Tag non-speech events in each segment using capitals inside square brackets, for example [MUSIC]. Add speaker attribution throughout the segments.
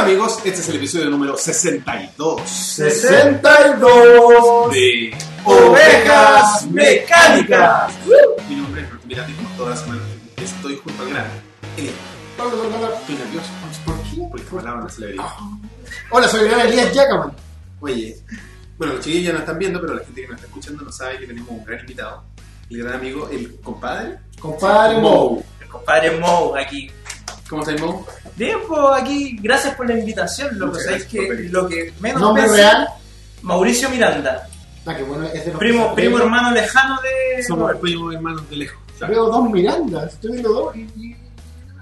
Speaker 1: amigos, este es el episodio número 62
Speaker 2: 62
Speaker 1: de
Speaker 2: Ovejas Mecánicas.
Speaker 1: Mi nombre es Roberto Miranda y como toda la semana estoy junto al gran. Elías. Estoy nervioso. ¿Por qué? Porque hablaban la celebridad.
Speaker 2: Hola, soy el gran Elías Jackman.
Speaker 1: Oye, bueno, los chiquillos ya no están viendo, pero la gente que nos está escuchando no sabe que tenemos un gran invitado. El gran amigo, el compadre.
Speaker 2: Compadre Mo.
Speaker 3: El compadre Mo aquí.
Speaker 1: ¿Cómo estás, Mo?
Speaker 3: Bien, pues aquí, gracias por la invitación, loco.
Speaker 1: Muchas
Speaker 3: Sabéis
Speaker 1: gracias por
Speaker 3: que
Speaker 1: venir.
Speaker 3: lo que menos
Speaker 2: Nombre
Speaker 3: pensé-
Speaker 2: real.
Speaker 3: Mauricio Miranda.
Speaker 2: Ah, que bueno, es de los
Speaker 3: Primo,
Speaker 2: que-
Speaker 3: primo hermano lejano de.
Speaker 1: Somos el primo hermanos de lejos.
Speaker 2: Veo dos Mirandas, estoy viendo dos y. y-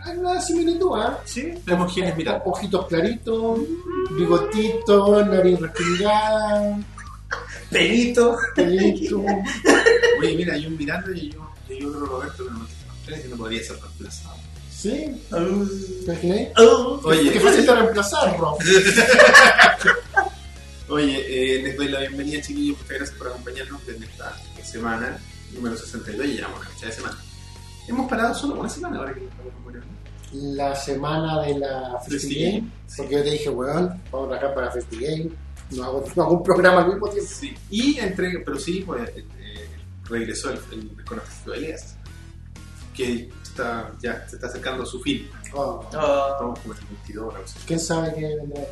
Speaker 2: Hay una similitud, ¿ah?
Speaker 3: Sí.
Speaker 1: Tenemos quienes miran.
Speaker 2: Ojitos claritos, bigotito, nariz respingada,
Speaker 3: Pelito.
Speaker 2: pelito.
Speaker 1: [LAUGHS] Oye, mira, hay un Miranda y hay un- y hay otro Roberto que no me que no podría ser reemplazado.
Speaker 2: ¿Sí? ¿Te
Speaker 3: Uh,
Speaker 2: imaginé?
Speaker 3: uh.
Speaker 1: Oye.
Speaker 2: Qué fácil de reemplazar, Rob.
Speaker 1: Oye, eh, les doy la bienvenida, chiquillos. Muchas gracias por acompañarnos en esta semana número 62 y llevamos la fecha de semana. Hemos parado solo una semana ahora que estamos conmemorando.
Speaker 2: La semana de la Frisbee
Speaker 1: Sí,
Speaker 2: Porque yo te dije, weón, vamos a trabajar para Festi Game, no hago, no hago un programa al mismo tiempo.
Speaker 1: sí. Y entre, pero sí, pues, eh, eh, regresó el, el reconocido Elias, que está, ya se está acercando a su fin.
Speaker 2: Oh,
Speaker 3: Oh,
Speaker 1: Estamos como en el 22, una cosa así.
Speaker 2: ¿Quién sabe qué vendrá?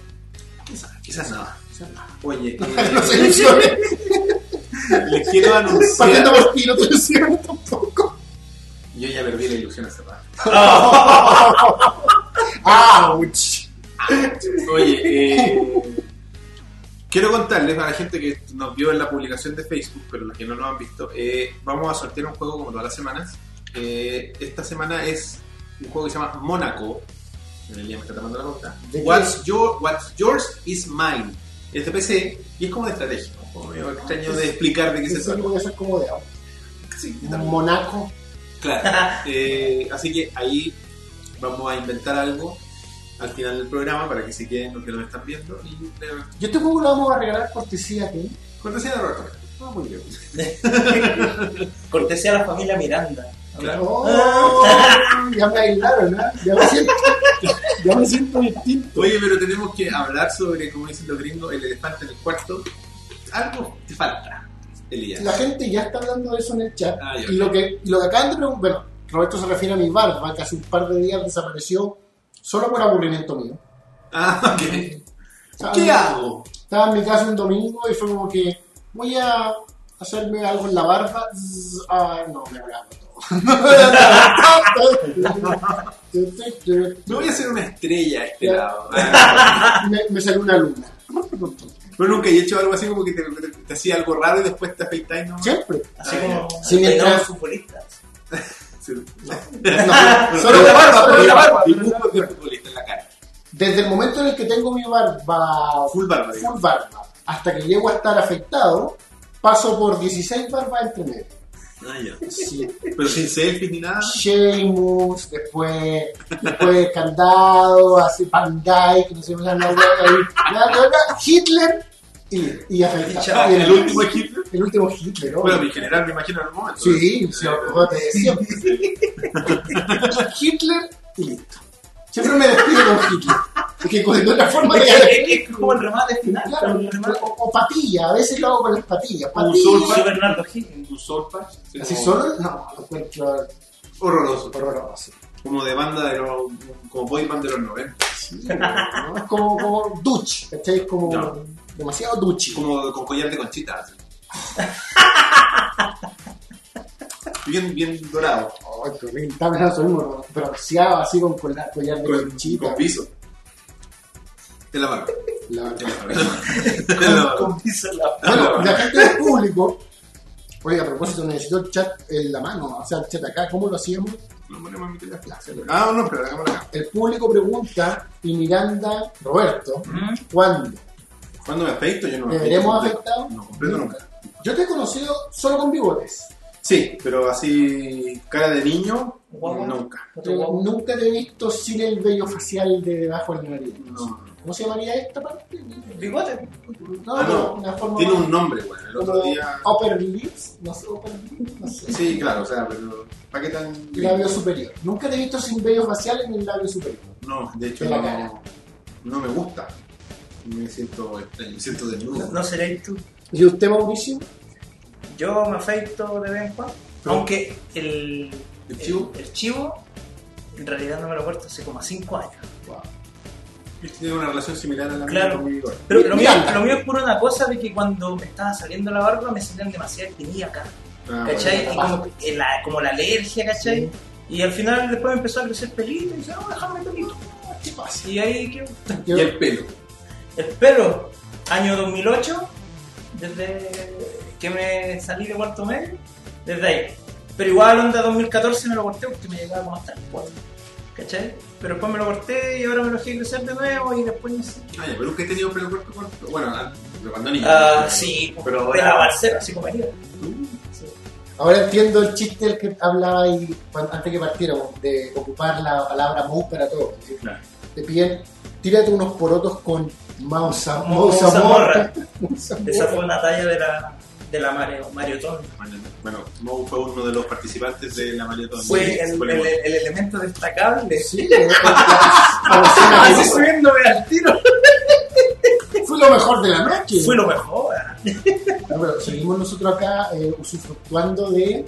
Speaker 1: Quizás, quizás nada.
Speaker 2: Quizás
Speaker 1: Oye, eh,
Speaker 2: No
Speaker 1: [LAUGHS]
Speaker 2: se ilusiones.
Speaker 1: les quiero
Speaker 2: Partiendo
Speaker 1: anunciar.
Speaker 2: por ti, no te ilusiones tampoco.
Speaker 1: Yo ya perdí la ilusión hace rato. Ah,
Speaker 2: ¡Auch!
Speaker 1: Oye, eh, quiero contarles a la gente que nos vio en la publicación de Facebook, pero los que no lo han visto, eh, vamos a sortear un juego como todas las semanas. Eh, esta semana es un juego que se llama Mónaco. En el día me está tomando la costa.
Speaker 2: ¿De qué?
Speaker 1: What's, your, what's yours is mine. Este PC y es como de estrategia. Un juego medio extraño de explicar de qué se
Speaker 2: Eso
Speaker 1: trata.
Speaker 2: yo voy a hacer como de agua.
Speaker 1: Sí, también.
Speaker 2: Monaco.
Speaker 1: claro. Eh, así que ahí vamos a inventar algo al final del programa para que se queden los que nos están viendo y le
Speaker 2: Yo este juego lo vamos a regalar cortesía aquí.
Speaker 1: Cortesía de Roberto.
Speaker 2: Ah, muy bien.
Speaker 3: cortesía a la familia Miranda.
Speaker 1: Claro.
Speaker 2: Oh, ya me aislaron, ¿ah? Ya me
Speaker 1: [LAUGHS]
Speaker 2: siento, ya me siento distinto.
Speaker 1: Oye, pero tenemos que hablar sobre, como dicen los gringos, el elefante en el cuarto. Algo te falta, Elías.
Speaker 2: La gente ya está hablando de eso en el chat.
Speaker 1: Ah, ya.
Speaker 2: y, lo que, y lo que acaban de preguntar, bueno, Roberto se refiere a mi barba, que hace un par de días desapareció solo por aburrimiento mío.
Speaker 1: Ah, ok.
Speaker 2: Estaba en-
Speaker 1: ¿Qué hago?
Speaker 2: Estaba en mi casa un domingo y fue como que voy a hacerme algo en la barba. Zzz, Ah, no, me hablaba todo.
Speaker 1: Me voy a hacer una estrella a este
Speaker 2: Ya.
Speaker 1: lado. Ah,
Speaker 2: [LAUGHS] [LAUGHS] me, me salió una luna.
Speaker 1: Pero nunca he hecho algo así como que te, te- te hacía algo raro y después te afeitáis, ¿no?
Speaker 2: Siempre.
Speaker 3: Así
Speaker 1: Ah,
Speaker 3: como.
Speaker 2: Sí, mientras-
Speaker 3: peinados futbolistas.
Speaker 1: Sí. [LAUGHS]
Speaker 2: No,
Speaker 1: Bueno,
Speaker 2: solo la barba, solo la barba.
Speaker 1: Y dibujos de futbolista en la cara.
Speaker 2: Desde el momento en el que tengo mi barba
Speaker 1: Full barba, digamos.
Speaker 2: full barba hasta que llego a estar afectado, paso por 16 barbas entre medio.
Speaker 1: Ah, ya.
Speaker 2: Sí.
Speaker 1: Pero sin selfies ni nada.
Speaker 2: Sheamus, después, después Candado, así Van Dyke, no sé, una, una, una, una, una, Hitler y, y afectado. Y
Speaker 1: Ah, el último equipo.
Speaker 2: el último Hitler, ¿no?
Speaker 1: Bueno, mi general me imagino en el momento.
Speaker 2: sí, sí,
Speaker 1: Eh,
Speaker 2: te decía. Hitler y listo. Siempre me despido con Hitler. Es que con otra forma de...
Speaker 3: Es como el remate final.
Speaker 2: Claro,
Speaker 3: el remate.
Speaker 2: o, o patilla, a veces lo hago con las patillas.
Speaker 1: sol
Speaker 2: Patilla.
Speaker 3: Soy Bernardo Higgins. [LAUGHS]
Speaker 1: Un solpa. sí,
Speaker 2: ¿Así
Speaker 1: como-
Speaker 2: solo? No, lo encuentro
Speaker 1: Horroroso.
Speaker 2: horroroso.
Speaker 1: como de banda de los como boy band de los 90
Speaker 2: Sí, ¿no? Es como, como Dutch, ¿cachai? Es como
Speaker 1: No.
Speaker 2: demasiado Dutch.
Speaker 1: como con collar de conchita así. bien bien dorado
Speaker 2: Ay, qué horrible. Estaba pensando eso mismo, bronceado así con cola- collar de
Speaker 1: con,
Speaker 2: conchita.
Speaker 1: con Ah, piso de la mano
Speaker 2: La
Speaker 1: de
Speaker 2: verdad.
Speaker 1: la mano de la mano.
Speaker 3: Con piso en la-
Speaker 2: Bueno, la gente del público. Oye, a propósito, necesito el chat en la mano, o sea, el chat acá, ¿cómo lo hacíamos?
Speaker 1: No ponemos mi teléfono. ah no pero hagámoslo acá
Speaker 2: El público pregunta, y Miranda, Roberto,
Speaker 3: Mm.
Speaker 2: ¿cuándo?
Speaker 1: ¿cuándo me afeito? yo no me
Speaker 2: ¿Me
Speaker 1: afeito
Speaker 2: veremos
Speaker 1: completo.
Speaker 2: afectados?
Speaker 1: no completo nunca
Speaker 2: Yo te he conocido solo con bigotes.
Speaker 1: sí pero así cara de niño
Speaker 3: Guagua.
Speaker 1: nunca
Speaker 3: Otro
Speaker 2: Yo
Speaker 3: guau.
Speaker 2: nunca te he visto sin el vello facial de debajo del nariz.
Speaker 1: no.
Speaker 2: ¿Cómo se llamaría esta parte?
Speaker 3: Bigote.
Speaker 2: No,
Speaker 1: Ah, no.
Speaker 2: una forma
Speaker 1: tiene
Speaker 2: más-
Speaker 1: un nombre bueno el otro
Speaker 2: como
Speaker 1: día
Speaker 2: Upper lips, no sé, upper lips, no sé.
Speaker 1: sí claro o sea pero ¿para qué tan
Speaker 2: Labio superior. Nunca te he visto sin vello facial en el labio superior.
Speaker 1: no de hecho
Speaker 2: En la
Speaker 1: no
Speaker 2: cara.
Speaker 1: no me gusta. Me siento extraño, me siento desnudo.
Speaker 3: No seréis tú.
Speaker 2: ¿Y usted, Mauricio?
Speaker 3: Yo me afeito de vez en cuando.
Speaker 1: Pero-
Speaker 3: Aunque el,
Speaker 1: ¿El chivo?
Speaker 3: El, chivo, en realidad no me lo he puesto hace como 5 años.
Speaker 1: Wow. Él tiene una relación similar a la
Speaker 3: Claro.
Speaker 1: mía con mi vigor.
Speaker 3: Pero
Speaker 2: Mi-
Speaker 3: lo mío,
Speaker 2: Miranda.
Speaker 3: lo mío es por una cosa de que cuando me estaba saliendo la barba me sentían demasiada espinilla acá.
Speaker 1: Ah,
Speaker 3: ¿Cachai?
Speaker 2: bueno,
Speaker 3: Y
Speaker 2: capaz.
Speaker 3: como, eh, la, como la alergia, ¿cachai? Y al final después me empezó a crecer pelito y dije, no, déjame pelito.
Speaker 2: Ah, ¿Qué pasa?
Speaker 3: Y ahí que
Speaker 1: bueno.
Speaker 2: Yo,
Speaker 1: Y el pelo.
Speaker 3: El pelo, año 2008, desde que me salí de cuarto medio, desde ahí. Pero igual onda 2014 me lo corté porque me llegaba como hasta el 4. ¿Cachai? Pero después me lo corté y ahora me lo dejé crecer de nuevo y después no sé.
Speaker 1: Ah, ya, pero nunca he tenido pelo corto corto. Bueno, ah, pero cuando niño.
Speaker 3: Ah, sí,
Speaker 1: Pero
Speaker 3: pero
Speaker 1: ahora-
Speaker 3: ahora... Barcero, así como venía.
Speaker 2: ahora entiendo el chiste del que hablaba ahí cuan- antes que partiéramos, de ocupar la palabra mou para todo. ¿sí?
Speaker 1: Claro.
Speaker 2: Te piden, tírate unos porotos con mausa,
Speaker 3: Mou
Speaker 2: mausa
Speaker 3: zamorra.
Speaker 2: Mousa
Speaker 3: Esa
Speaker 2: morra.
Speaker 3: fue una talla de la, de la Mario, Mariotón.
Speaker 1: Bueno, Mo fue uno de los participantes de la maratón.
Speaker 3: Fue el, el- el elemento destacable. Ah,
Speaker 2: Sí, eh, parecía
Speaker 3: Así
Speaker 2: una cosa.
Speaker 3: subiéndome al tiro.
Speaker 2: Fue lo mejor de la noche.
Speaker 3: Fue lo mejor.
Speaker 2: No, pero seguimos nosotros acá eh, usufructuando de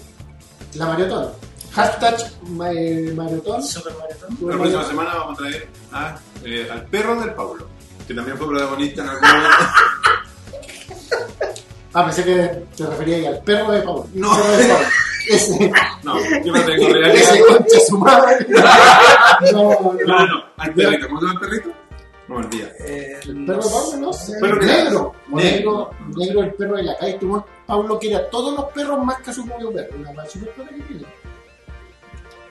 Speaker 2: la maratón. Hashtag ma- eh, maratón.
Speaker 3: Super Mariotón.
Speaker 1: La próxima semana vamos a traer a, eh, al perro del Pablo, que también fue protagonista en algún momento. [LAUGHS]
Speaker 2: Ah, pensé que te refería ahí al perro de Pablo.
Speaker 1: No.
Speaker 2: Perro de Pablo.
Speaker 1: [LAUGHS]
Speaker 2: Ese,
Speaker 1: No, yo no tengo
Speaker 2: [LAUGHS] ese
Speaker 1: realidad.
Speaker 2: concha su madre. No,
Speaker 1: [LAUGHS] No,
Speaker 2: no.
Speaker 1: no, al perrito. ¿Cómo se llama el perrito? No me olvida.
Speaker 3: Eh,
Speaker 2: El perro de Pablo no sé.
Speaker 1: Perro que-
Speaker 2: negro. O
Speaker 1: Negro.
Speaker 2: Negro. Negro el perro de la calle. Este buen Pablo quiere a todos los perros más que a su propio perro. Una más super perra que tiene.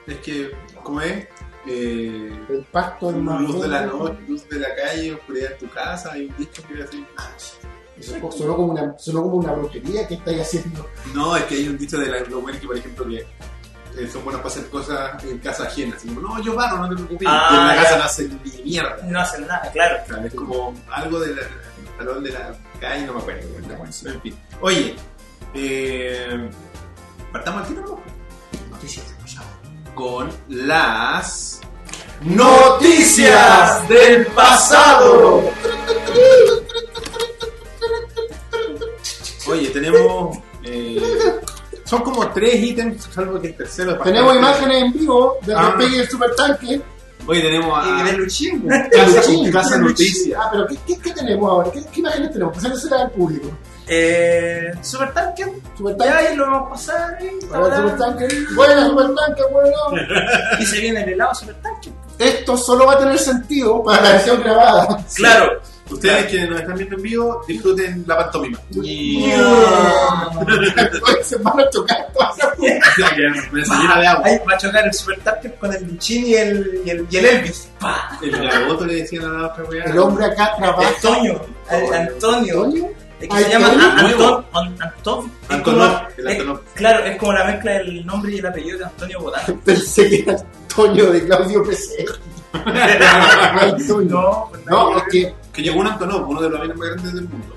Speaker 1: Es que, ¿cómo es? Eh,
Speaker 2: El pasto es más.
Speaker 1: luz de la
Speaker 2: negro.
Speaker 1: noche, luz de la calle, oscuridad en tu casa, hay un dicho que así.
Speaker 2: Eso Sonó como una, sonó como una brujería que estáis haciendo.
Speaker 1: No, es que hay un dicho de la los buenos que, por ejemplo, que eh, son buenos para hacer cosas en casa ajena. Así como, no, yo barro, no te preocupes.
Speaker 3: Ah,
Speaker 1: y en la
Speaker 3: ya.
Speaker 1: casa no hacen ni mierda.
Speaker 3: no hacen nada, claro.
Speaker 1: O sea, es como algo de la, del talón de la calle, no me acuerdo. bueno, bueno, En fin. Oye, eh, partamos al título
Speaker 2: Noticias de los
Speaker 1: con las noticias del pasado. Oye, tenemos. eh, son como tres ítems, salvo que el tercero. es bastante-
Speaker 2: Tenemos imágenes en vivo del
Speaker 1: Ah.
Speaker 2: despegue del supertanque.
Speaker 1: Hoy tenemos
Speaker 3: Y de
Speaker 1: a
Speaker 3: [LAUGHS] Luchín.
Speaker 1: Casa, Casa Noticias.
Speaker 2: Ah, pero ¿qué, qué, qué tenemos ahora? ¿Qué, qué imágenes tenemos? Pues Preséntesela al público.
Speaker 3: Eh, Supertanker, ya
Speaker 2: Supertanque.
Speaker 3: ahí lo vamos a pasar. eh, ahí,
Speaker 2: A ver,
Speaker 3: ahora.
Speaker 2: supertanque. Buena, supertanque,
Speaker 1: [LAUGHS]
Speaker 2: bueno.
Speaker 3: Y se viene el helado Supertanker.
Speaker 2: Esto solo va a tener sentido para la versión grabada.
Speaker 3: Claro.
Speaker 1: Ustedes que nos están viendo en vivo, disfruten la pantomima. Y. [LAUGHS]
Speaker 2: Se van a chocar todas las
Speaker 1: Me saliera de agua.
Speaker 3: Ahí va a chocar el Supertanker con el Luchín y el, y el, y el Elvis. Pa.
Speaker 1: El gagoto le decían a la otra weá.
Speaker 2: El hombre acá trabaja.
Speaker 3: Ah. Antonio. Al- Antonio.
Speaker 2: Antonio.
Speaker 3: Es que se llama A- Anton. An- Anton. Es como-
Speaker 1: Antonov, el
Speaker 3: es-
Speaker 1: Antonov.
Speaker 3: Claro, es como la mezcla del nombre y el apellido de Antonio Bodano.
Speaker 2: Pensé que era Antonio de Claudio PC. Antonio.
Speaker 3: No,
Speaker 2: No, es que
Speaker 1: [LAUGHS] Que llegó un Antonov, uno de los aviones más grandes del mundo.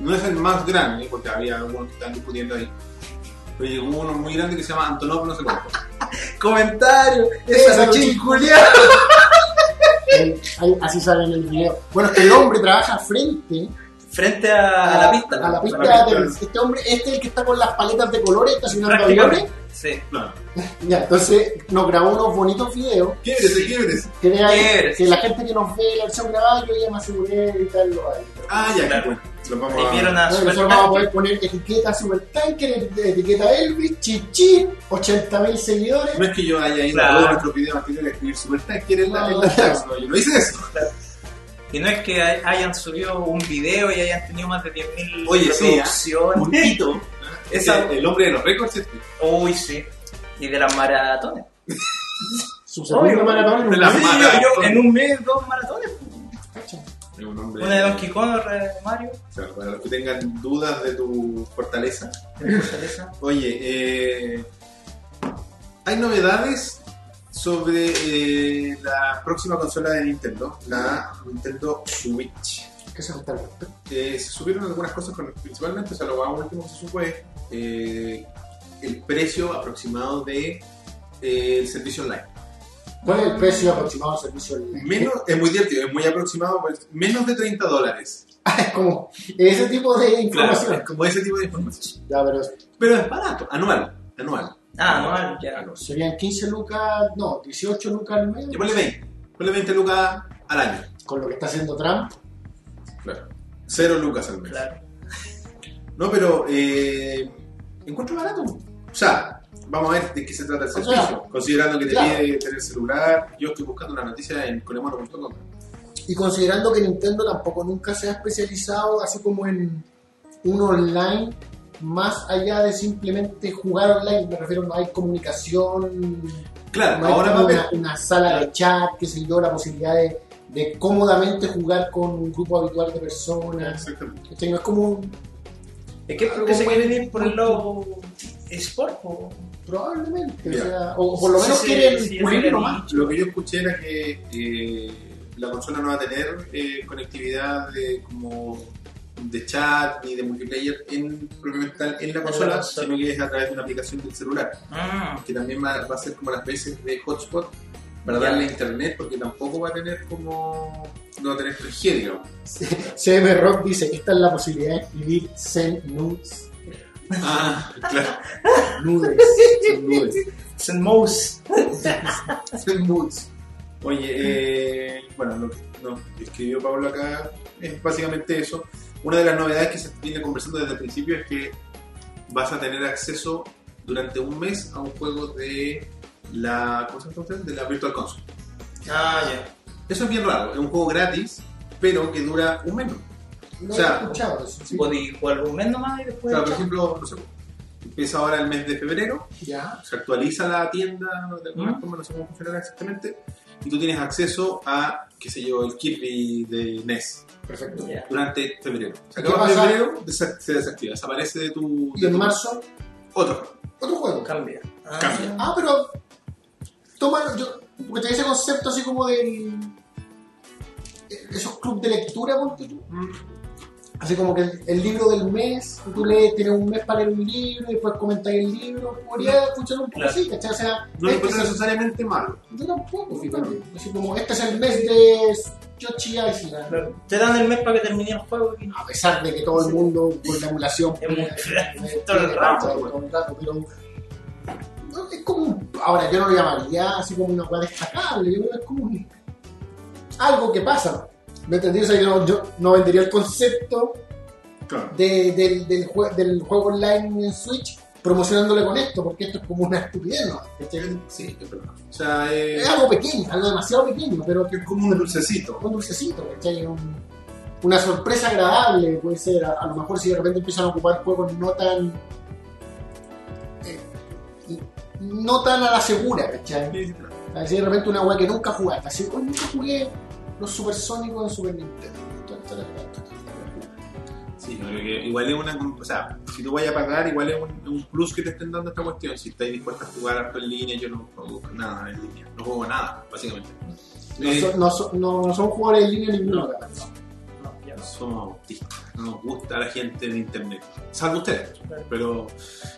Speaker 1: No es el más grande, porque había algunos que estaban discutiendo ahí. Pero llegó uno muy grande que se llama Antonov, no sé cuánto.
Speaker 3: comentario. Esa
Speaker 2: Esa
Speaker 3: Luchín
Speaker 2: Luchín.
Speaker 3: Julián.
Speaker 2: eh, ahí- así sale en el video. Bueno, es que el hombre trabaja frente
Speaker 3: Frente a, a la pista.
Speaker 2: A la pista
Speaker 1: A la
Speaker 2: de
Speaker 1: pista.
Speaker 2: tenis. Este hombre, este es el que está con las paletas de colores estacionando aviones.
Speaker 3: Prácticamente. Sí.
Speaker 1: Claro.
Speaker 2: Ya, entonces nos grabó unos bonitos videos.
Speaker 1: Quiebrese, quiebrese.
Speaker 2: Crea
Speaker 3: Quieres.
Speaker 2: que la gente que nos ve la versión grabada, yo ya me aseguré de editarlo ahí.
Speaker 1: Ah, ya,
Speaker 3: Claro.
Speaker 1: qué bueno. Lo
Speaker 3: Ahí
Speaker 1: vamos
Speaker 3: vieron
Speaker 1: a.
Speaker 3: a
Speaker 2: Bueno, nosotros vamos a poder poner etiqueta Supertanker, etiqueta Elvis, Chichi, 80.000 seguidores.
Speaker 1: No es que yo haya ido a
Speaker 3: Claro.
Speaker 1: todos nuestros videos antes de escribir Supertanker en la en la clase, no, yo no hice eso.
Speaker 3: Y no es que hay- hayan subido un video y hayan tenido más de 10.000
Speaker 1: Oye, sí, ¿ah?
Speaker 3: reproducciones.
Speaker 1: Puntito.
Speaker 3: Esa-
Speaker 1: ¿Ah? El hombre de los récords, este.
Speaker 3: Uy, sí. Y de las maratones.
Speaker 2: Su segundo
Speaker 3: Obvio.
Speaker 2: maratón.
Speaker 1: De las
Speaker 3: Sí,
Speaker 1: maratones.
Speaker 3: yo- yo en un mes dos maratones. pues.
Speaker 1: Es un hombre.
Speaker 3: Una de Donkey Kong, otra de Mario.
Speaker 1: Claro, para los que tengan dudas de tu fortaleza.
Speaker 3: de la fortaleza.
Speaker 1: Oye, eh, hay novedades sobre eh, la próxima consola de Nintendo, la Nintendo Switch.
Speaker 2: ¿Qué se junta al respecto?
Speaker 1: Eh, se subieron algunas cosas, con- principalmente, o sea, lo más último que se supo es eh, el precio aproximado de eh, el servicio online.
Speaker 2: ¿Cuál es el precio aproximado del servicio?
Speaker 1: Menos, es muy divertido, es muy aproximado, pues, menos de 30 dólares.
Speaker 2: [LAUGHS] Es como ese tipo de información.
Speaker 1: es como ese tipo de información.
Speaker 2: Ya, pero
Speaker 1: Pero es barato, anual, anual.
Speaker 3: Ah, no, ya.
Speaker 1: Anual.
Speaker 2: serían 15 lucas, no, 18 lucas al mes.
Speaker 1: Ya ponle 20, ponle 20 lucas al año.
Speaker 2: Con lo que está haciendo Trump.
Speaker 1: Claro. Cero lucas al mes.
Speaker 3: Claro.
Speaker 1: No, pero eh, encuentro barato. O sea, vamos a ver de qué se trata el
Speaker 2: sea,
Speaker 1: servicio. considerando que te
Speaker 2: claro.
Speaker 1: pide tener celular, yo estoy buscando una noticia en colemono.com.
Speaker 2: Y considerando que Nintendo tampoco nunca se ha especializado así como en un online más allá de simplemente jugar online, me refiero, no hay comunicación,
Speaker 1: Claro,
Speaker 2: no hay
Speaker 1: ahora va a
Speaker 2: como
Speaker 1: haber.
Speaker 2: una, una sala de chat, qué sé yo, la posibilidad de, de cómodamente jugar con un grupo habitual de personas.
Speaker 1: Exactamente.
Speaker 2: ¿cachai? No es como un-
Speaker 3: Es que creo Ah, que se quieren ir por el lado sport, po.
Speaker 2: probablemente,
Speaker 1: Mira.
Speaker 2: o, sea, o, o por lo
Speaker 3: Sí,
Speaker 2: menos
Speaker 3: sí,
Speaker 2: quieren
Speaker 3: sí,
Speaker 2: pulir
Speaker 3: sí,
Speaker 2: nomás.
Speaker 1: Lo que yo escuché era que eh, la consola no va a tener eh, conectividad de como de chat ni de multiplayer en, propiamente tal en la consola,
Speaker 3: consola.
Speaker 1: sino que es a través de una aplicación del celular.
Speaker 3: Ah,
Speaker 1: que también va, va a ser como las veces de hotspot para
Speaker 3: Ya.
Speaker 1: darle internet porque tampoco va a tener como no va a tener 3G digamos
Speaker 2: CM Rock dice que esta es la posibilidad de escribir Zen Nudes.
Speaker 1: ah [LAUGHS] claro
Speaker 2: Nudes. Zen nudes.
Speaker 3: St. Mouse.
Speaker 1: Zen Moods. oye eh, bueno lo que nos escribió Pablo acá es básicamente eso una de las novedades que se viene conversando desde el principio es que vas a tener acceso durante un mes a un juego de la ¿cómo se llama usted? de la Virtual Console
Speaker 3: Ah, ya.
Speaker 1: eso es bien raro es un juego gratis pero que dura un mes ¿no?
Speaker 2: No
Speaker 1: O sea,
Speaker 2: he escuchado eso. sí.
Speaker 3: Podí jugar un mes nomás y
Speaker 1: O
Speaker 3: después.
Speaker 1: sea, por ejemplo, no sé, empieza ahora el mes de febrero,
Speaker 2: Ya.
Speaker 1: se actualiza la tienda de alguna forma, no sé cómo funcionará exactamente, y tú tienes acceso a, qué sé yo, el Kirby de E NES
Speaker 2: Perfecto.
Speaker 3: Ya.
Speaker 1: durante febrero. Se
Speaker 2: ¿Y
Speaker 1: acaba
Speaker 2: qué pasa?
Speaker 1: febrero, desa- se desactiva, desaparece de tu...
Speaker 2: Y
Speaker 1: de
Speaker 2: en
Speaker 1: tu-
Speaker 2: marzo,
Speaker 1: Otro.
Speaker 2: otro juego.
Speaker 3: Cambia. Ah,
Speaker 1: Cambia.
Speaker 2: Ah, pero. Toma. Yo, porque tenía ese concepto así como del. eh, Esos club de lectura, ponte tú.
Speaker 1: Mm.
Speaker 2: Así como que el, el libro del mes, y tú lees, tienes un mes para leer un libro y después comentar el libro. Podría funcionar un poco
Speaker 3: Claro.
Speaker 2: así, ¿cachai? O sea,
Speaker 1: No lo
Speaker 2: este
Speaker 1: encuentro
Speaker 2: es-
Speaker 1: necesariamente malo.
Speaker 2: Yo tampoco, fíjate. Así como, este es el mes de Yoshi Island.
Speaker 3: Claro. Te dan el mes para que termine el juego y
Speaker 2: A pesar de que todo el mundo con la emulación
Speaker 3: Es muy-
Speaker 2: eh,
Speaker 3: todo el rato,
Speaker 2: todo el rato, pero no, es como un- ahora yo no lo llamaría así como una cosa destacable, yo creo que es como un- algo que pasa. ¿Me entendí? O sea, yo, no- yo no vendería el concepto
Speaker 1: Claro.
Speaker 2: de- del, del jue- del juego online en Switch promocionándole con esto, porque esto es como una estupidez, ¿no? ¿Cachai?
Speaker 1: Sí, es verdad. O sea, eh,
Speaker 2: Es algo pequeño, algo demasiado pequeño, pero que
Speaker 1: es como un dulcecito.
Speaker 2: un dulcecito, ¿cachai? Un- una sorpresa agradable puede ser. A, a lo mejor si de repente empiezan a ocupar juegos no tan. eh, no tan a la segura, ¿cachai?
Speaker 1: Sí, claro.
Speaker 2: A ver si de repente una weá que nunca jugaste. Así, hoy nunca jugué los supersónicos en Super Nintendo.
Speaker 1: Sí, yo creo que igual es una. O sea, si tú vayas a pagar, igual es un, un plus que te estén dando esta cuestión. Si estáis dispuestos a jugar harto en línea, yo no juego nada en línea. No juego nada, básicamente.
Speaker 2: No,
Speaker 1: Eh,
Speaker 2: son- no son- no- no son jugadores en línea ninguno,
Speaker 3: No.
Speaker 2: capaz.
Speaker 3: No, ya no.
Speaker 1: somos autistas. No nos gusta la gente de internet. Salvo ustedes. Pero.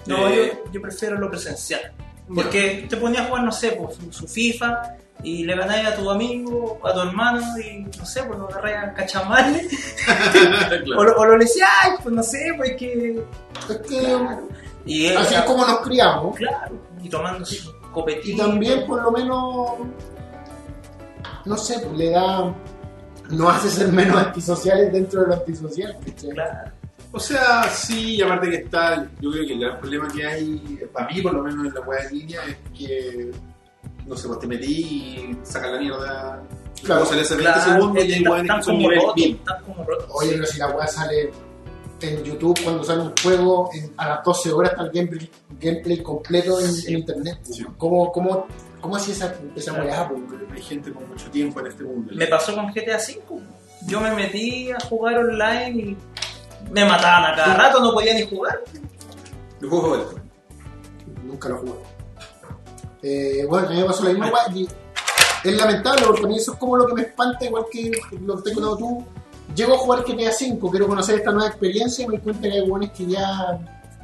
Speaker 3: No,
Speaker 1: eh, [LAUGHS]
Speaker 3: yo, yo prefiero lo presencial.
Speaker 1: ya.
Speaker 3: Porque te ponías a jugar, no sé, pues, su, su FIFA y le ganáis a tu amigo, a tu hermano y no sé, pues lo agarráis a cachamales.
Speaker 1: Claro.
Speaker 3: O lo, o lo le decías, "Ay, pues no sé, pues que.
Speaker 2: Es que
Speaker 3: Y él-
Speaker 2: así es como nos criamos.
Speaker 3: Claro, y tomando su copetín.
Speaker 2: Y también, pues, por lo menos, no sé, pues, le da. No hace ser menos antisociales dentro de lo antisocial. ¿cachai?
Speaker 3: Claro.
Speaker 1: O sea, sí, y aparte que está, yo creo que el gran problema que hay, eh, para mí por lo menos en la web de línea, es que, no sé, vos te metí y sacas la mierda. Claro,
Speaker 2: Claro,
Speaker 1: sale hace 20
Speaker 3: claro,
Speaker 1: segundos y hay
Speaker 3: están-
Speaker 1: weones que
Speaker 3: están
Speaker 1: son
Speaker 3: como
Speaker 1: nivel
Speaker 3: rotos,
Speaker 1: mil.
Speaker 3: están como rotos.
Speaker 2: Oye, pero si la weá sale en YouTube, cuando sale un juego, en- a las 12 horas está el gameplay, gameplay completo en, en internet.
Speaker 1: Sí.
Speaker 2: ¿Cómo, cómo, cómo hacía esa, esa
Speaker 3: Claro.
Speaker 2: weá, pues?
Speaker 1: Hay gente con mucho tiempo en este mundo.
Speaker 3: Me pasó con GTA V. Yo me metí a jugar online y me mataban a cada rato, no podía ni jugar.
Speaker 1: Los juegos de vuelta.
Speaker 2: Nunca lo jugué. Eh, bueno, a mí me pasó la misma weá. y Es lamentable porque a mí eso es como lo que me espanta, igual que lo que te he contado tú. Llego a jugar GTA V, quiero conocer esta nueva experiencia y me doy cuenta que hay weones que ya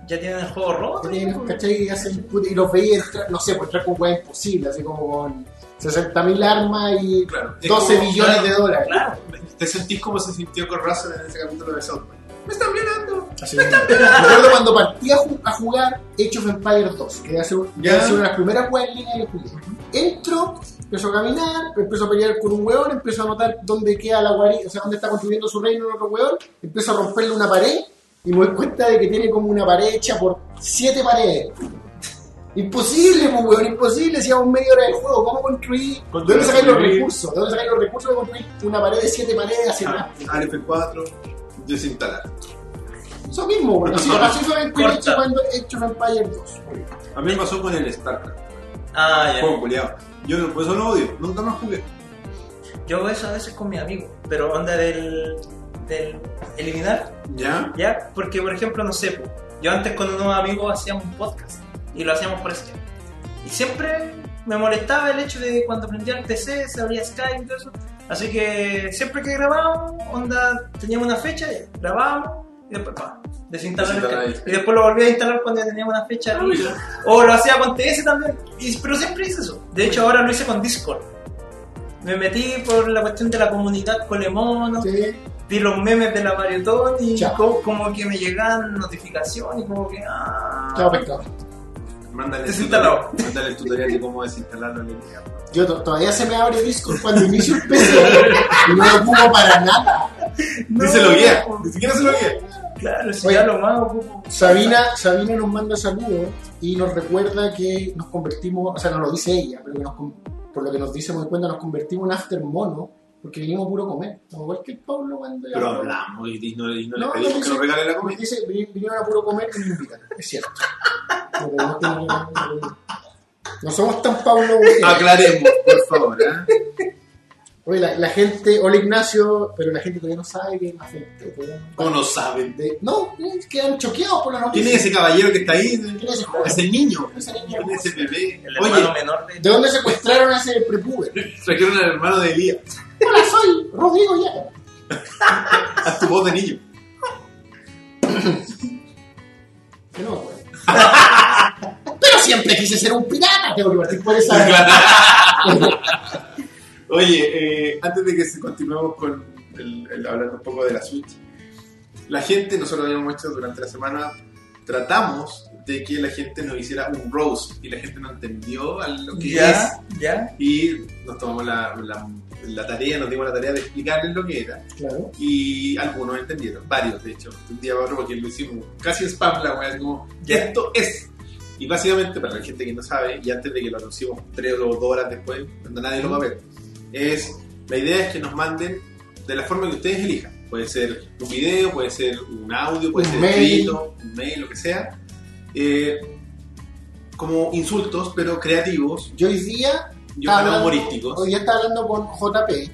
Speaker 3: ya tienen el juego roto.
Speaker 2: Tienen,
Speaker 3: ¿no?
Speaker 2: ¿cachai? Y, hacen, puta- y los veía entrar, no sé, pues entrar con weas imposibles, así como con 60.000 armas y
Speaker 1: Claro. Es
Speaker 2: 12
Speaker 1: como-
Speaker 2: millones de dólares.
Speaker 3: Claro.
Speaker 1: Te sentís como se sintió con Russell en ese capítulo de South Park. ¡Me están violando!
Speaker 2: Así mismo. Recuerdo cuando partí a, ju- a jugar Age of Empires 2, que debe ser,
Speaker 1: Ya.
Speaker 2: debe ser una de las primeras weas en línea que jugué. Entro, empiezo a caminar, empiezo a pelear con un weón, empiezo a notar dónde queda la guarida, o sea, dónde está construyendo su reino el otro weón, empiezo a romperle una pared y me doy cuenta de que tiene como una pared hecha por siete paredes. Imposible, pues, weón, imposible, si hago media hora de juego, ¿cómo construí? ¿De dónde sacáis los
Speaker 1: Construir. Ah.
Speaker 2: recursos? ¿De dónde sacáis los recursos para construir una pared de siete paredes hacia
Speaker 3: Ah.
Speaker 2: atrás?
Speaker 1: Al F4, desinstalar.
Speaker 2: Eso mismo, bueno, así, así fue en
Speaker 3: Corta.
Speaker 2: Quidditch cuando Age of Empires 2. güey.
Speaker 1: A mí me pasó con el StarCraft.
Speaker 3: Ah, ya.
Speaker 1: Juego culiado. Yo no, por eso lo odio. Nunca más jugué.
Speaker 3: Yo hago eso a veces con mis amigos, pero onda del, del eliminar,
Speaker 1: ¿Ya?
Speaker 3: ¿ya? Porque, por ejemplo, no sé, po, yo antes con unos amigos hacíamos un podcast y lo hacíamos por Skype. Y siempre me molestaba el hecho de que cuando prendía el PC se abría Skype y todo eso. Así que siempre que grabábamos, onda, teníamos una fecha, ya, grabábamos y después, pa, desinstalar el
Speaker 1: Desinstalar
Speaker 3: Skype. Y después lo volví a instalar cuando ya teníamos una fecha. y- o lo hacía con TS también. Y- pero siempre hice eso. De hecho, ahora lo hice con Discord. Me metí por la cuestión de la comunidad colemono,
Speaker 2: Sí.
Speaker 3: vi los memes de la maratón y
Speaker 2: Chao.
Speaker 3: co- como que me llegaban notificaciones y como que... Ah,
Speaker 2: Chao, pues. pescado.
Speaker 1: Mándale el,
Speaker 3: Desinstalo.
Speaker 1: tutorial, mándale el tutorial de cómo desinstalarlo. le dije.
Speaker 2: Yo to- todavía se me abre Discord cuando inicio el PC y no lo pongo para nada.
Speaker 1: Ni se lo guía. Ni siquiera se lo guía.
Speaker 3: Claro, si
Speaker 2: Oye.
Speaker 3: ya lo pues, más ocupo.
Speaker 2: Sabina, Sabina nos manda saludos y nos recuerda que nos convertimos, o sea, no lo dice ella, pero que nos con- por lo que nos dice muy cuenta, nos convertimos en after mono porque vinimos puro comer. Como igual que el Pablo cuando
Speaker 1: Pero hablamos y no, y no le
Speaker 2: No,
Speaker 1: pedimos
Speaker 2: no,
Speaker 1: que
Speaker 2: sí.
Speaker 1: nos regale la
Speaker 2: Nos
Speaker 1: comida.
Speaker 2: dice, "Vin- vinieron a puro comer y me invitan. Es cierto. Pero no tiene- No somos tan Pablo. Botello.
Speaker 1: Ah, Aclaremos, por favor. ¿eh?
Speaker 2: Oye, la, la gente, hola Ignacio, pero la gente todavía no sabe que es la gente. todavía no-
Speaker 1: ¿Cómo no saben?
Speaker 2: De- no, es- quedan choqueados por la
Speaker 1: ¿Quién
Speaker 2: noticia.
Speaker 1: es ese caballero que está ahí?
Speaker 2: ¿Quién es ese joven?
Speaker 1: Ese niño.
Speaker 2: Ese niño
Speaker 1: ¿Quién es
Speaker 2: hermoso.
Speaker 1: ese bebé?
Speaker 3: El hermano
Speaker 1: Oye,
Speaker 3: menor de...
Speaker 2: ¿De dónde secuestraron a ese prepuber?
Speaker 1: trajeron al hermano de Elías.
Speaker 2: Hola, soy Rodrigo Yaca.
Speaker 1: Haz tu voz de niño.
Speaker 2: Que no me acuerdo.
Speaker 1: [LAUGHS]
Speaker 2: pero siempre quise ser un pirata. Tengo que partir por esa.
Speaker 1: Oye, eh, antes de que se- continuemos con el, el hablando un poco de la Switch, la gente, nosotros habíamos hecho durante la semana, tratamos de que la gente nos hiciera un roast y la gente no entendió a lo que es
Speaker 3: Ya, ya.
Speaker 1: y nos tomamos la, la- la tarea, nos dimos la tarea de explicarles lo que era
Speaker 2: Claro.
Speaker 1: y algunos entendieron, varios de hecho, de un día para otro porque lo hicimos casi spam la wea, como
Speaker 3: Ya.
Speaker 1: esto es. Y básicamente, para la gente que no sabe, y antes de que lo anunciemos tres o dos horas después, cuando nadie lo va a ver, es la idea es que nos manden de la forma que ustedes elijan. Puede ser un video, puede ser un audio, puede
Speaker 2: Un
Speaker 1: ser
Speaker 2: mail.
Speaker 1: escrito, un mail, lo que sea. Eh, como insultos, pero creativos,
Speaker 2: Yo hoy día.
Speaker 1: yo
Speaker 2: estaba
Speaker 1: creo
Speaker 2: hablando-
Speaker 1: humorísticos.
Speaker 2: Hoy día estaba hablando con JP.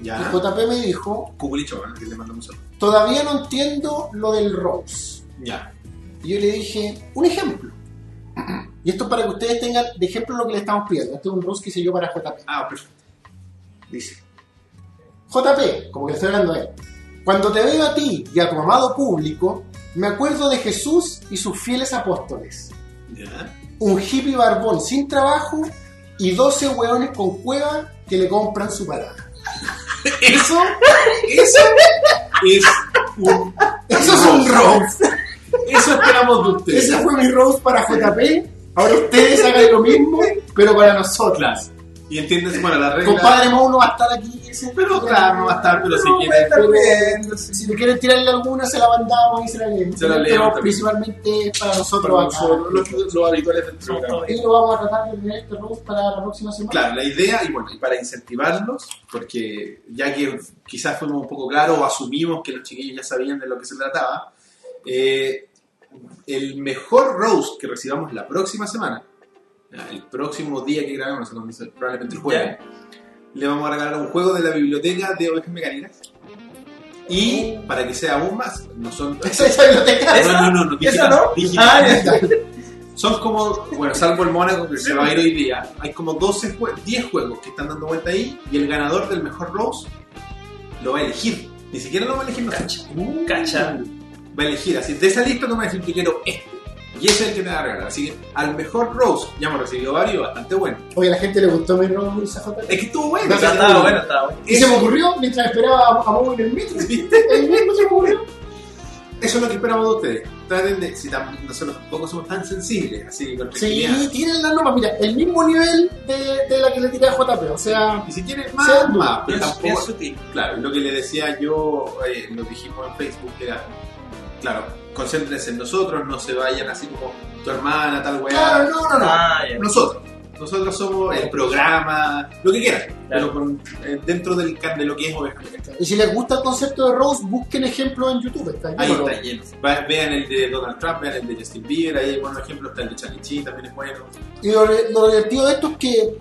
Speaker 2: Y
Speaker 1: Ya.
Speaker 2: JP me dijo:
Speaker 1: Cuculicho, bueno, que le mandamos saludo.
Speaker 2: Todavía no entiendo lo del Rose.
Speaker 1: Ya.
Speaker 2: Y yo le dije, un ejemplo. Y esto es para que ustedes tengan de ejemplo lo que le estamos pidiendo. Este es un roast que hice yo para JP.
Speaker 1: Ah, perfecto.
Speaker 2: Dice, JP, como que le estoy hablando a él. Cuando te veo a ti y a tu amado público, me acuerdo de Jesús y sus fieles apóstoles.
Speaker 1: Ya.
Speaker 2: Un hippie barbón sin trabajo y 12 hueones con cueva que le compran su parada.
Speaker 1: Eso, eso es un.
Speaker 2: Eso es
Speaker 1: [LAUGHS]
Speaker 2: un roast.
Speaker 1: Eso esperamos de ustedes.
Speaker 2: Ese fue mi roast para JP. Ahora ustedes hagan lo mismo, pero para nosotros.
Speaker 1: Claro. Y entiendes, bueno, la regla.
Speaker 2: Compadre Mono va a estar aquí. ese-
Speaker 1: Pero claro, no va a estar, pero si quieren.
Speaker 2: Pero, si le quieren tirarle alguna, se la mandamos y se la leemos.
Speaker 1: Se la leemos
Speaker 2: Pero
Speaker 1: también.
Speaker 2: principalmente es para nosotros
Speaker 1: Para
Speaker 2: acá.
Speaker 1: nosotros, los, los habituales del
Speaker 3: Son
Speaker 1: programa.
Speaker 3: todos-
Speaker 2: Y lo vamos a tratar de tener este roast para la próxima semana.
Speaker 1: Claro, la idea, y bueno, y para incentivarlos, porque ya que quizás fuimos un poco claros o asumimos que los chiquillos ya sabían de lo que se trataba, eh, el mejor roast que recibamos la próxima semana, el próximo día que grabemos, probablemente el jueves, le vamos a regalar un juego de la biblioteca de Ovejas Mecánicas. Y para que sea aún más, no son.
Speaker 2: [LAUGHS] Esa es la biblioteca.
Speaker 1: No, no, no, no,
Speaker 3: ¿Eso
Speaker 1: digital,
Speaker 3: no?
Speaker 1: digital.
Speaker 3: Ah, ya.
Speaker 1: Son como, bueno, salvo el Mónaco que se va a ir hoy día, hay como 12 jue- 10 juegos que están dando vuelta ahí y el ganador del mejor Rose lo va a elegir. Ni siquiera lo va a elegir nosotros.
Speaker 2: Mm.
Speaker 3: Cacha.
Speaker 1: va a elegir así. De esa lista tú me vas a decir que quiero este. Y ese es el que me va a regalar. Así que al mejor Rose, ya hemos recibido varios, bastante bueno.
Speaker 2: Oye, a la gente le gustó mi Robo Luis
Speaker 1: Es que estuvo bueno.
Speaker 3: No,
Speaker 1: o sea,
Speaker 3: estaba
Speaker 2: eh,
Speaker 3: bueno, estaba bueno.
Speaker 2: Y se me ocurrió mientras esperaba a a Momo en el metro. [LAUGHS] El mismo se me ocurrió.
Speaker 1: Eso es lo que esperamos de ustedes. Traten de, si tam- nosotros tampoco somos tan sensibles, así que con
Speaker 2: Sí,
Speaker 1: tranquilidad.
Speaker 2: tienen las normas, mira, el mismo nivel de, de la que le tiré a JP. O sea,
Speaker 1: Y si quieren
Speaker 2: Sean
Speaker 1: más,
Speaker 2: duros.
Speaker 1: más, pero
Speaker 3: Bien, bien
Speaker 1: tampoco.
Speaker 3: sutil.
Speaker 1: Claro, lo que le decía yo, eh, lo que dijimos en Facebook era, claro, concéntrense en nosotros, no se vayan así como tu hermana, tal weá.
Speaker 2: claro, no, no, no.
Speaker 3: Ah, ya.
Speaker 1: Nosotros. Nosotros somos el programa, lo que quieran, pero
Speaker 3: Claro.
Speaker 1: con, eh, dentro del can- de lo que es oveja.
Speaker 2: Y si les gusta el concepto de Rose, busquen ejemplos en YouTube. Está
Speaker 1: Ahí
Speaker 2: lleno.
Speaker 1: está lleno. Va- vean el de Donald Trump, vean el de Justin Bieber, ahí hay buenos ejemplos, está el de Charlie Sheen, también es bueno.
Speaker 2: Y lo, lo divertido de esto es que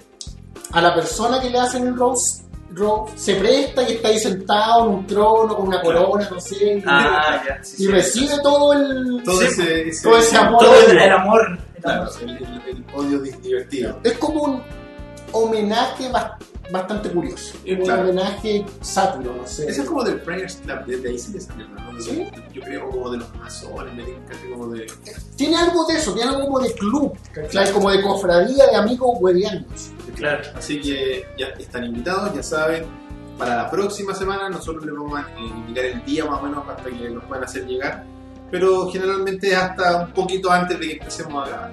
Speaker 2: a la persona que le hacen el Rose, Rose se presta que está ahí sentado en un trono con una corona, no sé.
Speaker 3: Ah, ya. sí,
Speaker 2: y
Speaker 3: sí.
Speaker 2: recibe todo el.
Speaker 1: Todo
Speaker 3: Sí,
Speaker 1: ese, ese-
Speaker 2: pues, todo ese amor.
Speaker 3: Todo el, el amor. el
Speaker 1: Claro,
Speaker 3: amor.
Speaker 1: el, el- el odio di- divertido.
Speaker 2: Es como un homenaje bas- bastante curioso.
Speaker 1: Eh,
Speaker 2: un
Speaker 1: claro.
Speaker 2: homenaje sátiro, no sé.
Speaker 1: Ese es como del Prayers Club, de, de ahí se le salió, ¿no? De-
Speaker 2: Sí.
Speaker 1: Yo creo como de los masones, me dicen casi como de...
Speaker 2: Tiene algo de eso, tiene algo como de club, ¿cachai? como de cofradía de amigos huevianos.
Speaker 3: Claro. [LAUGHS]
Speaker 1: Así que ya están invitados, ya saben. Para la próxima semana nosotros les vamos a eh, indicar el día más o menos hasta que nos puedan hacer llegar. Pero generalmente hasta un poquito antes de que empecemos a grabar.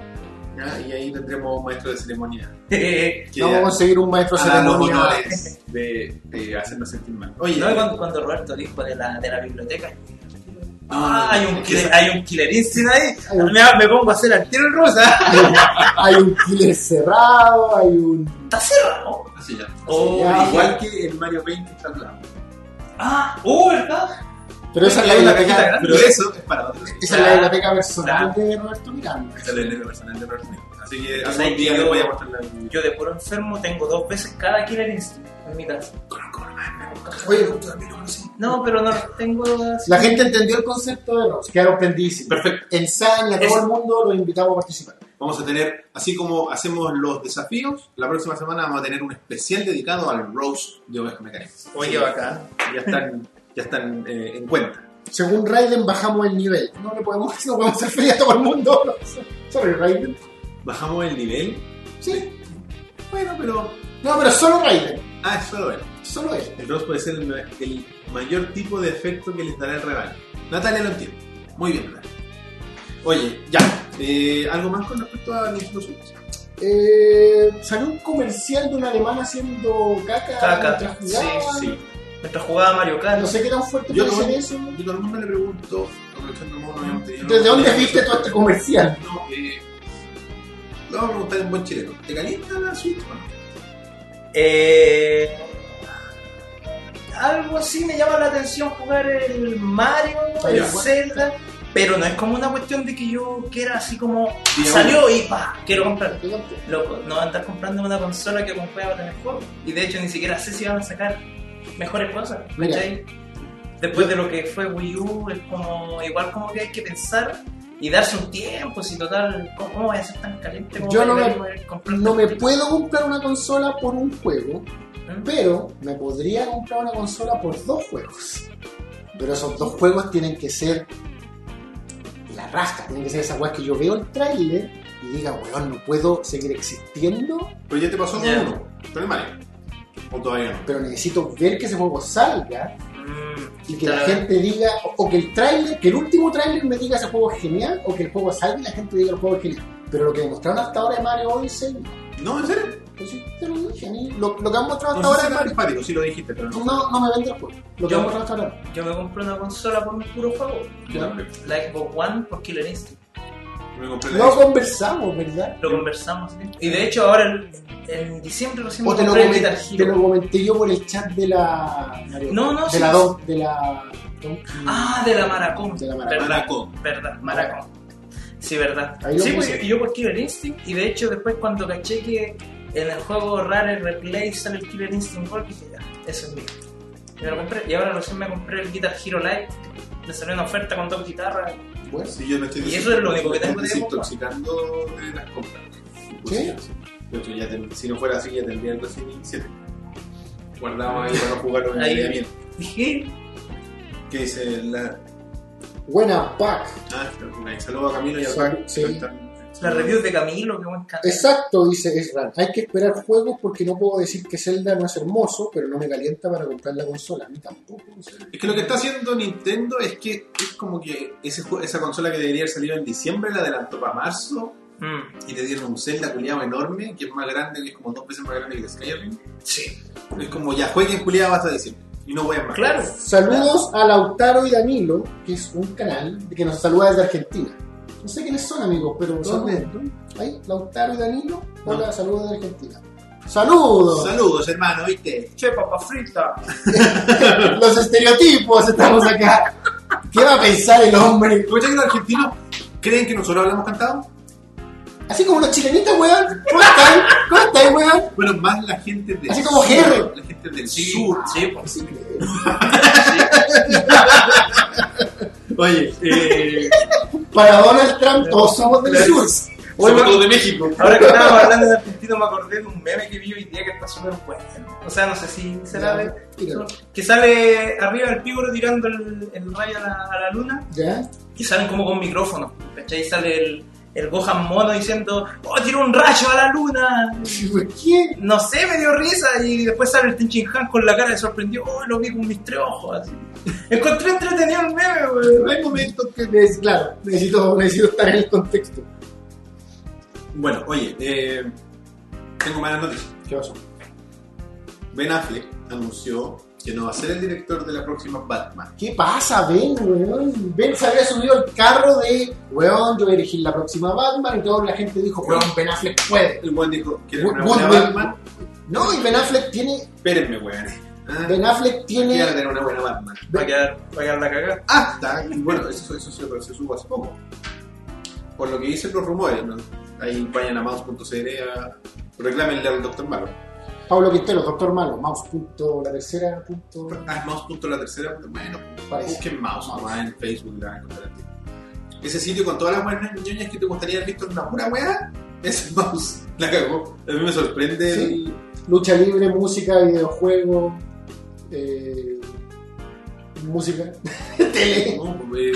Speaker 1: ¿ya? Y ahí tendremos un maestro de ceremonia.
Speaker 3: Eh,
Speaker 1: Que
Speaker 2: Vamos a conseguir un maestro
Speaker 3: Ah,
Speaker 1: hará los
Speaker 2: ceremonia.
Speaker 1: honores de, de hacernos sentir mal. Oye,
Speaker 3: no, y cuando, cuando Roberto dijo de la, de la biblioteca.
Speaker 1: Ah,
Speaker 3: Ah, hay
Speaker 1: es
Speaker 3: un,
Speaker 1: que
Speaker 3: killer,
Speaker 1: esa-
Speaker 3: hay un killer instinct ahí.
Speaker 2: Hay un-
Speaker 3: Me, me pongo a hacer al tiro el rosa.
Speaker 2: Hay un- [LAUGHS] hay un killer cerrado, hay un.
Speaker 3: [LAUGHS] Está cerrado.
Speaker 1: así ya.
Speaker 3: Oh,
Speaker 2: ya.
Speaker 1: Igual que el Mario Paint que está al lado.
Speaker 3: Ah, oh, ¿verdad?
Speaker 2: Pero esa es la
Speaker 3: Hay una
Speaker 2: biblioteca-
Speaker 3: cajita grande.
Speaker 1: Pero eso es para otro día.
Speaker 2: Esa es la biblioteca personal de Roberto Miranda.
Speaker 1: Esa es la ley personal de Roberto. Así que
Speaker 3: Entonces,
Speaker 1: algún día
Speaker 3: yo-
Speaker 1: les voy a mostrar la biblioteca.
Speaker 3: Yo de puro enfermo tengo dos veces cada killer instinct en mi casa.
Speaker 2: Oye,
Speaker 3: No, pero no tengo
Speaker 2: la gente entendió el concepto de Ross, quedaron prendísimos.
Speaker 1: Perfecto.
Speaker 2: Ensaña,
Speaker 3: Es-
Speaker 2: todo el mundo lo invitamos a participar.
Speaker 1: Vamos a tener, así como hacemos los desafíos, la próxima semana vamos a tener un especial dedicado al Rose de Ovejas Mecánicas.
Speaker 3: Oye, bacán.
Speaker 1: Ya están, ya están eh, en cuenta.
Speaker 2: Según Raiden, bajamos el nivel. No le podemos, [LAUGHS] no podemos hacer feria a todo el mundo. [LAUGHS] Sorry, Raiden.
Speaker 1: Bajamos el nivel.
Speaker 2: Sí.
Speaker 1: Bueno, pero.
Speaker 2: No, pero solo Raiden.
Speaker 1: Ah, es solo él.
Speaker 2: Solo él.
Speaker 1: El Rose puede ser el, ma- el mayor tipo de efecto que les dará el rebaño. Natalia lo entiende. Muy bien, Natalia. Oye, ya. eh, ¿Algo más con respecto a Nintendo Switch?
Speaker 2: Eh, salió un comercial de un alemán haciendo caca.
Speaker 3: Caca.
Speaker 2: mientras jugaban.
Speaker 1: sí.
Speaker 3: Mientras jugaba Mario Kart.
Speaker 2: No sé qué tan fuerte
Speaker 1: Yo
Speaker 2: puede
Speaker 1: no-
Speaker 2: ser eso.
Speaker 1: Yo todo el mundo le pregunto, aprovechando cómo no habíamos tenido.
Speaker 2: ¿Desde dónde viste todo este comercial?
Speaker 1: No, eh, le vamos a preguntar en buen chileno. ¿Te calienta la Switch o no?
Speaker 3: Eh, algo así me llama la atención jugar el Mario,
Speaker 2: Ah,
Speaker 3: el
Speaker 1: ya.
Speaker 3: Zelda, pero no es como una cuestión de que yo quiera así como
Speaker 1: Digamos.
Speaker 3: salió y pa, quiero comprar. Loco, no andar comprando una consola que compré ahora en el juego. Y de hecho ni siquiera sé si van a sacar mejores cosas.
Speaker 2: Mira.
Speaker 3: ¿cachai? Después de lo que fue Wii U, es como igual como que hay que pensar y darse un tiempo, si total, ¿cómo, cómo voy a ser tan caliente? como
Speaker 2: Yo
Speaker 3: para
Speaker 2: no
Speaker 3: ir
Speaker 2: me-
Speaker 3: a poder comprar
Speaker 2: No me
Speaker 3: tanto?
Speaker 2: puedo comprar una consola por un juego,
Speaker 1: ¿Eh?
Speaker 3: ¿Mm?
Speaker 2: pero me podría comprar una consola por dos juegos. Pero esos dos juegos tienen que ser la raja, tienen que ser esas weas que yo veo el tráiler y diga, weón, no puedo seguir existiendo,
Speaker 1: Pero ya te pasó con
Speaker 3: Ya.
Speaker 1: uno, con el Mario. O todavía no.
Speaker 2: pero necesito ver que ese juego salga
Speaker 3: Mm.
Speaker 2: y que la
Speaker 3: Claro.
Speaker 2: gente diga, o que el tráiler, que el último tráiler me diga ese juego es genial, o que el juego salga y la gente diga el juego es genial. Pero lo que mostraron hasta ahora de Mario Odyssey,
Speaker 1: No, en serio.
Speaker 2: pues sí, te lo dije, a mí, lo, lo que han mostrado hasta
Speaker 1: No
Speaker 2: ahora
Speaker 1: sé
Speaker 2: de
Speaker 1: si
Speaker 2: Mario.
Speaker 1: era simpático, sí lo dijiste, pero no.
Speaker 2: No, no me vende el juego. Lo que
Speaker 3: Yo-
Speaker 2: vamos a hasta ahora.
Speaker 3: Yo me compré una consola por un puro juego.
Speaker 1: Yo también.
Speaker 3: La Xbox One por Killer Instinct.
Speaker 1: Me compré la
Speaker 2: No
Speaker 1: Xbox.
Speaker 2: conversamos, ¿verdad?
Speaker 3: Lo conversamos. ¿sí? Y de hecho ahora en, en diciembre recién
Speaker 2: O
Speaker 3: me
Speaker 2: te lo,
Speaker 3: compré el
Speaker 2: comen-
Speaker 3: Guitar
Speaker 2: te
Speaker 3: Hero.
Speaker 2: lo comenté yo por el chat de la.
Speaker 3: No, no,
Speaker 2: de
Speaker 3: sí.
Speaker 2: la don, de la. don-
Speaker 3: Ah, de la Maracón.
Speaker 2: De la Maracón.
Speaker 3: Verdad,
Speaker 1: Maraco.
Speaker 3: Verdad, Maracón. Sí, verdad.
Speaker 2: Ahí lo
Speaker 3: Sí, pues,
Speaker 2: puse.
Speaker 3: yo, yo por Killer Instinct. Y de hecho después cuando caché que en el juego Rare Replay sale el Killer Instinct Gold, dije ya, eso es mío. Y me lo compré. Y ahora recién me compré el Guitar Hero Lite. Me salió una oferta con dos guitarras.
Speaker 2: Bueno,
Speaker 1: Sí, yo me estoy
Speaker 3: Y eso es lo único que tengo
Speaker 1: me
Speaker 3: de
Speaker 1: estoy
Speaker 3: Xbox.
Speaker 1: desintoxicando de las compras. pues
Speaker 2: ¿Qué?
Speaker 1: De hecho, ya ten- si no fuera así, ya tendría el Resident Evil 7. Guardamos ahí para no jugarlo en el
Speaker 3: Ahí.
Speaker 1: día bien.
Speaker 3: Dije,
Speaker 1: Que dice la.
Speaker 2: Buena pack.
Speaker 1: Ah, ok. Saludos a Camilo y a
Speaker 2: Sí,
Speaker 1: Paco.
Speaker 2: sí.
Speaker 1: que están-
Speaker 3: Las reviews de Camilo, que buen canal.
Speaker 2: Exacto, dice Ezra. Hay que esperar juegos porque no puedo decir que Zelda no es hermoso, pero no me calienta para comprar la consola. A mí tampoco. o sea.
Speaker 1: Es que lo que está haciendo Nintendo es que es como que ese, jue- esa consola que debería haber salido en diciembre la adelantó para marzo
Speaker 3: Mm.
Speaker 1: y le dieron un Zelda culiado enorme que es más grande, que es como dos veces más grande que el Skyrim.
Speaker 3: Sí.
Speaker 1: Es como ya jueguen culiado hasta diciembre y no jueguen más.
Speaker 3: Claro.
Speaker 2: Saludos a Lautaro y Danilo, que es un canal que nos saluda desde Argentina. No sé quiénes son, amigos, pero saludos. Ahí, Lautaro y Danilo. Hola, saludos de Argentina. ¡Saludos!
Speaker 1: Saludos, hermano, ¿viste?
Speaker 3: Che, papa frita.
Speaker 2: Los estereotipos estamos acá. ¿Qué va a pensar el hombre?
Speaker 1: ¿Escuchas que los argentinos creen que nosotros hablamos cantado?
Speaker 2: Así como los chilenitos, weón. ¿Cómo están? ¿Cómo están, weón?
Speaker 1: Bueno, más la gente del
Speaker 2: Así como Jerry.
Speaker 1: sur. La gente del sur.
Speaker 3: Sí, pues.
Speaker 2: Sí,
Speaker 1: Oye, [LAUGHS] eh,
Speaker 2: Para Donald Trump todos somos del sur.
Speaker 1: sobre
Speaker 3: Oye,
Speaker 1: todo de México.
Speaker 3: Ahora que estábamos hablando de Argentina me acordé de un meme que vi hoy día que está súper bueno. O sea, no sé si será de...
Speaker 2: Tíralo.
Speaker 3: Que sale arriba del pígoro tirando el, el rayo a la, a la luna
Speaker 2: ¿Ya?
Speaker 3: y salen como con micrófono. ¿Cachai? Y sale el, el Gohan mono diciendo, ¡Oh, tiró un rayo a la luna!
Speaker 2: ¿Por qué?
Speaker 3: No sé, me dio risa y después sale el Tenchin Han con la cara de sorprendido, ¡Oh, lo vi con mis tres ojos! Así. Encontré entretenido el meme,
Speaker 2: No
Speaker 3: güey.
Speaker 2: hay momentos que, neces- claro, necesito, necesito estar en el contexto.
Speaker 1: Bueno, oye, eh, tengo malas noticias.
Speaker 2: ¿Qué pasó?
Speaker 1: Ben Affleck anunció que no va a ser el director de la próxima Batman.
Speaker 2: ¿Qué pasa, Ben, weón? Ben se había subido al carro de, weón, yo voy a elegir la próxima Batman y toda la gente dijo, weón, Ben Affleck puede.
Speaker 1: El buen dijo, ¿quieres
Speaker 2: Bu-
Speaker 1: una
Speaker 2: bu-
Speaker 1: buena
Speaker 2: bu-
Speaker 1: Batman?
Speaker 2: No, y Ben Affleck tiene,
Speaker 1: Espérenme, weón. Ah,
Speaker 2: Ben Affleck
Speaker 1: quiero
Speaker 2: tiene,
Speaker 1: tener una buena Batman.
Speaker 3: Va a quedar, va a quedar la cagada.
Speaker 1: Hasta, y bueno, eso, eso sí, pero se subo hace poco. Por lo que dicen los rumores, ¿no? ahí vayan a mouse.cl a reclámenle al doctor Malo.
Speaker 2: Pablo Quintero, Doctor Malo, mouse punto, la tercera punto,
Speaker 1: Ah, es mouse.latercera. Bueno,
Speaker 2: Parece.
Speaker 1: busquen mouse nomás en Facebook y la van a encontrar. Ese sitio con todas las buenas ñoñas que te gustaría haber visto en una pura weá, ese mouse la cagó. A mí me sorprende
Speaker 2: Sí.
Speaker 1: el-
Speaker 2: lucha libre, música, videojuego, eh, música, [LAUGHS] tele,
Speaker 1: ¿no? Eh,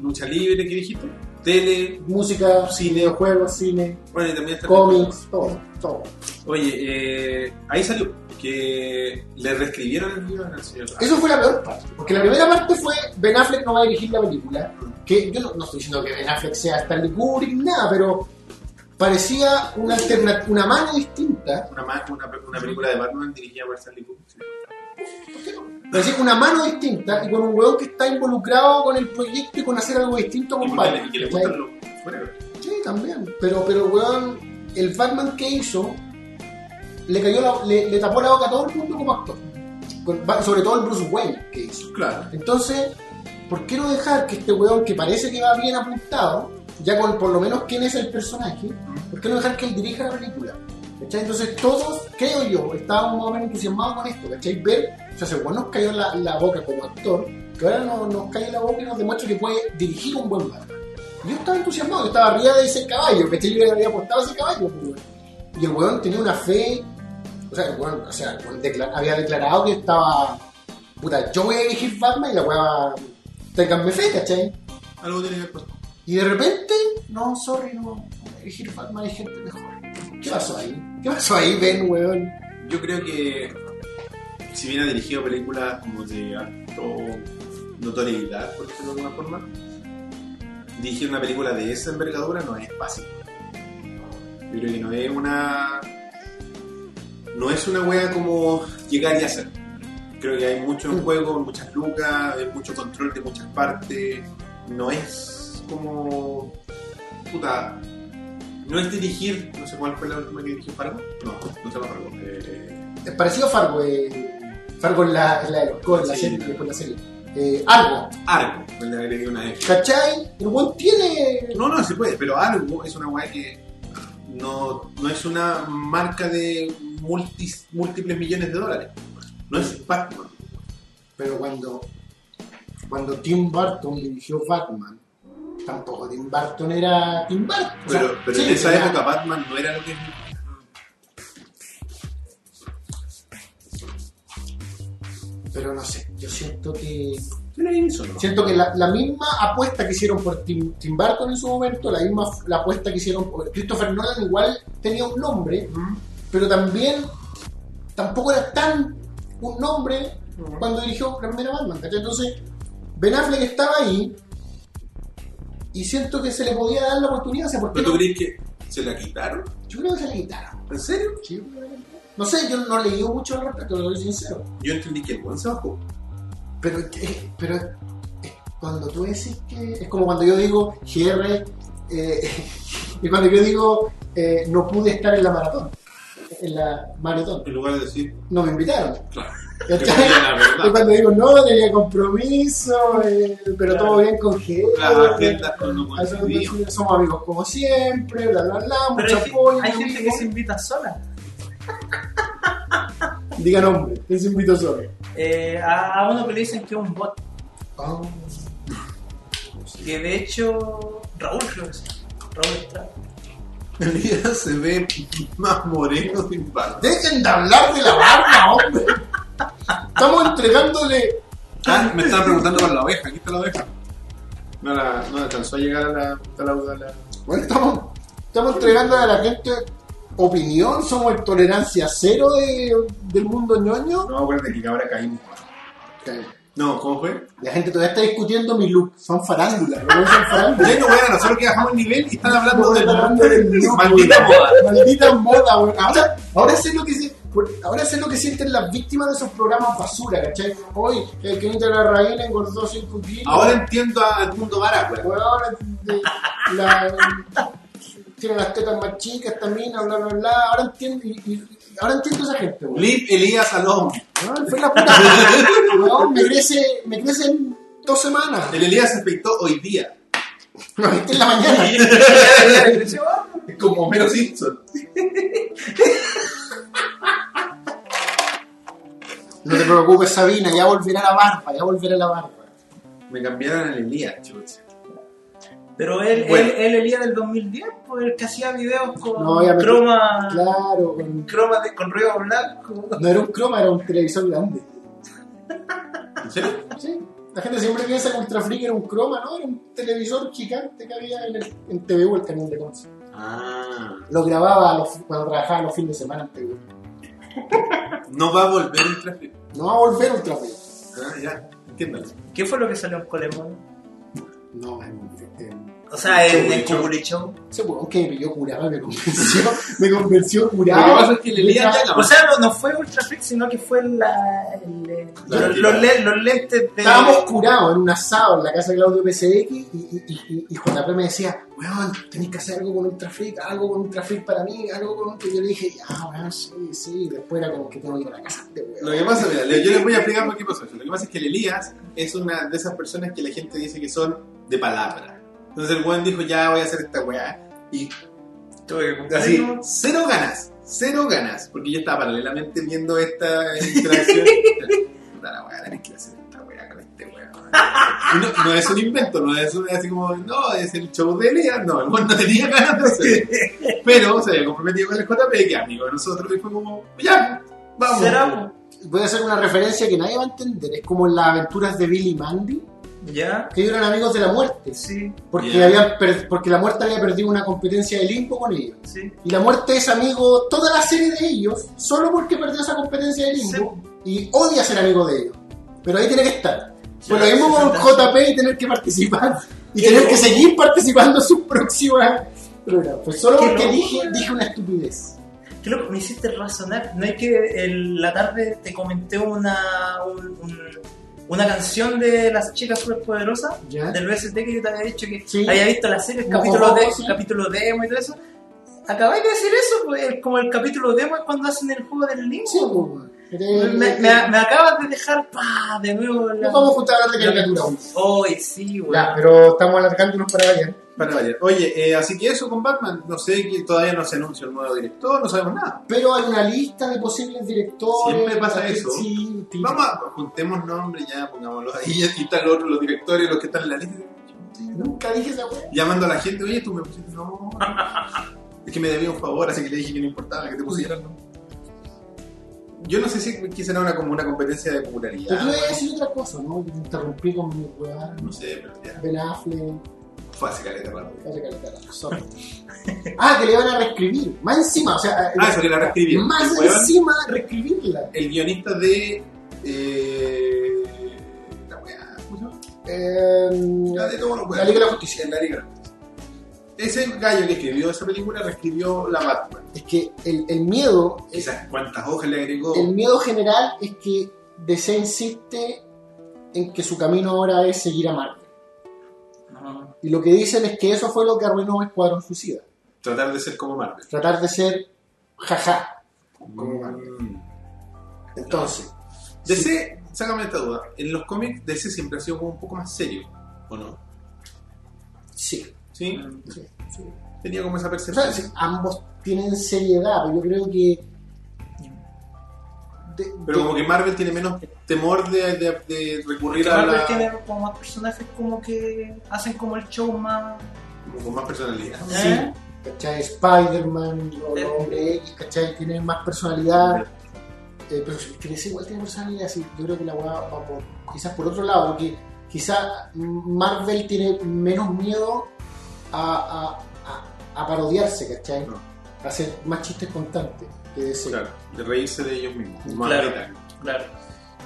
Speaker 1: lucha libre, ¿qué dijiste? Tele,
Speaker 2: música, cine, videojuegos, cine,
Speaker 1: bueno, y también está
Speaker 2: cómics, todo, todo.
Speaker 1: Oye, eh, ahí salió que le reescribieron el guión al señor.
Speaker 2: Eso fue la peor parte, porque la primera parte fue Ben Affleck no va a dirigir la película, que yo no, no estoy diciendo que Ben Affleck sea Stanley Kubrick ni nada, pero parecía una alterna- una mano distinta,
Speaker 1: Ah, Una, ma- una, una película de Batman dirigida por Stanley Kubrick. sí.
Speaker 2: parecía una mano distinta y con un hueón que está involucrado con el proyecto y con hacer algo distinto
Speaker 1: Y
Speaker 2: con
Speaker 1: porque le-
Speaker 2: Batman.
Speaker 1: y que le
Speaker 2: ¿cachai?
Speaker 1: gustan los. Bueno,
Speaker 2: Sí, también. Pero, pero weón, el Batman que hizo le cayó la- le, le tapó la boca a todo el mundo como actor. Con- ba- sobre todo el Bruce Wayne que hizo.
Speaker 1: claro.
Speaker 2: Entonces, ¿por qué no dejar que este weón que parece que va bien apuntado, ya con por lo menos quién es el personaje, ¿por qué no dejar que él dirija la película? ¿Cachai? Entonces todos, creo yo, estábamos más o menos entusiasmados con esto, ¿cachai? Ver, o sea, según nos cayó la, la boca como actor, que ahora no- nos cae la boca y nos demuestra que puede dirigir un buen Batman. Yo estaba entusiasmado, yo estaba arriba de ese caballo, ¿cachai? Yo le había apostado a ese caballo, pues, weón. Y el weón tenía una fe, o sea, el weón, o sea, el weón decla- había declarado que estaba, puta, yo voy a dirigir Batman y la weá, ténganme fe, ¿cachai?
Speaker 1: Algo tiene que ver con-
Speaker 2: Y de repente, no, sorry, no, voy a dirigir Batman hay gente mejor. ¿Qué pasó ahí? ¿Qué pasó ahí, Ben, weón?
Speaker 1: Yo creo que. Si bien ha dirigido películas como de alto notoriedad, por decirlo de alguna forma, dirigir una película de esa envergadura no es fácil. Yo creo que no es una. No es una wea como llegar y hacer. Creo que hay mucho en juego, muchas lucas, hay mucho control de muchas partes. No es como. Puta. No es dirigir. No sé cuál fue la última que dirigió Fargo. No, no se llama Fargo. Eh,
Speaker 2: Es parecido a Fargo, eh, Fargo en la, en la de los con la
Speaker 1: Sí,
Speaker 2: serie,
Speaker 1: claro.
Speaker 2: con la serie. Eh, algo,
Speaker 1: Argo. pues Le agregué una F.
Speaker 2: ¿cachai? El weón tiene.
Speaker 1: No, no, se puede, pero algo es una weá que no, no es una marca de multis- múltiples millones de dólares. No es Batman.
Speaker 2: Pero cuando, cuando Tim Burton dirigió Batman, tampoco Tim Burton era Tim Burton. O sea,
Speaker 1: Pero, pero en
Speaker 2: sí,
Speaker 1: esa
Speaker 2: era-
Speaker 1: época Batman no era lo que es.
Speaker 2: Pero no sé, yo siento que
Speaker 1: Yo leí eso, ¿no?
Speaker 2: Siento que la, la misma apuesta que hicieron por Tim, Tim Burton en su momento, la misma f- la apuesta que hicieron por Christopher Nolan, igual tenía un nombre,
Speaker 1: Mm.
Speaker 2: pero también tampoco era tan un nombre cuando dirigió la primera Batman. ¿cachai? Entonces, Ben Affleck estaba ahí y siento que se le podía dar la oportunidad. O sea, ¿por qué
Speaker 1: ¿Pero tú
Speaker 2: no?
Speaker 1: crees que se la quitaron?
Speaker 2: Yo creo que se le quitaron.
Speaker 1: ¿En serio?
Speaker 2: Sí, yo creo que se le quitaron. No sé, yo no leí mucho al respecto, lo soy sincero.
Speaker 1: Yo entendí que el buen se bajó.
Speaker 2: Pero, eh, pero eh, cuando tú decís que. Es como cuando yo digo GR. eh, [LAUGHS] y cuando yo digo eh, no pude estar en la maratón. En la maratón.
Speaker 1: En lugar de decir,
Speaker 2: No me invitaron.
Speaker 1: claro. [LAUGHS] que
Speaker 2: ¿cachai?
Speaker 1: ponía la
Speaker 2: Y
Speaker 1: verdad.
Speaker 2: cuando digo no, tenía compromiso, eh, pero
Speaker 3: Claro.
Speaker 2: todo bien con eh, GR.
Speaker 1: Las agendas no- no
Speaker 2: Así que
Speaker 1: coincidían.
Speaker 2: somos amigos como siempre, bla bla bla, mucho
Speaker 3: Pero hay,
Speaker 2: apoyo.
Speaker 3: hay
Speaker 2: amigo.
Speaker 3: gente que se invita sola.
Speaker 2: Diga nombre, te invito solo.
Speaker 3: Eh, a, a uno que le dicen que es un bot. Que de hecho. Raúl creo que sí. Raúl Estrada.
Speaker 1: Elías se ve más moreno sin barba.
Speaker 2: Dejen de hablar de la barba, hombre. Estamos entregándole.
Speaker 1: Ah, me estaban preguntando por la oveja. Aquí está la oveja. No, la, no alcanzó a llegar a la. A la, a la-
Speaker 2: Bueno, estamos, estamos entregando a la gente opinión, somos el tolerancia cero de, del mundo ñoño.
Speaker 1: No me acuerdo de que ahora caímos. No, ¿cómo fue?
Speaker 2: La gente todavía está discutiendo mi look. Son farándulas, no son farándulas.
Speaker 1: Ustedes no bueno, nosotros que bajamos el nivel y están hablando
Speaker 2: Estamos
Speaker 1: del
Speaker 2: hablando del look,
Speaker 1: Maldita
Speaker 2: güey.
Speaker 1: moda.
Speaker 2: Maldita moda, güey. Ahora, ahora, sé lo que, se- ahora sé lo que sienten las víctimas de esos programas basura, ¿cachai? Hoy, el que de la raíz engordó 5 kilos.
Speaker 1: Ahora entiendo al mundo vara, güey.
Speaker 2: Bueno, ahora de- la- tiene las tetas más chicas también, bla, bla, bla. Ahora entiendo, y- y- y- ahora entiendo esa gente, weón.
Speaker 1: Liv Elías [LAUGHS] Salón.
Speaker 2: Weón, Fue la puta madre, weón. Me crece, me crece en dos semanas.
Speaker 1: El Elías se afectó hoy día.
Speaker 2: No, viste en la mañana.
Speaker 1: Es como Homero Simpson.
Speaker 2: No te preocupes, Sabina, ya volverá la barba, ya volverá la barba.
Speaker 1: Me cambiaron al Elías, chucha.
Speaker 3: Pero él,
Speaker 1: Bueno.
Speaker 3: él, él, el día del 2010, pues el que hacía videos con
Speaker 2: No, ya me-
Speaker 3: croma,
Speaker 2: Claro, con-
Speaker 3: croma de- con ruido blanco.
Speaker 2: no era un croma, era un televisor grande.
Speaker 1: ¿En serio?
Speaker 2: Sí, la gente siempre piensa que Ultra Freak era un croma, ¿no? Era un televisor gigante que había en, el, en TVU, el canal de Conce.
Speaker 1: Ah.
Speaker 2: Lo grababa a los- cuando trabajaba los fines de semana en TVU.
Speaker 1: No va a volver un tráfico.
Speaker 2: No va a volver Ultra Freak.
Speaker 1: Ah, ya. Entiéndalo.
Speaker 3: ¿Qué fue lo que salió en Colemón?
Speaker 2: No, man, este,
Speaker 3: O sea, en
Speaker 1: Chau,
Speaker 3: el
Speaker 1: chau.
Speaker 3: Cubuli Show.
Speaker 2: ese weón que me pilló curado me convenció, [LAUGHS] me convenció
Speaker 1: Lo que
Speaker 2: curado.
Speaker 1: pasa es que el Elías ya
Speaker 3: O sea, no, no fue Ultra Freak, sino que fue la, el- los, los le- los lentes de.
Speaker 2: Estábamos curados en un asado en la casa de Claudio PCX y, y, y, y- y JP me decía, weón, tenéis que hacer algo con Ultra Freak, algo con Ultra Freak para mí, algo con Ultra Y yo le dije, ya, weón, sí, sí. Después era como que tengo que ir a la casa de este
Speaker 1: Lo
Speaker 2: weón.
Speaker 1: que pasa, mira, le- yo les voy a explicar por qué pasó eso. Lo que pasa es que el Elías es una de esas personas que la gente dice que son de palabra. Entonces el buen dijo, ya voy a hacer esta weá. Y
Speaker 3: Tuve que comprar
Speaker 1: así,
Speaker 3: uno.
Speaker 1: cero ganas, cero ganas. Porque yo estaba paralelamente viendo esta interacción. Puta la weá, tenés que hacer esta weá con este weón. Y no, no es un invento, no es un- así como, no, es el show de Elías. No, el buen no tenía ganas de hacer. Pero se había comprometido con el JP, que amigo de nosotros, y fue como, ya, vamos.
Speaker 3: ¿Será?
Speaker 2: Voy a hacer una referencia que nadie va a entender. Es como en las aventuras de Billy y Mandy,
Speaker 3: pues? ¿Ya?
Speaker 2: que ellos eran amigos de la muerte.
Speaker 3: Sí,
Speaker 2: Porque,
Speaker 1: Ya.
Speaker 2: habían per- porque la muerte había perdido una competencia de limbo con ellos.
Speaker 3: sí.
Speaker 2: Y la muerte es amigo toda la serie de ellos, solo porque perdió esa competencia de limbo y odia ser amigo de ellos. Pero ahí tiene que estar. Pues lo
Speaker 3: Sí,
Speaker 2: mismo con
Speaker 3: sí,
Speaker 2: JP y tener que participar. Y tener que seguir participando en sus próximas programas. Pues solo
Speaker 3: Qué
Speaker 2: porque
Speaker 3: loco.
Speaker 2: dije, dije una estupidez.
Speaker 3: Qué loco, me hiciste razonar. No es que el- la tarde te comenté una, un- un- una canción de las chicas superpoderosas
Speaker 2: ¿Ya?
Speaker 3: del BST que yo te había dicho que
Speaker 2: Sí.
Speaker 3: había visto la serie, el
Speaker 2: Mojo
Speaker 3: capítulo,
Speaker 2: Mojo,
Speaker 3: de,
Speaker 2: sí.
Speaker 3: capítulo demo y todo eso. Acabáis de decir eso, pues, el- como el capítulo demo es cuando hacen el juego del link.
Speaker 2: Sí, pues,
Speaker 3: me,
Speaker 2: eh,
Speaker 3: me- me- me acabas de dejar pa, de nuevo la.
Speaker 2: No vamos a juntar a hablar de caricatura aún.
Speaker 3: Hoy sí, güey.
Speaker 2: Ya, pero estamos alargándonos para allá.
Speaker 1: Para variar. Oye, eh, así que eso con Batman, no sé que todavía no se anuncia el nuevo director, no sabemos nada.
Speaker 2: Pero hay una lista de posibles directores.
Speaker 1: Siempre pasa
Speaker 2: para que-
Speaker 1: eso.
Speaker 2: Sí, sí.
Speaker 1: Vamos a, juntemos nombres ya, pongámoslos ahí, y aquí están los otros, los directores, los que están en la lista.
Speaker 2: Nunca dije esa wea.
Speaker 1: Llamando a la gente, oye, tú me pusiste, no. Es que me debía un favor, así que le dije que no importaba que te pusieran, ¿no? Yo no sé si quizá era una, como una competencia de popularidad.
Speaker 2: Pero tú ibas a decir otra cosa, ¿no? Te interrumpí con mi weá.
Speaker 1: No sé, pero ya.
Speaker 2: Ben Affleck,
Speaker 1: Fue hace caleta rápido.
Speaker 2: vaya caleta,
Speaker 1: [LAUGHS]
Speaker 2: sorry. Ah, que le van a reescribir. Más encima, o sea, eh,
Speaker 1: Ah, eso que la reescribí. El
Speaker 2: más
Speaker 1: weón,
Speaker 2: encima reescribirla.
Speaker 1: El guionista de. Eh, la weá. ¿Cómo se llama?
Speaker 2: Eh,
Speaker 1: La de todos los weones.
Speaker 2: La Liga de la Justicia.
Speaker 1: La Liga de la Justicia. Ese gallo que escribió esa película reescribió la Batman.
Speaker 2: es que el, el miedo
Speaker 1: Quizás cuántas hojas le agregó.
Speaker 2: El miedo general es que DC insiste en que su camino ahora es seguir a Marvel.
Speaker 3: No,
Speaker 2: Y lo que dicen es que eso fue lo que arruinó Escuadrón Suicida.
Speaker 1: Tratar de ser como Marvel.
Speaker 2: Tratar de ser jaja. Como Marvel.
Speaker 1: Mm.
Speaker 2: Entonces,
Speaker 1: DC, sácame esta duda. En los cómics, DC siempre ha sido como un poco más serio, ¿o no?
Speaker 2: sí.
Speaker 1: ¿Sí?
Speaker 3: Mm.
Speaker 2: sí, sí.
Speaker 1: Tenía como esa
Speaker 2: O sea,
Speaker 1: percepción.
Speaker 2: sí, ambos tienen seriedad, pero yo creo que. de-
Speaker 1: Pero
Speaker 2: de-
Speaker 1: como que Marvel tiene menos temor de, de- de recurrir
Speaker 3: Porque
Speaker 1: a
Speaker 3: Marvel
Speaker 1: la,
Speaker 3: tiene como más personajes como que hacen como el show más...
Speaker 1: como con más personalidad.
Speaker 2: Sí.
Speaker 3: ¿Eh?
Speaker 2: ¿Cachai? Spider-Man, los
Speaker 3: Sí.
Speaker 2: Hombre X, ¿cachai? Tienen más
Speaker 3: Ah.
Speaker 2: personalidad. Eh, pero si crees igual tiene personalidad, sí, yo creo que la weá va por, quizás por otro lado, porque quizás Marvel tiene menos miedo a, a- a- a parodiarse, ¿cachai?
Speaker 1: No.
Speaker 2: A hacer más chistes constantes que DC.
Speaker 1: Claro, de reírse de ellos mismos. como
Speaker 3: Claro.
Speaker 1: Marvel.
Speaker 3: Claro.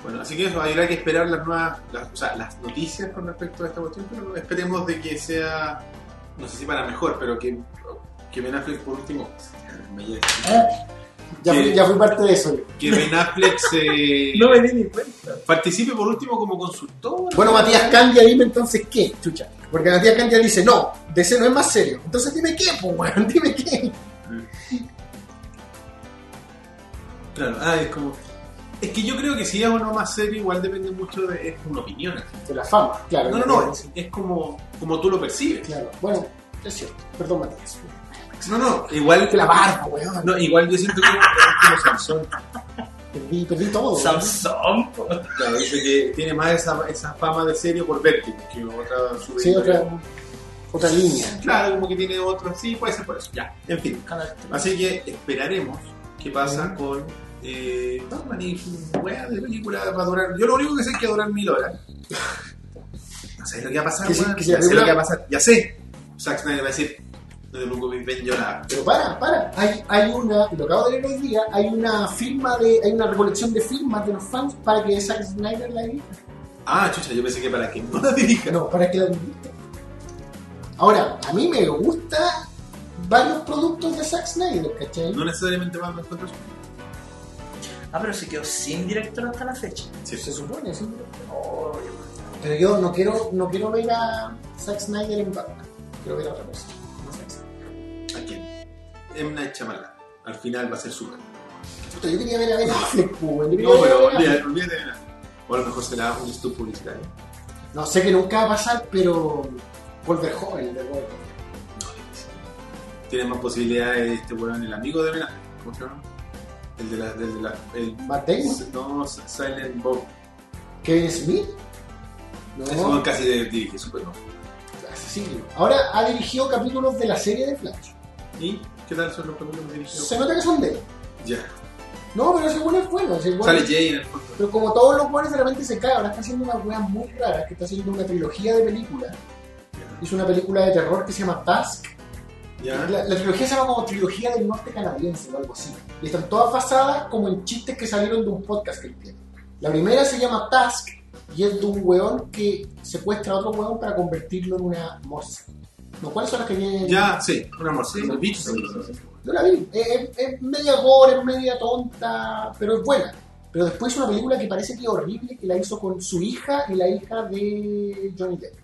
Speaker 1: Bueno, así que eso, habrá que esperar las nuevas, las, o sea, las noticias con respecto a esta cuestión, pero esperemos de que sea, no sé si para mejor, pero que, que Ben Affleck por último,
Speaker 2: Ya,
Speaker 1: Sí.
Speaker 2: fui, ya fui parte de eso. yo.
Speaker 1: que
Speaker 3: [LAUGHS]
Speaker 1: Ben Affleck se
Speaker 3: No me di ni cuenta.
Speaker 1: participe por último como consultor.
Speaker 2: Bueno, Matías Candia, dime entonces qué, chucha. Porque Matías Candia dice, no, DC no es más serio. Entonces dime qué, pues, weón, [LAUGHS] dime qué.
Speaker 1: Claro, ah, es como... Es que yo creo que si es o no más serio, igual depende mucho de... Es una opinión.
Speaker 2: De la fama, claro.
Speaker 1: No, no, no, es, es como, como tú lo percibes.
Speaker 2: Claro, bueno, es cierto. Perdón, Matías.
Speaker 1: No, no, igual...
Speaker 2: Que la barba, weón.
Speaker 1: No, igual yo siento que es como Samson.
Speaker 2: Perdí, perdí todo. weón.
Speaker 3: Samsung. po.
Speaker 1: Claro, dice que tiene más esa, esa fama de serio por vértigo que otra su
Speaker 2: Sí, otra, otra línea.
Speaker 1: Claro, como que tiene otro sí, puede ser por eso. Ya, en fin.
Speaker 3: Canal tres.
Speaker 1: Así que esperaremos qué pasa con eh, Batman y su wea de película va a durar. Yo lo único que sé es que va a durar mil horas. [LAUGHS] No sé lo que va a pasar,
Speaker 2: Que sí,
Speaker 1: weón.
Speaker 2: que sí,
Speaker 1: ya
Speaker 2: la
Speaker 1: sé lo
Speaker 2: película-
Speaker 1: que va a pasar, ya sé. Zack Snyder va a decir, no te preocupes, ven llorar.
Speaker 2: Pero para, para. Hay, hay una, lo acabo de leer hoy día, hay una firma de, hay una recolección de firmas de los fans para que Zack Snyder la dirija.
Speaker 1: Ah, chucha, yo pensé que para que no la dirija.
Speaker 2: No, para que la dirija. Ahora, a mí me gusta varios productos de Zack Snyder, ¿cachai?
Speaker 1: No necesariamente Batman contra Superman.
Speaker 3: Ah, pero se quedó sin director hasta la fecha.
Speaker 1: Sí, pues,
Speaker 2: Se supone, sí.
Speaker 3: Oh, yo-
Speaker 2: Pero yo no quiero, no quiero ver a Zack Snyder en Batman. Quiero ver a otra cosa. no Zack Snyder.
Speaker 1: ¿A quién? M. Night Shyamalan. Al final va a ser Superman.
Speaker 2: Puta, Yo quería ver a Ben Affleck, pues, weón. Yo quería
Speaker 1: No,
Speaker 2: ver a
Speaker 1: pero
Speaker 2: Ben Affleck.
Speaker 1: olvídate, olvídate. de nada. O a lo mejor será un estudio publicitario.
Speaker 2: No, sé que nunca va a pasar, pero volver joven de nuevo.
Speaker 1: Tiene más posibilidades este weón, el amigo de Ben Affleck. ¿Cómo se llama? El de la. El de la el,
Speaker 2: Matt Damon,
Speaker 1: no, Silent Bob.
Speaker 2: Kevin Smith.
Speaker 1: Ese weón
Speaker 2: No,
Speaker 1: casi de- dirige Superman.
Speaker 2: asesino. Ahora ha dirigido capítulos de la serie de Flash.
Speaker 1: ¿Y qué tal son los capítulos que dirigió?
Speaker 2: Se nota que son de él.
Speaker 1: Ya.
Speaker 2: No, pero ese bueno es bueno. ese bueno-
Speaker 1: Sale Jay en el fondo.
Speaker 2: Pero como todos los buenos de repente se cae, ahora está haciendo unas weas muy raras, que está haciendo una trilogía de películas. Hizo una película de terror que se llama Task.
Speaker 1: Ya.
Speaker 2: La, la trilogía se llama como Trilogía del Norte Canadiense o algo así. Y están todas basadas como en chistes que salieron de un podcast que él tiene. La primera se llama Task y es de un weón que secuestra a otro weón para convertirlo en una morsa. ¿No? ¿Cuáles son las que vienen?
Speaker 1: Ya, sí, un amor, sí,
Speaker 2: Sí,
Speaker 1: el bicho.
Speaker 2: sí, Yo la vi. Es, es- es media gore, es media tonta, pero es buena. Pero después hizo una película que parece que es horrible, que la hizo con su hija y la hija de Johnny Depp.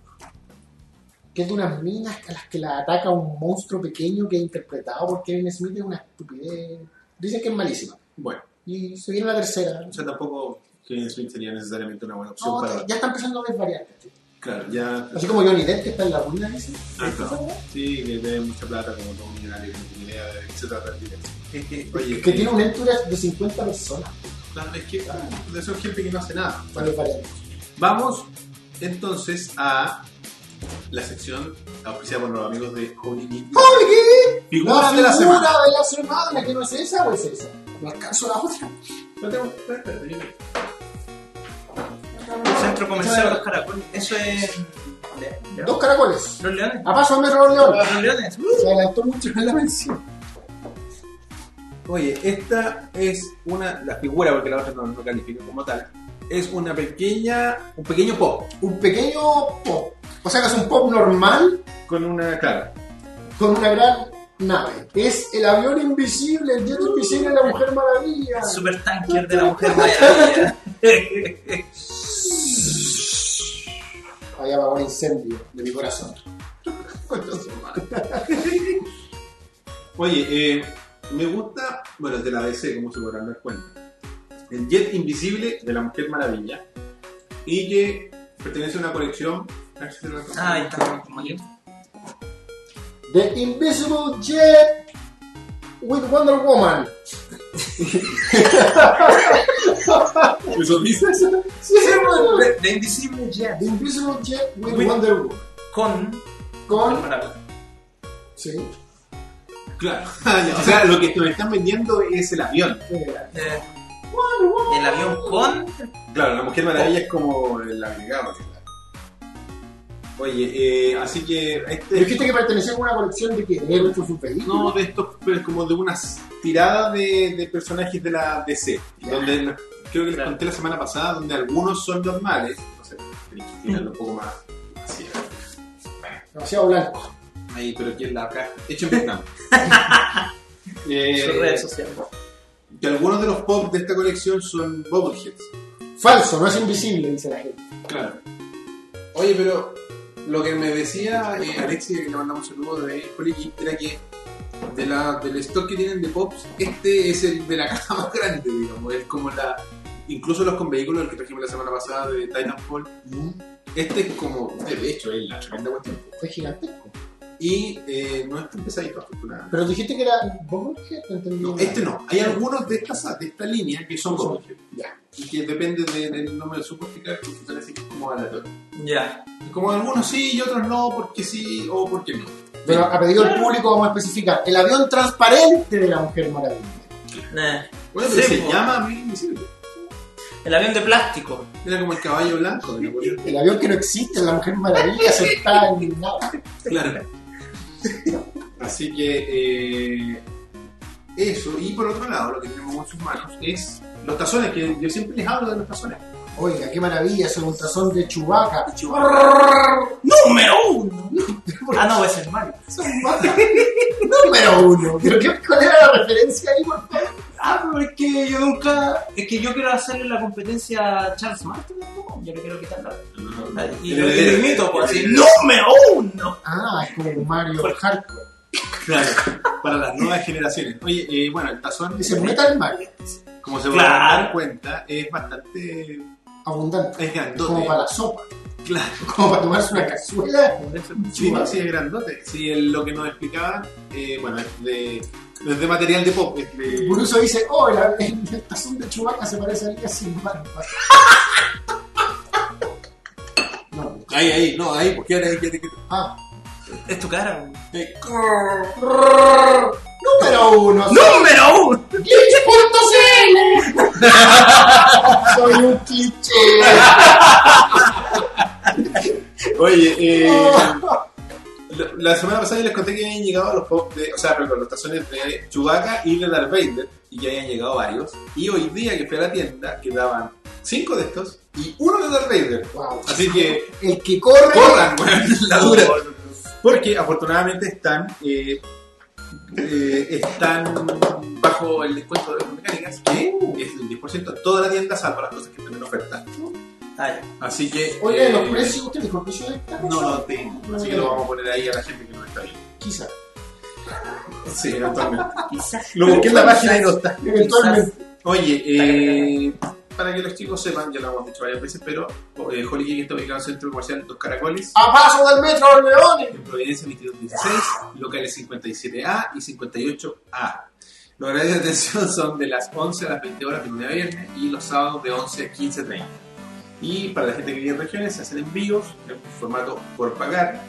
Speaker 2: Que es de unas minas a las que la ataca un monstruo pequeño que es interpretado por Kevin Smith, es una estupidez. Dicen que es malísima.
Speaker 1: Bueno,
Speaker 2: Y se viene la tercera.
Speaker 1: o sea, tampoco Kevin Smith sería necesariamente una buena opción
Speaker 2: No,
Speaker 1: para.
Speaker 2: ya está empezando a desvariar. ¿cachai?
Speaker 1: Claro, ya.
Speaker 2: Así como Johnny Depp que está en la ruina, dice.
Speaker 1: Ah, claro. Sí, que debe mucha plata como todo millonario que no tiene idea de qué se trata el dinero. Oye,
Speaker 2: Que tiene un entourage de 50 personas
Speaker 1: Claro, es que de eso es gente que no hace nada.
Speaker 2: para desvariar.
Speaker 1: Vamos entonces a la sección auspiciada por los amigos de Holy Geek.
Speaker 2: ¡Holy Geek!
Speaker 1: Figuras de la
Speaker 2: ¡Ah! figura
Speaker 1: semana.
Speaker 2: de la semana, que no es esa o es esa. No alcanzo la otra.
Speaker 1: No tengo. espérate, espérate.
Speaker 3: Centro comercial Los Caracoles. Eso es. Le- León.
Speaker 2: Dos caracoles.
Speaker 3: Los Leones.
Speaker 2: A paso al metro de León.
Speaker 3: Los Leones. Uh.
Speaker 2: Se adelantó mucho en la mención.
Speaker 1: Oye, esta es una. La figura, porque la otra no, no califica como tal. Es una pequeña. Un pequeño pop.
Speaker 2: Un pequeño pop. O sea que es un pop normal
Speaker 1: Con una cara.
Speaker 2: con una gran nave. Es el avión invisible, el jet invisible de la Mujer Maravilla.
Speaker 3: Super tanker de la mujer [LAUGHS] maravilla.
Speaker 2: Había apagó un incendio de mi corazón.
Speaker 1: Concha su madre. Oye, eh, me gusta. Bueno, es de la DC, como se podrán dar cuenta. El Jet Invisible de la Mujer Maravilla. Y que pertenece a una colección. a ver si te lo alcanzo.
Speaker 3: ah, ahí está. como aquí.
Speaker 2: The Invisible Jet with Wonder Woman. [LAUGHS]
Speaker 1: ¿Eso dices?
Speaker 2: Sí, bueno.
Speaker 3: De, de Invisible Jet.
Speaker 2: The Invisible Jet with,
Speaker 3: With-
Speaker 2: Wonder Woman.
Speaker 3: Con.
Speaker 2: Con.
Speaker 3: Maravilla.
Speaker 2: Sí.
Speaker 1: Claro. [LAUGHS] Ah, o sea, lo que te me están vendiendo es el avión.
Speaker 2: eh,
Speaker 3: Eh,
Speaker 2: Wonder Woman.
Speaker 3: el avión con.
Speaker 1: Claro, la Mujer Maravilla es como el agregado. que está. Oye, eh, así que este
Speaker 2: Dijiste que pertenecía a una colección de que héroes o superhéroes.
Speaker 1: no de estos, pero es como de unas tiradas de, de personajes de la DC,
Speaker 2: Ya.
Speaker 1: donde no- creo que les
Speaker 3: Claro.
Speaker 1: conté la semana pasada, donde algunos son normales, no sé, tenés que tirarlo un poco más así,
Speaker 2: Demasiado blanco.
Speaker 1: ahí, pero aquí en la caja, hecho en
Speaker 3: [LAUGHS]
Speaker 1: Vietnam. Eh,
Speaker 3: Sus redes sociales.
Speaker 1: que algunos de los pop de esta colección son bobbleheads.
Speaker 2: Falso, no es invisible, dice la gente.
Speaker 1: Claro. Oye, pero lo que me decía eh, Alexi, que le mandamos un saludo de Poliki, era que de la, del stock que tienen de Pops, este es el de la [LAUGHS] caja más grande, digamos. Es como la. Incluso los con vehículos, el que trajimos la semana pasada de Titanfall, este es como. De hecho, es la tremenda cuestión.
Speaker 2: Fue gigantesco.
Speaker 1: Y eh, no es tan pesadito, afortunadamente.
Speaker 2: Pero dijiste que era. ¿Vos qué te entendí?
Speaker 1: No, este no. Hay algunos de esta, de esta línea que son como
Speaker 2: Ya.
Speaker 1: Y que depende de- del nombre de su música, que se parece que es como aleatorio.
Speaker 3: Ya.
Speaker 1: Como algunos sí y otros no, porque sí o porque no.
Speaker 2: Pero a pedido del público vamos a especificar. El avión transparente de la Mujer Maravilla.
Speaker 3: Eh,
Speaker 1: Bueno, pero
Speaker 3: Sí,
Speaker 1: se
Speaker 3: po.
Speaker 1: llama a mí invisible.
Speaker 3: El avión de plástico.
Speaker 1: Era como el caballo blanco de la [LAUGHS] bolita.
Speaker 2: El avión que no existe, la Mujer Maravilla, sentada en el nave.
Speaker 1: Claro. Así que eh, eso. Y por otro lado, lo que tenemos en sus manos es los tazones, que yo siempre les hablo de los tazones.
Speaker 2: Oiga, qué maravilla, ese montazón de Chubaca. [LAUGHS]
Speaker 3: ¡Número uno! Ah, no, es el Mario.
Speaker 2: Número uno. ¿Pero qué, cuál era la referencia ahí, por favor?
Speaker 3: Ah, pero es que yo nunca. Es que yo quiero hacerle la competencia a Charles Martin, ¿no? Yo le quiero quitar la. la- Y yo le imito, pues así. ¡Número uno!
Speaker 2: Ah, es como Mario Hardcore.
Speaker 1: Claro, para las nuevas generaciones. Oye, eh, bueno, el tazón,
Speaker 2: Dice Metal Mario.
Speaker 1: como se
Speaker 3: Claro.
Speaker 1: van a dar cuenta, es bastante.
Speaker 2: Abundante.
Speaker 1: es
Speaker 2: Como
Speaker 1: grandote.
Speaker 2: para la sopa. [LAUGHS]
Speaker 1: Claro.
Speaker 2: Como para tomarse una cazuela.
Speaker 1: Sí,
Speaker 2: Chubaca.
Speaker 1: no, sí, es grandote. Sí, el- lo que nos explicaban, eh, bueno, es de, no es de material de pop, es de...
Speaker 2: Buruso dice, oh, el, el, el tazón de Chubaca se parece a Elías sin barba. [LAUGHS] No,
Speaker 1: Ahí, ahí, no, ahí, porque ahora hay que...
Speaker 2: ah.
Speaker 3: Es tu cara, güey.
Speaker 1: eh,
Speaker 2: Número uno.
Speaker 3: ¡Número uno!
Speaker 2: ¡Glitch.cl! Soy un cliché.
Speaker 1: [LAUGHS] Oye, eh, la- la semana pasada yo les conté que habían llegado los pop de, o sea, perdón, los tazones de Chewbacca y de Darth Vader, y que habían llegado varios. Y hoy día que fui a la tienda, quedaban cinco de estos y uno de Darth Vader.
Speaker 2: Wow.
Speaker 1: Así que,
Speaker 2: El que corre.
Speaker 1: corran, weón, [LAUGHS] la dura. Porque afortunadamente están eh, eh, están bajo el descuento de las mecánicas, que es el 10% en toda la tienda, salvo las cosas que están en oferta.
Speaker 3: Ay,
Speaker 1: Así que.
Speaker 2: Oiga,
Speaker 1: eh,
Speaker 2: los precios, ¿usted dijo el precio de esta? Eh,
Speaker 1: No lo tengo, así que lo vamos a poner ahí a la gente que no está ahí.
Speaker 2: Quizá.
Speaker 1: Sí,
Speaker 2: [LAUGHS]
Speaker 1: eventualmente.
Speaker 3: quizás.
Speaker 1: Lo busqué en la página y no está.
Speaker 2: Eventualmente.
Speaker 1: Oye, eh, para que los chicos sepan, ya lo hemos dicho varias veces, pero eh, Holy Cake está ubicado en el centro comercial Los Caracoles.
Speaker 2: A paso del metro de Leones.
Speaker 1: en Providencia 2216, locales 57A y 58A. Los horarios de atención [LAUGHS] son de las 11 a las 20 horas de lunes a viernes y los sábados de 11 a 15.30. Y para la gente que vive en regiones se hacen envíos en formato por pagar.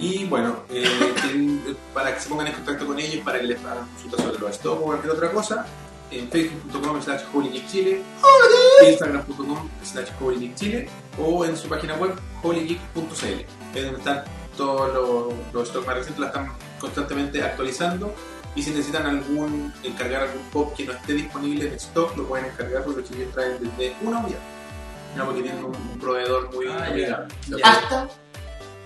Speaker 1: Y bueno, eh, [LAUGHS] tienen- para que se pongan en contacto con ellos, para que les hagan consultas sobre los stocks o cualquier otra cosa, en facebook.com slash holygeekchile, instagram.com slash holygeekchile o en su página web holygeek.cl, es donde están todos los, los stock magazines, la están constantemente actualizando y si necesitan algún encargar algún pop que no esté disponible en stock, lo pueden encargar porque los chiquillos traen desde una olla, no porque tienen un, un proveedor muy
Speaker 3: Ah, ya.
Speaker 1: amigable. Lo-
Speaker 3: Ya.
Speaker 2: Hasta.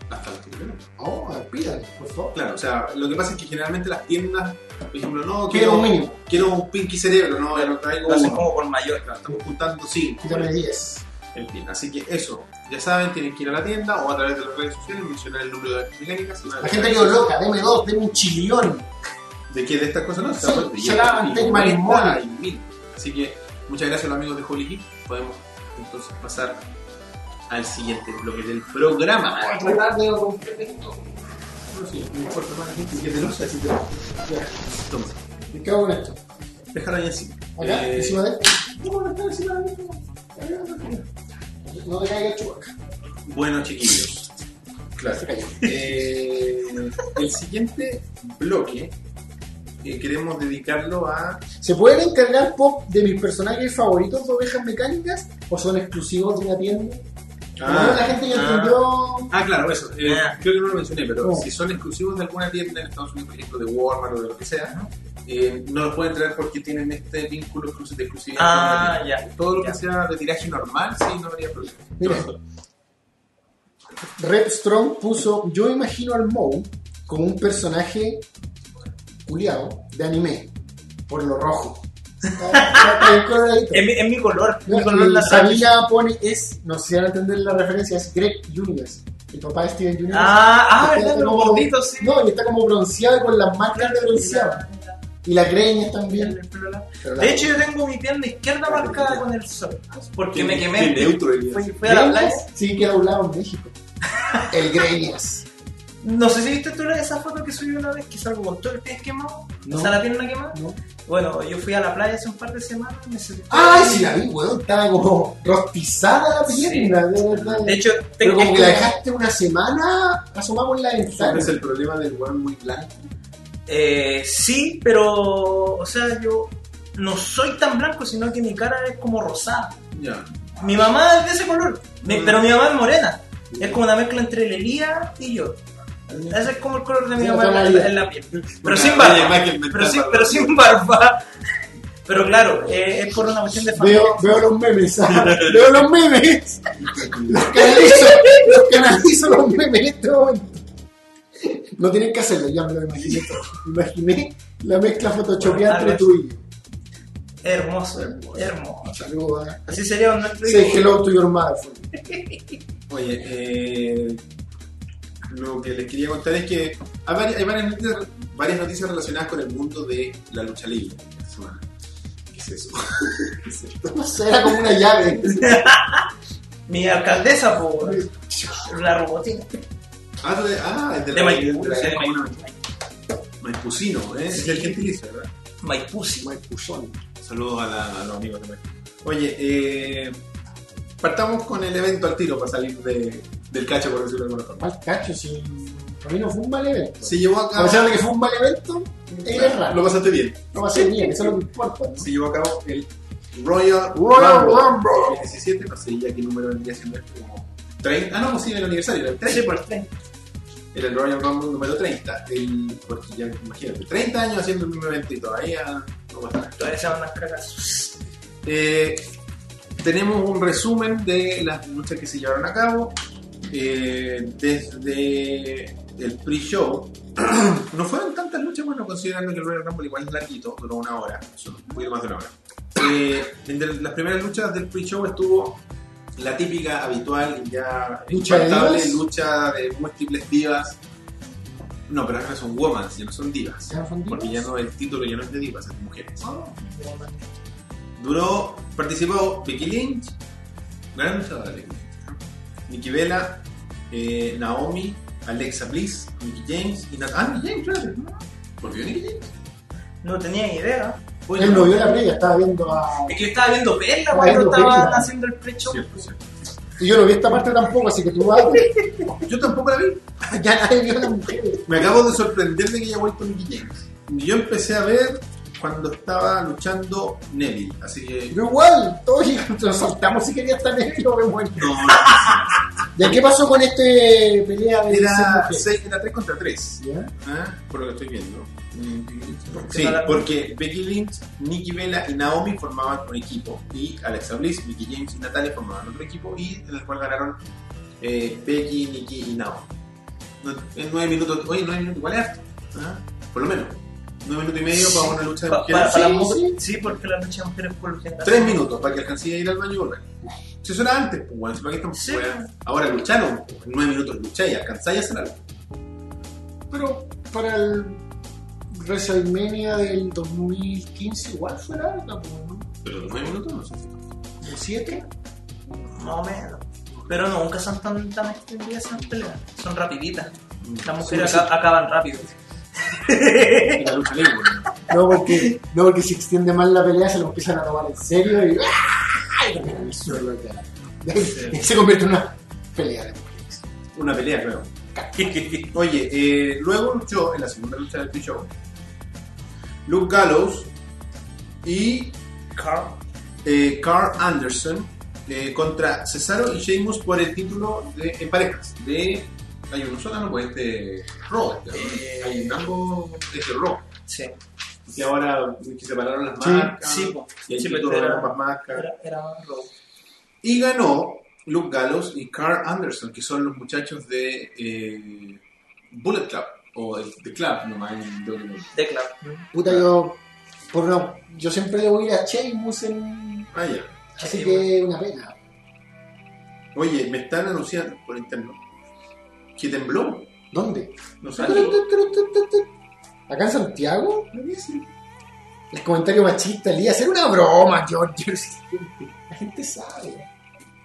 Speaker 1: Hasta el primero.
Speaker 2: Oh, pidan, por favor.
Speaker 1: Claro, o sea, lo que pasa es que generalmente las tiendas, por ejemplo, no,
Speaker 2: Quiero un
Speaker 1: quiero,
Speaker 2: mínimo.
Speaker 1: quiero un pinky cerebro, no, ya no traigo
Speaker 3: Lo hacen
Speaker 1: uno.
Speaker 3: como por mayor.
Speaker 1: Claro, Estamos juntando cinco.
Speaker 2: Quítame 10.
Speaker 1: En fin, así que eso. Ya saben, tienen que ir a la tienda o a través de las redes sociales mencionar el número de las mecánicas. y una de
Speaker 2: La
Speaker 1: las
Speaker 2: gente ha
Speaker 1: cosas-
Speaker 2: ido loca, deme dos, deme un chillón.
Speaker 1: ¿De qué? ¿De estas cosas no?
Speaker 2: Sí,
Speaker 1: Está bueno,
Speaker 2: se
Speaker 1: ya,
Speaker 2: lavan,
Speaker 1: y
Speaker 2: tengo
Speaker 1: cuarenta
Speaker 2: marimón.
Speaker 1: y mil. Así que muchas gracias a los amigos de Holy Geek. Podemos entonces pasar al siguiente bloque del programa. Ah,
Speaker 2: Voy a tratar de romper esto.
Speaker 1: No, sí, no importa más la gente, que te lo usa, así te lo-
Speaker 2: Ya,
Speaker 1: Toma,
Speaker 2: Me quedo con esto.
Speaker 1: déjalo ahí encima.
Speaker 2: Acá,
Speaker 1: Eh,
Speaker 2: encima de No, no está encima de esto. No te caiga el chubaca.
Speaker 1: Bueno, chiquillos. Claro.
Speaker 2: Se cayó.
Speaker 1: Eh, el siguiente bloque eh, queremos dedicarlo a.
Speaker 2: ¿Se pueden encargar pop de mis personajes favoritos de ovejas mecánicas? ¿O son exclusivos de una tienda? Bueno, la gente ya entendió.
Speaker 1: Ah, claro, eso. Eh,
Speaker 3: Ah.
Speaker 1: Creo que no lo mencioné, pero
Speaker 2: No.
Speaker 1: si son exclusivos de alguna tienda en Estados Unidos, por ejemplo, de Walmart o de lo que sea, eh, no los pueden traer porque tienen este vínculo exclus- de exclusividad.
Speaker 3: Ah,
Speaker 1: con la
Speaker 3: ya.
Speaker 1: tienda. Todo lo que
Speaker 3: ya.
Speaker 1: sea de tiraje normal, sí, no habría problema.
Speaker 2: Mira.
Speaker 1: Pero-
Speaker 2: Rep Strong puso, yo imagino al Mou como un personaje culiado de anime, por lo
Speaker 3: [LAUGHS]
Speaker 2: rojo. Está- está bien coloradito.
Speaker 3: Es mi, es mi color,
Speaker 2: No,
Speaker 3: mi color
Speaker 2: y
Speaker 3: la
Speaker 2: Sabina pone es, no sé si van a entender la referencia, es Greg Universe, el papá de Steven Universe.
Speaker 3: Ah, ah,
Speaker 2: Está
Speaker 3: verdad, los
Speaker 2: como-
Speaker 3: gorditos, sí.
Speaker 2: No, y está como bronceado y con las marcas de bronceado. Y las greñas también. Pero la-
Speaker 3: De hecho, yo tengo mi pierna izquierda marcada con el sol. Porque me quemé.
Speaker 1: Qué neutro, Este el-
Speaker 3: Fui, fui a la playa.
Speaker 2: greñas sí queda doblado en
Speaker 3: [LAUGHS]
Speaker 2: México. El greñas.
Speaker 3: No sé si viste tú la- esa foto que subí una vez que salgo con todo el pie quemado.
Speaker 2: No.
Speaker 3: O sea, la pierna quemada.
Speaker 2: ¿no?
Speaker 3: Bueno, yo fui a la playa hace un par de semanas. Me senté
Speaker 2: Ay, Ah, sí la vi, weón. Estaba como rostizada la pierna, de verdad.
Speaker 3: De hecho,
Speaker 2: Pero
Speaker 3: tengo
Speaker 2: como
Speaker 3: es
Speaker 2: que la
Speaker 3: como-
Speaker 2: dejaste una semana asomada por la
Speaker 1: Ese
Speaker 2: ventana.
Speaker 1: es el problema del weón muy blanco.
Speaker 3: Eh, sí, pero. O sea, yo no soy tan blanco, sino que mi cara es como rosada.
Speaker 1: Ya.
Speaker 3: Mi mamá es de ese color, mi-
Speaker 1: Mm.
Speaker 3: pero mi mamá es morena. Es como una mezcla entre Lelía y yo. Ese es como el color de mi
Speaker 2: Sí,
Speaker 3: mamá
Speaker 2: la
Speaker 3: en la,
Speaker 2: tonalidad.
Speaker 3: en la piel. Pero
Speaker 1: Una-
Speaker 3: sin
Speaker 1: oye,
Speaker 3: barba.
Speaker 1: Michael, me
Speaker 3: Pero
Speaker 1: está
Speaker 3: sin,
Speaker 1: hablando.
Speaker 3: pero sin barba. [LAUGHS] Pero claro, eh, es por una cuestión de familia.
Speaker 2: Veo, veo los [LAUGHS] memes, ah, veo los memes. Los canalizo, los canalizo los memes en este momento. No tienen que hacerlo, ya me lo imaginé todo. Imaginé la mezcla
Speaker 3: Bueno,
Speaker 2: photoshopeada entre
Speaker 3: tal vez.
Speaker 2: tú y yo.
Speaker 3: Hermoso, hermoso.
Speaker 2: Saludos a...
Speaker 3: Así sería un nuestro
Speaker 2: Say hello to your mother.
Speaker 1: Oye, eh, lo que les quería contar es que hay vari- hay varias, noticias, varias noticias relacionadas con el mundo de la lucha libre esta semana. ¿Qué es eso? [LAUGHS] ¿Qué es esto?
Speaker 2: No sé, era como una [LAUGHS] llave.
Speaker 3: Mi alcaldesa, por la robotina.
Speaker 1: Ah, tú de, ah, es de
Speaker 3: De
Speaker 1: la
Speaker 3: Maipú,
Speaker 1: de la-
Speaker 3: sí, de Maipú.
Speaker 1: Maipucino, ¿eh? Es el gentilicio, ¿verdad?
Speaker 3: Maipusi.
Speaker 2: Maipuzón.
Speaker 1: Saludos a, la- a los amigos de Maipú. Oye, eh, partamos con el evento al tiro para salir de- del cacho, por decirlo de alguna forma.
Speaker 2: Mal cacho, si para mí no fue un mal evento.
Speaker 1: Se llevó a
Speaker 2: A
Speaker 1: cabo.
Speaker 2: pesar de que fue un mal evento, era
Speaker 1: Lo
Speaker 2: raro.
Speaker 1: pasaste bien.
Speaker 2: No va a ser bien, eso es lo que importa. ¿no?
Speaker 1: se llevó a cabo el Royal,
Speaker 2: Royal
Speaker 1: Rumble
Speaker 2: Rumble.
Speaker 1: 2017, no sé ya qué número vendría siendo este, como 30, ah no, sí, el aniversario, era el 30,
Speaker 3: Sí, por el tren.
Speaker 1: era el Royal Rumble número 30, el, porque ya imagínate, 30 años haciendo el mismo evento y todavía no pasa nada.
Speaker 3: Todavía se van las cagas.
Speaker 1: Eh, tenemos un resumen de las luchas que se llevaron a cabo eh, desde el pre-show. [CLEARS THROAT] no fueron tantas luchas, bueno, considerando que el Royal Rumble igual es larguito, duró una hora, son un poquito más de una hora. Eh, entre las primeras luchas del pre-show estuvo la típica, habitual y ya
Speaker 2: ¿Lucha de
Speaker 1: infaltable
Speaker 2: divas?
Speaker 1: lucha de múltiples divas. No, pero ahora son women, ya no son divas.
Speaker 2: ¿Ya fue un día?
Speaker 1: Porque ya no, el título ya no es de divas, es de mujeres.
Speaker 2: Ah,
Speaker 1: Duró, participó Becky Lynch, gran luchadora Becky Lynch, Nikki Vela, eh, Naomi, Alexa Bliss, Nikki James y Nat Ah, Nicky James, claro. ¿no? ¿Volvió Nicky James?
Speaker 3: No tenía idea.
Speaker 1: Oye,
Speaker 2: Él no vio la previa, estaba viendo a.
Speaker 3: Es que yo estaba viendo Perla
Speaker 2: Estaba
Speaker 3: cuando
Speaker 2: viendo
Speaker 3: estaban
Speaker 2: Perla.
Speaker 3: haciendo el pecho.
Speaker 1: Cierto, cierto.
Speaker 2: Y yo no vi esta parte tampoco, así que tú vas.
Speaker 1: Yo tampoco la vi.
Speaker 2: [LAUGHS] ya nadie vio a las mujeres.
Speaker 1: Me acabo de sorprender de que haya vuelto Nicky James. Yo empecé a ver cuando estaba luchando Neville. Así que.
Speaker 2: Pero igual, todos [LAUGHS] llegamos, nos saltamos si quería estar negro y lo vemos ahí.
Speaker 1: No,
Speaker 2: ¿Ya qué pasó con este pelea de
Speaker 1: era,
Speaker 2: seis
Speaker 1: 3 contra 3.
Speaker 2: mujeres? ¿Ya?
Speaker 1: Ah, Por lo que estoy viendo.
Speaker 3: qué
Speaker 1: Sí,
Speaker 3: no la-
Speaker 1: porque Becky Lynch, Nikki Vela y Naomi formaban un equipo. Y Alexa Bliss, Mickey James y Natalia formaban otro equipo. Y en el cual ganaron eh, Becky, Nikki y Naomi. No- En 9 minutos. Oye, 9 minutos, igual es harto, ¿ah? Por lo menos. 9 minutos y medio para una lucha de
Speaker 3: Pa-
Speaker 1: mujeres.
Speaker 3: para- para
Speaker 2: Sí,
Speaker 3: las mu-
Speaker 2: sí.
Speaker 3: sí, porque la lucha de mujeres por lo general.
Speaker 1: Tres minutos para que alcancé a ir al baño y volver. Si eso era antes, pues bueno, si para qué estamos
Speaker 3: Sí.
Speaker 1: weón. Ahora lucharon, pues, en nueve minutos lucháis, alcanzáis a hacer algo.
Speaker 2: Pero para el WrestleMania del 2015 igual fue larga, pues, ¿no?
Speaker 1: Pero nueve minutos no sé.
Speaker 2: ¿O siete?
Speaker 3: Más o menos. Pero no, nunca son tan, tan extendidas esas peleas. Son rapiditas. Las mujeres
Speaker 1: Sí,
Speaker 3: aca- acaban rápido.
Speaker 1: sí, en la lucha libre, weón.
Speaker 2: No, porque, no, porque si extiende más la pelea se lo empiezan a tomar en serio y ¡ah! y lo tiran al suelo, ya. Y ahí-
Speaker 3: Sí.
Speaker 2: y se convierte en una pelea de mujeres.
Speaker 1: Una pelea,
Speaker 3: [LAUGHS]
Speaker 1: creo. Oye, eh, luego luchó en la segunda lucha del P-Show Luke Gallows y
Speaker 3: Carl.
Speaker 1: eh, Carl Anderson eh, contra Cesaro y Sheamus por el título de, en parejas de. Hay uno solo, no, pues este. Raw. este,
Speaker 3: Eh,
Speaker 1: Hay un ambos. Este Raw.
Speaker 3: Sí,
Speaker 1: que ahora que separaron las
Speaker 2: Sí,
Speaker 1: marcas
Speaker 3: sí, po.
Speaker 1: y el
Speaker 3: Sí,
Speaker 1: título
Speaker 3: pero
Speaker 1: de
Speaker 3: era-
Speaker 1: ambas marcas
Speaker 3: era, era robo.
Speaker 1: y ganó Luke Gallows y Carl Anderson que son los muchachos de eh, Bullet Club o el- The Club nomás en WWE.
Speaker 3: De claro.
Speaker 2: Puta, yo, por no, yo siempre le voy a ir a Sheamus en...
Speaker 1: ah ya
Speaker 2: Así que una pena.
Speaker 1: oye me están anunciando por interno que tembló
Speaker 2: ¿Dónde?
Speaker 1: no sé
Speaker 2: ¿Acá en Santiago? El comentario machista, Elías, era una broma, George. [LAUGHS] La gente sabe.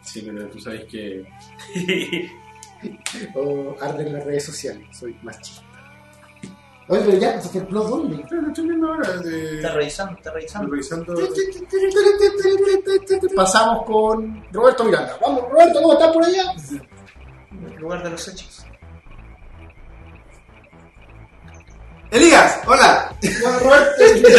Speaker 1: sí pero tú sabes que
Speaker 3: [LAUGHS]
Speaker 2: O arden las redes sociales, soy machista. Oye, pero ya, ¿se templó dónde?
Speaker 1: Claro, lo estoy viendo ahora de-
Speaker 3: Está revisando, está revisando.
Speaker 1: revisando
Speaker 2: Pasamos con Roberto Miranda. Vamos, Roberto, ¿cómo estás por allá?
Speaker 3: El lugar de los hechos.
Speaker 1: Elías hola
Speaker 2: No, Roberto.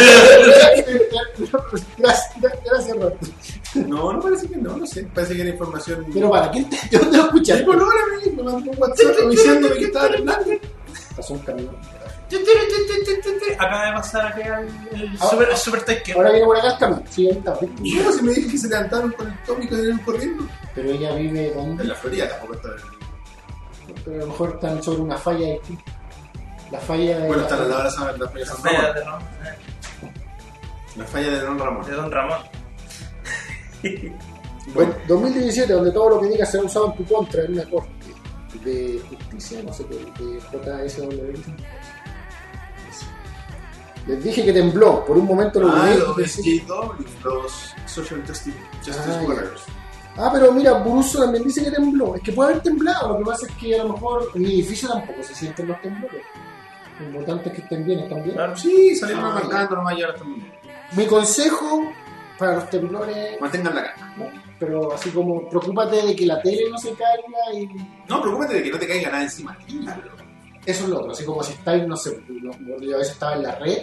Speaker 2: Gracias, gracias, Roberto.
Speaker 1: [LAUGHS] no no parece que no no sé parece que era información
Speaker 2: Pero para quién te, ¿de dónde lo escuchaste?
Speaker 1: Tipo, no, ahora me- me mandó un WhatsApp diciéndome que estaba temblando.
Speaker 2: Pasó un camión.
Speaker 3: Acaba de pasar aquí al- el
Speaker 2: Ahora-
Speaker 3: super, el super Taker.
Speaker 2: Ahora viene por acá el camión. Sí, ahí está.
Speaker 1: ¿Cómo se me dijo que se levantaron con el tómico y salieron corriendo?
Speaker 2: Pero ella vive donde.
Speaker 1: En la Florida tampoco está.
Speaker 2: Pero a lo mejor están sobre una falla distinta. La falla de.
Speaker 1: Bueno, está al lado de la San- la falla de San
Speaker 3: Vea,
Speaker 1: Ramón.
Speaker 3: de Don-
Speaker 1: La falla de Don Ramón.
Speaker 3: de Don Ramón.
Speaker 2: Bueno, 2017, donde todo lo que digas será usado en tu contra en una corte de justicia, no sé qué, de JSW. Les dije que tembló, por un momento lo
Speaker 1: Ah,
Speaker 2: olvidé.
Speaker 1: los
Speaker 2: Pensé-
Speaker 1: SJW, los Social Justice, Justice
Speaker 2: Ah, ya.
Speaker 1: Warriors.
Speaker 2: Ah, pero mira, Buruso también dice que tembló. Es que puede haber temblado, lo que pasa es que a lo mejor en mi edificio tampoco se sienten los temblores. Lo importante es que estén bien, están bien.
Speaker 3: Claro.
Speaker 1: Sí, salieron
Speaker 2: Ah,
Speaker 1: arrancando, no va a llegar hasta el mundo.
Speaker 2: Mi consejo para los temblores,
Speaker 1: Mantengan la cara.
Speaker 2: pero así como, preocúpate de que la tele no se caiga y
Speaker 1: No, preocúpate de que no te caiga nada encima.
Speaker 2: eso es lo otro. Así como si estáis, no sé, yo- yo a veces estaba en la red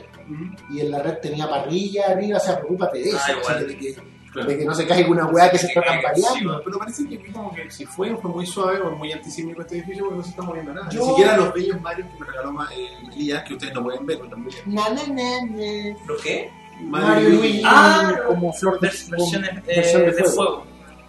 Speaker 2: y en la red tenía parrilla arriba, o sea, preocúpate de eso,
Speaker 3: Ah, igual.
Speaker 2: o sea, de, que,
Speaker 1: Claro.
Speaker 2: de que no se caiga una weá que se
Speaker 3: Que
Speaker 2: está
Speaker 3: caiga
Speaker 2: tambaleando.
Speaker 3: encima.
Speaker 1: Pero parece que como que si fue, fue muy suave o muy antisísmico este edificio porque no se está moviendo nada.
Speaker 2: Yo-
Speaker 1: Ni siquiera los bellos Marios que me regaló ma- eh, Elías, que ustedes no pueden ver, pero también.
Speaker 2: Na, na, na, na.
Speaker 3: ¿Lo qué?
Speaker 2: Mario y Luigi
Speaker 3: Ah,
Speaker 2: como flor de
Speaker 3: Vers- versiones
Speaker 2: como-
Speaker 3: eh,
Speaker 2: versión
Speaker 3: de fuego.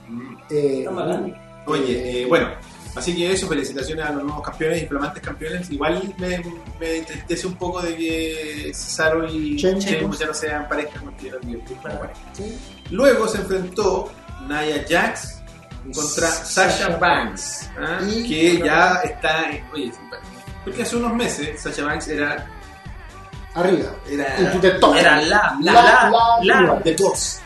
Speaker 1: Mm.
Speaker 2: Eh,
Speaker 3: Está mal.
Speaker 1: Oye, eh, bueno, así que eso, felicitaciones a los nuevos campeones y flamantes campeones. Igual me, me entristece un poco de que Cesaro y
Speaker 2: Chen-
Speaker 1: Sheamus ya no sean parejas, porque eran divertidos como pareja.
Speaker 2: sí.
Speaker 1: Luego se enfrentó Naya Jax contra Sasha Banks, ¿ah?
Speaker 2: Y-
Speaker 1: que ya está en. Oye, porque hace unos meses Sasha Banks era.
Speaker 2: Arriba. En tu
Speaker 1: era
Speaker 2: TikTok.
Speaker 3: Era la, la,
Speaker 2: La,
Speaker 3: la,
Speaker 2: la,
Speaker 3: la.
Speaker 2: la.
Speaker 1: de boss.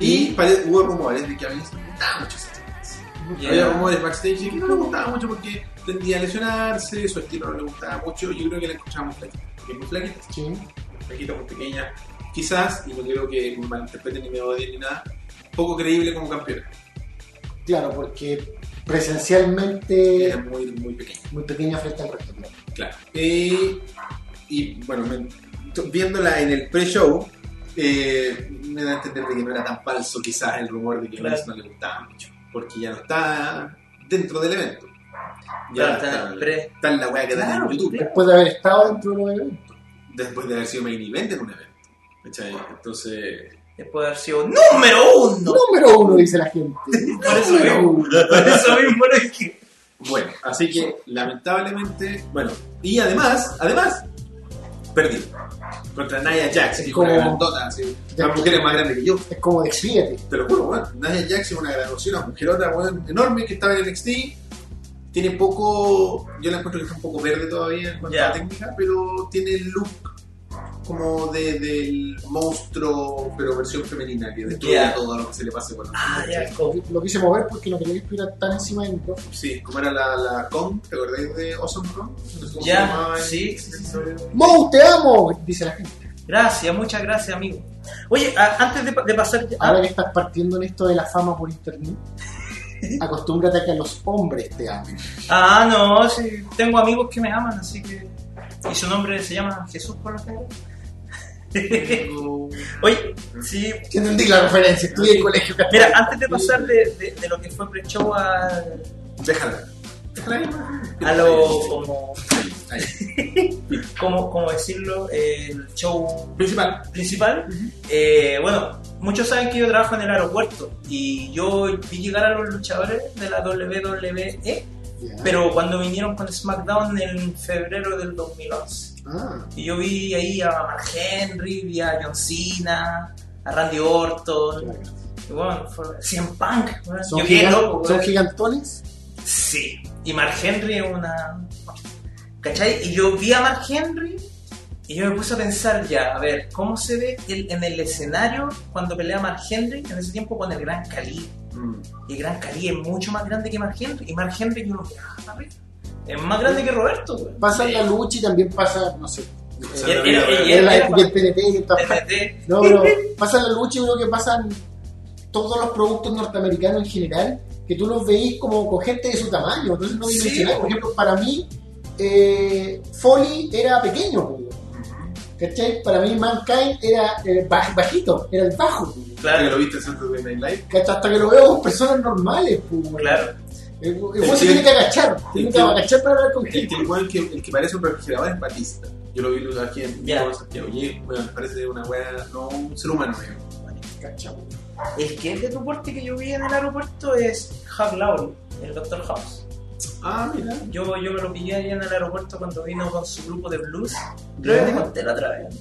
Speaker 1: Y pare- hubo rumores de que a mí se gustaba mucho Sasha Banks.
Speaker 3: Ya.
Speaker 1: Había rumores backstage que no le gustaba mucho porque tendía a lesionarse, su estilo no le gustaba mucho. Yo creo que la escuchábamos flaquita, porque es muy flaquita,
Speaker 2: Sí.
Speaker 1: muy flaquita, muy pequeña. Quizás, y no creo que me malinterpreten ni me odien ni nada, poco creíble como campeona.
Speaker 2: Claro, porque presencialmente
Speaker 1: Era muy, muy pequeña,
Speaker 2: muy pequeña frente al resto. claro.
Speaker 1: claro. Eh, y bueno, me- t- viéndola en el pre-show, eh, me da a entender de que no era tan falso quizás el rumor de que
Speaker 3: Claro.
Speaker 1: Vince no le gustaba mucho, porque ya no está dentro del evento.
Speaker 3: Claro,
Speaker 1: Ya
Speaker 3: está en el
Speaker 1: está,
Speaker 3: pre.
Speaker 1: está en la weá que da
Speaker 3: Claro,
Speaker 1: en YouTube,
Speaker 3: claro.
Speaker 2: Después de haber estado dentro de los eventos.
Speaker 1: después de haber sido main event en un evento. ¿cachai? Entonces,
Speaker 3: Después de haber sido número uno. [LAUGHS]
Speaker 2: Número uno, dice la gente.
Speaker 3: Por eso
Speaker 2: Número
Speaker 3: mismo.
Speaker 2: uno.
Speaker 3: Por eso mismo no es que.
Speaker 1: bueno, así que lamentablemente, bueno, y además, además, perdí contra Nia Jax, que es una
Speaker 2: Como-
Speaker 1: grandota, así, la mujer es más grande que yo.
Speaker 2: Es como despídete.
Speaker 1: Te lo juro, weón. Nia Jax es una graduación, una mujerota, weón, enorme que estaba en NXT. Tiene poco. Yo la encuentro que está un poco verde todavía en cuanto a
Speaker 3: Ya.
Speaker 1: la técnica, pero tiene el look como de, del monstruo, pero versión femenina, que destruye
Speaker 3: Ya.
Speaker 1: todo lo que se le pase por la
Speaker 3: Ah, ya, como-
Speaker 2: Lo quise mover porque no quería que estuviera tan encima del micrófono.
Speaker 1: Sí, como era la, la Kong, ¿te acordáis de Awesome Kong? No sé cómo se
Speaker 3: Ya,
Speaker 1: llamaba en-
Speaker 3: sí, sí, sí.
Speaker 2: ¡Mou, te amo! Dice la gente.
Speaker 3: Gracias, muchas gracias, amigo. Oye, a- antes de, pa- de pasar.
Speaker 2: Ahora que estás partiendo en esto de la fama por [LAUGHS] internet, acostúmbrate a que los hombres te amen.
Speaker 3: Ah, no, sí, tengo amigos que me aman, así que. Y su nombre se llama Jesús por la calle. [LAUGHS] Oye, sí,
Speaker 2: Yo entendí la referencia, estudié en colegio católico.
Speaker 3: mira, antes de pasar de, de- de lo que fue pre-show a,
Speaker 1: Déjala. Déjala ahí, weón.
Speaker 3: a lo. como,
Speaker 1: Ahí.
Speaker 3: como, como decirlo, eh, el show
Speaker 1: Principal.
Speaker 3: principal. Eh, bueno, muchos saben que yo trabajo en el aeropuerto y yo vi llegar a los luchadores de la WWE,
Speaker 2: Ya.
Speaker 3: ah, pero cuando vinieron con SmackDown en febrero del 2011.
Speaker 2: Ah,
Speaker 3: Y yo vi ahí a Mark Henry, vi a John Cena, a Randy Orton,
Speaker 2: claro.
Speaker 3: y bueno, fue 100 Punk. weón.
Speaker 2: ¿Son,
Speaker 3: Yo quedé
Speaker 2: gigan-
Speaker 3: loco,
Speaker 2: son
Speaker 3: weón.
Speaker 2: gigantones?
Speaker 3: Sí, y Mark Henry es una. ¿Cachai? Y yo vi a Mark Henry y yo me puse a pensar ya, a ver, ¿cómo se ve el- en el escenario cuando pelea Mark Henry en ese tiempo con el Gran Cali?
Speaker 1: Mm.
Speaker 3: Y el Gran Cali es mucho más grande que Mark Henry. Y Mark Henry yo lo miraba para arriba. Es más grande que Roberto, güey.
Speaker 2: Pasa en la lucha y también pasa, no sé,
Speaker 1: sea,
Speaker 3: Y-
Speaker 1: la
Speaker 3: y-
Speaker 1: vida
Speaker 3: y-
Speaker 1: real.
Speaker 3: y-
Speaker 2: en la
Speaker 3: y-
Speaker 2: época del PNT y en todas partes.
Speaker 3: TNT, [LAUGHS]
Speaker 2: No, pero pasa en la lucha y creo que pasan todos los productos norteamericanos en general, que tú los veís como con gente de su tamaño, entonces no
Speaker 3: Sí,
Speaker 2: dimensionás.
Speaker 3: po.
Speaker 2: Por ejemplo, para mí, eh, Foley era pequeño, po. ¿cachai? Para mí, Mankind era eh, baj- bajito, era el bajo. po.
Speaker 1: Que
Speaker 3: Claro,
Speaker 1: lo viste en Saturday Night Live.
Speaker 2: ¿Cachai? Hasta que lo veo con personas normales, po.
Speaker 3: claro.
Speaker 2: El, el
Speaker 1: El
Speaker 2: güey se
Speaker 1: tío-
Speaker 2: tiene que agachar, tiene que
Speaker 1: tío-
Speaker 2: agachar para hablar con
Speaker 1: El
Speaker 2: gente.
Speaker 1: que, el que, el que parece un refrigerador es Batista. Yo lo vi aquí en
Speaker 3: Ya.
Speaker 1: en Santiago. Y bueno, parece una wea, no un ser humano. digamos.
Speaker 2: Cachai, po.
Speaker 3: El que es de tu porte que yo vi en el aeropuerto es Hub Lowry, el Dr. House.
Speaker 1: Ah, mira.
Speaker 3: Yo, yo me lo pillé allá en el aeropuerto cuando vino con su grupo de blues. Creo que te conté la otra vez.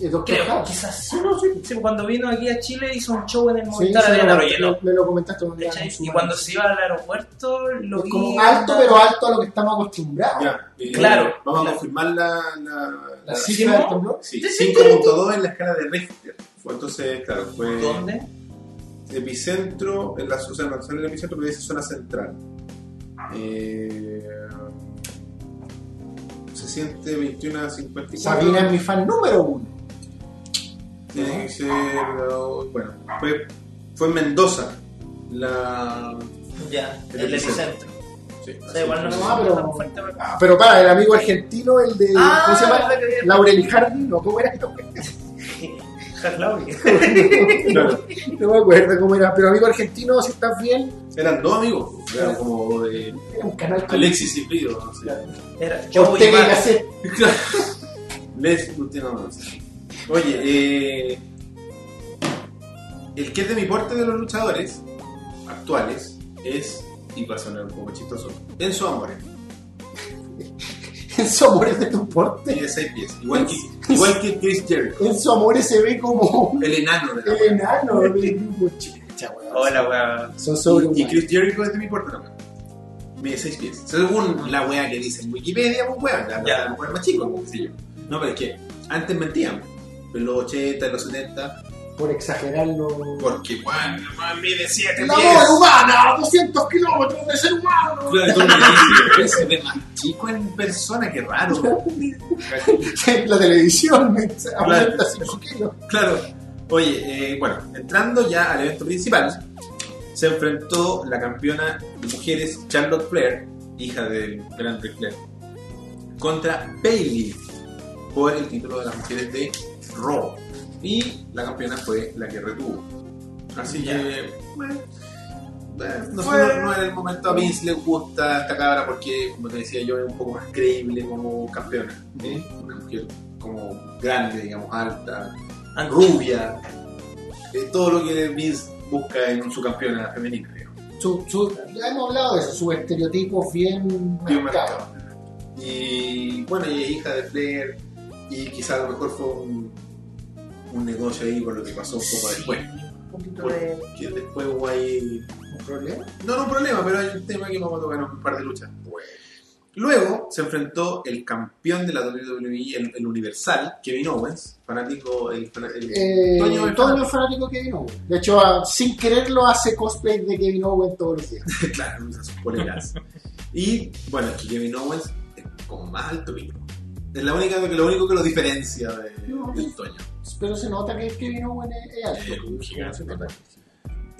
Speaker 2: El Eh, doctor
Speaker 3: Creo,
Speaker 2: House.
Speaker 3: quizás sí, no sé. Sí, cuando vino aquí a Chile hizo un show en el
Speaker 2: Sí,
Speaker 3: Movistar
Speaker 2: sí,
Speaker 3: Arena,
Speaker 2: lo-
Speaker 3: lo llenó.
Speaker 2: me lo comentaste cuando
Speaker 3: ¿cachai?
Speaker 2: éramos
Speaker 3: Y
Speaker 2: humanos.
Speaker 3: cuando se iba al aeropuerto lo
Speaker 2: Es
Speaker 3: vi.
Speaker 2: como alto, pero alto a lo que estamos acostumbrados.
Speaker 1: Ya. eh,
Speaker 3: Claro.
Speaker 1: Vamos
Speaker 3: Claro.
Speaker 1: a confirmar la. la,
Speaker 2: La
Speaker 1: la-
Speaker 3: sí.
Speaker 2: cifra del temblor.
Speaker 1: sí,
Speaker 3: Sí, sí,
Speaker 1: 5.2 en la escala de Richter. Fue entonces, claro, fue.
Speaker 3: ¿Dónde?
Speaker 1: Epicentro, en la, o sea, no sale el epicentro, pero dice zona central. Eh, se siente 21 a 54.
Speaker 2: Sabina es mi fan número uno.
Speaker 1: Tiene que ser, oh, bueno, fue, fue en Mendoza. La.
Speaker 3: Ya,
Speaker 1: El
Speaker 3: el
Speaker 1: epicentro.
Speaker 3: epicentro.
Speaker 1: Sí,
Speaker 3: O sea, igual no
Speaker 1: así
Speaker 3: me
Speaker 1: que-
Speaker 2: Ah, pero-
Speaker 3: tan fuerte, pero-
Speaker 2: Ah, pero para, el amigo argentino, el de.
Speaker 3: Ah,
Speaker 2: ¿Cómo se llama?
Speaker 3: verdad que había-
Speaker 2: Laurel Hardy, no, ¿cómo era? [LAUGHS] No, [LAUGHS]
Speaker 3: Hub Lowry.
Speaker 1: Claro,
Speaker 2: no me acuerdo cómo era, pero amigo argentino, si estás bien,
Speaker 1: eran dos amigos, eran como eh,
Speaker 2: era un canal con
Speaker 1: Alexis y Pío, no sé.
Speaker 3: Era yo y
Speaker 2: Ortega y [LAUGHS]
Speaker 3: Mar.
Speaker 2: Gasset.
Speaker 1: [LAUGHS] Les Gutiérrez, no sé. Oye, eh, el que es de mi porte de los luchadores actuales es, y va a sonar un poco chistoso, Enzo Amore,
Speaker 2: Enzo Amores de tu porte.
Speaker 1: tiene seis pies, igual que, igual que Chris Jericho,
Speaker 2: Enzo Amores se ve como
Speaker 1: el enano de la
Speaker 2: el enano. el
Speaker 3: [LAUGHS]
Speaker 2: tipo, chucha, weón.
Speaker 3: Hola, weón.
Speaker 1: Y,
Speaker 2: Son
Speaker 1: y
Speaker 2: sobrehumanos.
Speaker 1: Chris Jericho es de mi porte también. Mide 6 pies. Según la wea que dice en Wikipedia, pues wea, la
Speaker 3: Ya.
Speaker 1: la mujer más chico, qué sé yo. No, pero es que antes mentían. En los 80, en los 70,
Speaker 2: Por exagerarlo.
Speaker 1: porque weón, la weá mide 7 pies.
Speaker 2: La bola humana, 200 kilómetros de ser humano.
Speaker 1: Claro, entonces, se ve más chico en persona, qué raro.
Speaker 2: en la televisión,
Speaker 1: Claro.
Speaker 2: aumenta 5 kilos.
Speaker 1: Claro. Oye, eh, bueno, entrando ya al evento principal, se enfrentó la campeona de mujeres Charlotte Flair, hija del gran Ric Flair, contra Bailey, por el título de las mujeres de Raw. Y la campeona fue la que retuvo. Así
Speaker 3: Ya.
Speaker 1: que, bueno, eh, no, sé,
Speaker 3: Bueno.
Speaker 1: no- no era el momento. A Vince le gusta esta cabra porque, como te decía yo, es un poco más creíble como campeona. ¿eh? Una mujer como grande, digamos, alta, rubia. eh, todo lo que Vince busca en su campeona femenina, digamos.
Speaker 2: Su- su- ya hemos hablado de eso, sus estereotipos bien
Speaker 1: Bien
Speaker 2: marcados.
Speaker 1: Y bueno, ella es hija de Flair y quizá a lo mejor fue un, un negocio ahí con lo que pasó un poco después.
Speaker 3: Un poquito de.
Speaker 1: Que después hubo ahí...
Speaker 2: ¿Un problema?
Speaker 1: No, no un problema, pero hay un tema que vamos a tocar en un par de luchas. Luego se enfrentó el campeón de la WWE, el, el Universal, Kevin Owens, fanático... El, el-
Speaker 2: Eh,
Speaker 1: Toño
Speaker 2: Toño,
Speaker 1: es
Speaker 2: es fanático de Kevin Owen. De hecho, a- sin quererlo hace cosplay de Kevin Owen todos los días.
Speaker 1: claro, usa sus poleras. y bueno, es que Kevin Owens es como más alto que yo. Es la única, lo único que lo diferencia de,
Speaker 2: No.
Speaker 1: del Toño.
Speaker 2: Pero se nota que Kevin Owen es, es alto.
Speaker 1: Eh, un
Speaker 2: porque
Speaker 1: gigante,
Speaker 2: se nota.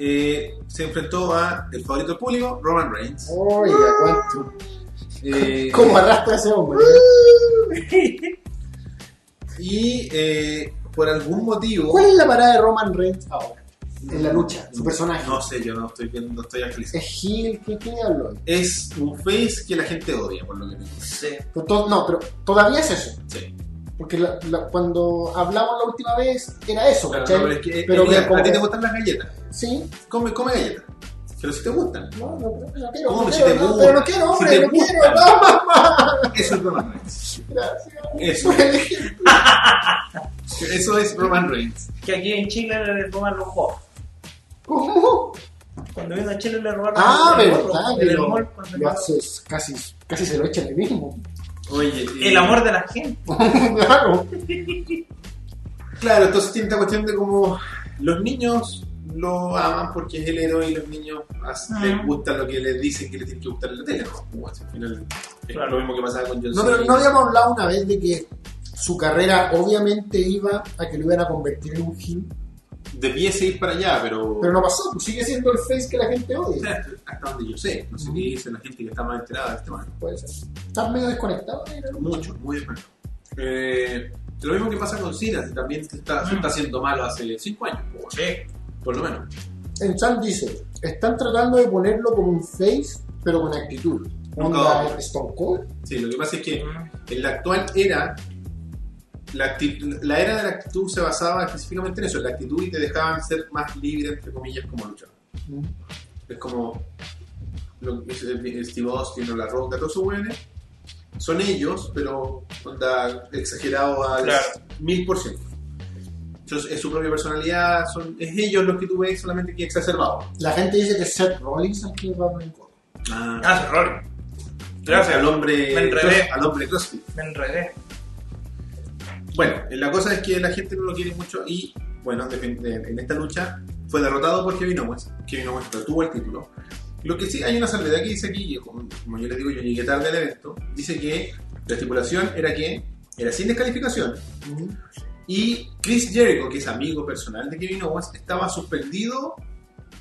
Speaker 1: Eh, se enfrentó a el favorito del público, Roman Reigns.
Speaker 2: Oiga, cuánto.
Speaker 1: Eh,
Speaker 2: Oh. ¿Cómo arrastra ese hombre? eh?
Speaker 1: Uh. y eh, por algún motivo.
Speaker 2: ¿Cuál es la parada de Roman Reigns ahora? en la lucha, su personaje?
Speaker 1: No sé, yo no estoy viendo, no estoy actualizado.
Speaker 2: ¿Es Gil? ¿Qué, qué diablo es?
Speaker 1: Es un face que la gente odia, por lo que tengo.
Speaker 3: [LAUGHS] Sí.
Speaker 2: Pero to- no, pero todavía es eso.
Speaker 1: Sí.
Speaker 2: Porque la- la- cuando hablamos la última vez era eso,
Speaker 1: Claro,
Speaker 2: ¿cachai?
Speaker 1: no, pero es que-
Speaker 2: Pero
Speaker 1: Elías,
Speaker 2: que como
Speaker 1: a ti te
Speaker 2: que-
Speaker 1: gustan las galletas.
Speaker 2: Sí,
Speaker 1: Come, come galletas. Pero si te gustan.
Speaker 2: no, no, no, no quiero,
Speaker 1: ¿Cómo
Speaker 2: no
Speaker 1: que si
Speaker 2: quiero,
Speaker 1: te
Speaker 2: no,
Speaker 1: gusta?
Speaker 2: pero no quiero,
Speaker 1: Si
Speaker 2: hombre,
Speaker 1: te
Speaker 2: no
Speaker 1: gusta.
Speaker 2: quiero, no, mamá.
Speaker 1: Eso es Roman Reigns.
Speaker 2: [LAUGHS] Gracias.
Speaker 1: Eso. Eso es Roman Reigns.
Speaker 3: Que aquí en Chile le robaron los bots.
Speaker 2: ¿Cómo?
Speaker 3: Cuando vino a Chile le robaron
Speaker 2: Ah,
Speaker 3: el gorro,
Speaker 2: verdad,
Speaker 3: el
Speaker 2: que lo-
Speaker 3: amor, cuando-
Speaker 2: lo haces casi, casi se lo echa el mismo. [LAUGHS]
Speaker 1: Oye, eh,
Speaker 3: el amor de la gente.
Speaker 2: claro.
Speaker 1: Claro, entonces tiene esta cuestión de como los niños lo aman porque es el héroe y los niños as-
Speaker 3: Ah.
Speaker 1: les gusta lo que les dicen que les tiene que gustar en la tele. ¿no? Como al final es
Speaker 3: Claro.
Speaker 1: lo mismo que pasaba con John
Speaker 2: No, pero
Speaker 1: Cena.
Speaker 2: no habíamos hablado una vez de que su carrera obviamente iba a que lo iban a convertir en un heel,
Speaker 1: Debiese ir para allá, pero,
Speaker 2: pero no pasó, pues sigue siendo el face que la gente odia.
Speaker 1: hasta donde yo sé. No sé qué dice la gente que está más enterada de este tema.
Speaker 2: Puede ser. Estás medio desconectado, eh, ¿no?
Speaker 1: Mucho, muy bueno. Eh, lo mismo que pasa con Cena, que también se está, se
Speaker 3: Mm.
Speaker 1: está haciendo malo hace 5 años, por- por lo menos.
Speaker 2: En Sam dice, están tratando de ponerlo como un face, pero con actitud.
Speaker 1: No,
Speaker 2: Onda
Speaker 1: no.
Speaker 2: Stone Cold.
Speaker 1: Sí, lo que pasa es que En la actual era, la, acti- la era de la actitud se basaba específicamente en eso, en la actitud y te dejaban ser más libre, entre comillas, como luchador.
Speaker 3: Mm.
Speaker 1: Es como lo que dice Steve Austin o La Roca, todos esos buenos son ellos, pero onda exagerado al
Speaker 3: Claro.
Speaker 1: mil por ciento. Entonces, es su propia personalidad, son, es ellos los que tú ves, solamente que exacerbado.
Speaker 2: La gente dice que Seth Rollins es el que va a poner Cold.
Speaker 1: Ah,
Speaker 3: Ah, se robaron. Gracias.
Speaker 1: Al hombre,
Speaker 3: Me enredé.
Speaker 1: al hombre CrossFit.
Speaker 3: Me enredé.
Speaker 1: Bueno, eh, la cosa es que la gente no lo quiere mucho y, bueno, defin- en en esta lucha fue derrotado por Kevin Owens. Kevin Owens retuvo el título. Lo que sí, hay una salvedad que dice aquí, y como, como yo le digo, yo llegué tarde al evento, dice que la estipulación era que era sin descalificación
Speaker 2: Mm.
Speaker 1: y Chris Jericho, que es amigo personal de Kevin Owens, estaba suspendido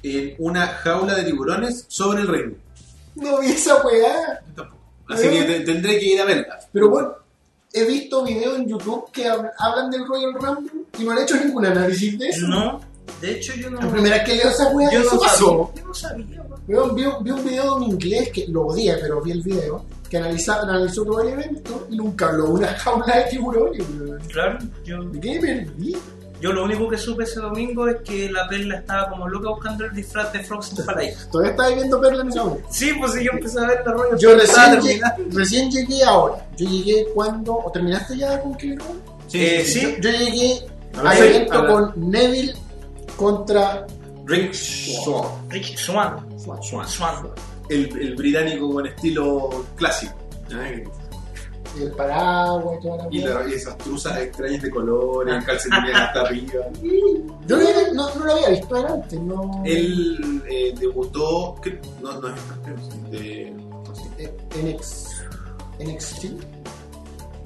Speaker 1: en una jaula de tiburones sobre el ring.
Speaker 2: No vi esa weá.
Speaker 1: Yo tampoco. Así que te- tendré que ir a verla.
Speaker 2: Pero bueno, he visto videos en YouTube que hab- hablan del Royal Rumble y no han hecho ningún análisis de eso.
Speaker 3: No, de hecho yo no.
Speaker 2: La primera vez que leo esa weá,
Speaker 3: yo
Speaker 2: eso
Speaker 3: no
Speaker 2: pasó.
Speaker 3: sabía. Yo no sabía, weón.
Speaker 2: Weón, Vi, vi un video en inglés que lo odié, pero vi el video. Que analiza- analizó todo el evento y nunca habló de una [LAUGHS] jaula de tiburones. weón.
Speaker 3: Claro, yo,
Speaker 2: ¿De qué perdí?
Speaker 3: yo lo único que supe ese domingo es que la perla estaba como loca buscando el disfraz de Frozen para ella.
Speaker 2: Todavía estaba viendo Perla en ese momento.
Speaker 3: Sí, pues sí, yo empecé a ver la rollo.
Speaker 2: Yo
Speaker 3: estaba
Speaker 2: recién llegué,
Speaker 3: terminando.
Speaker 2: recién llegué ahora. Yo llegué cuando. ¿O terminaste ya con Kevin Owens?
Speaker 3: Eh, sí.
Speaker 2: Yo llegué
Speaker 1: Ahora
Speaker 2: al
Speaker 1: sí,
Speaker 2: evento
Speaker 1: ahora.
Speaker 2: con Neville contra
Speaker 1: Rick Shaw.
Speaker 3: Ricky Swan.
Speaker 2: Swan.
Speaker 3: Swan. Swan.
Speaker 1: el, el británico con estilo clásico. ¿eh?
Speaker 2: el paraguas y toda la
Speaker 1: Y,
Speaker 2: wea.
Speaker 1: la- y esas truzas extrañas de colores, calcetines hasta arriba.
Speaker 2: Yo no, no, no lo había visto era antes, no.
Speaker 1: Él eh, debutó. ¿qué? No, no es campeón, de- no sé,
Speaker 2: eh, NX, NXT.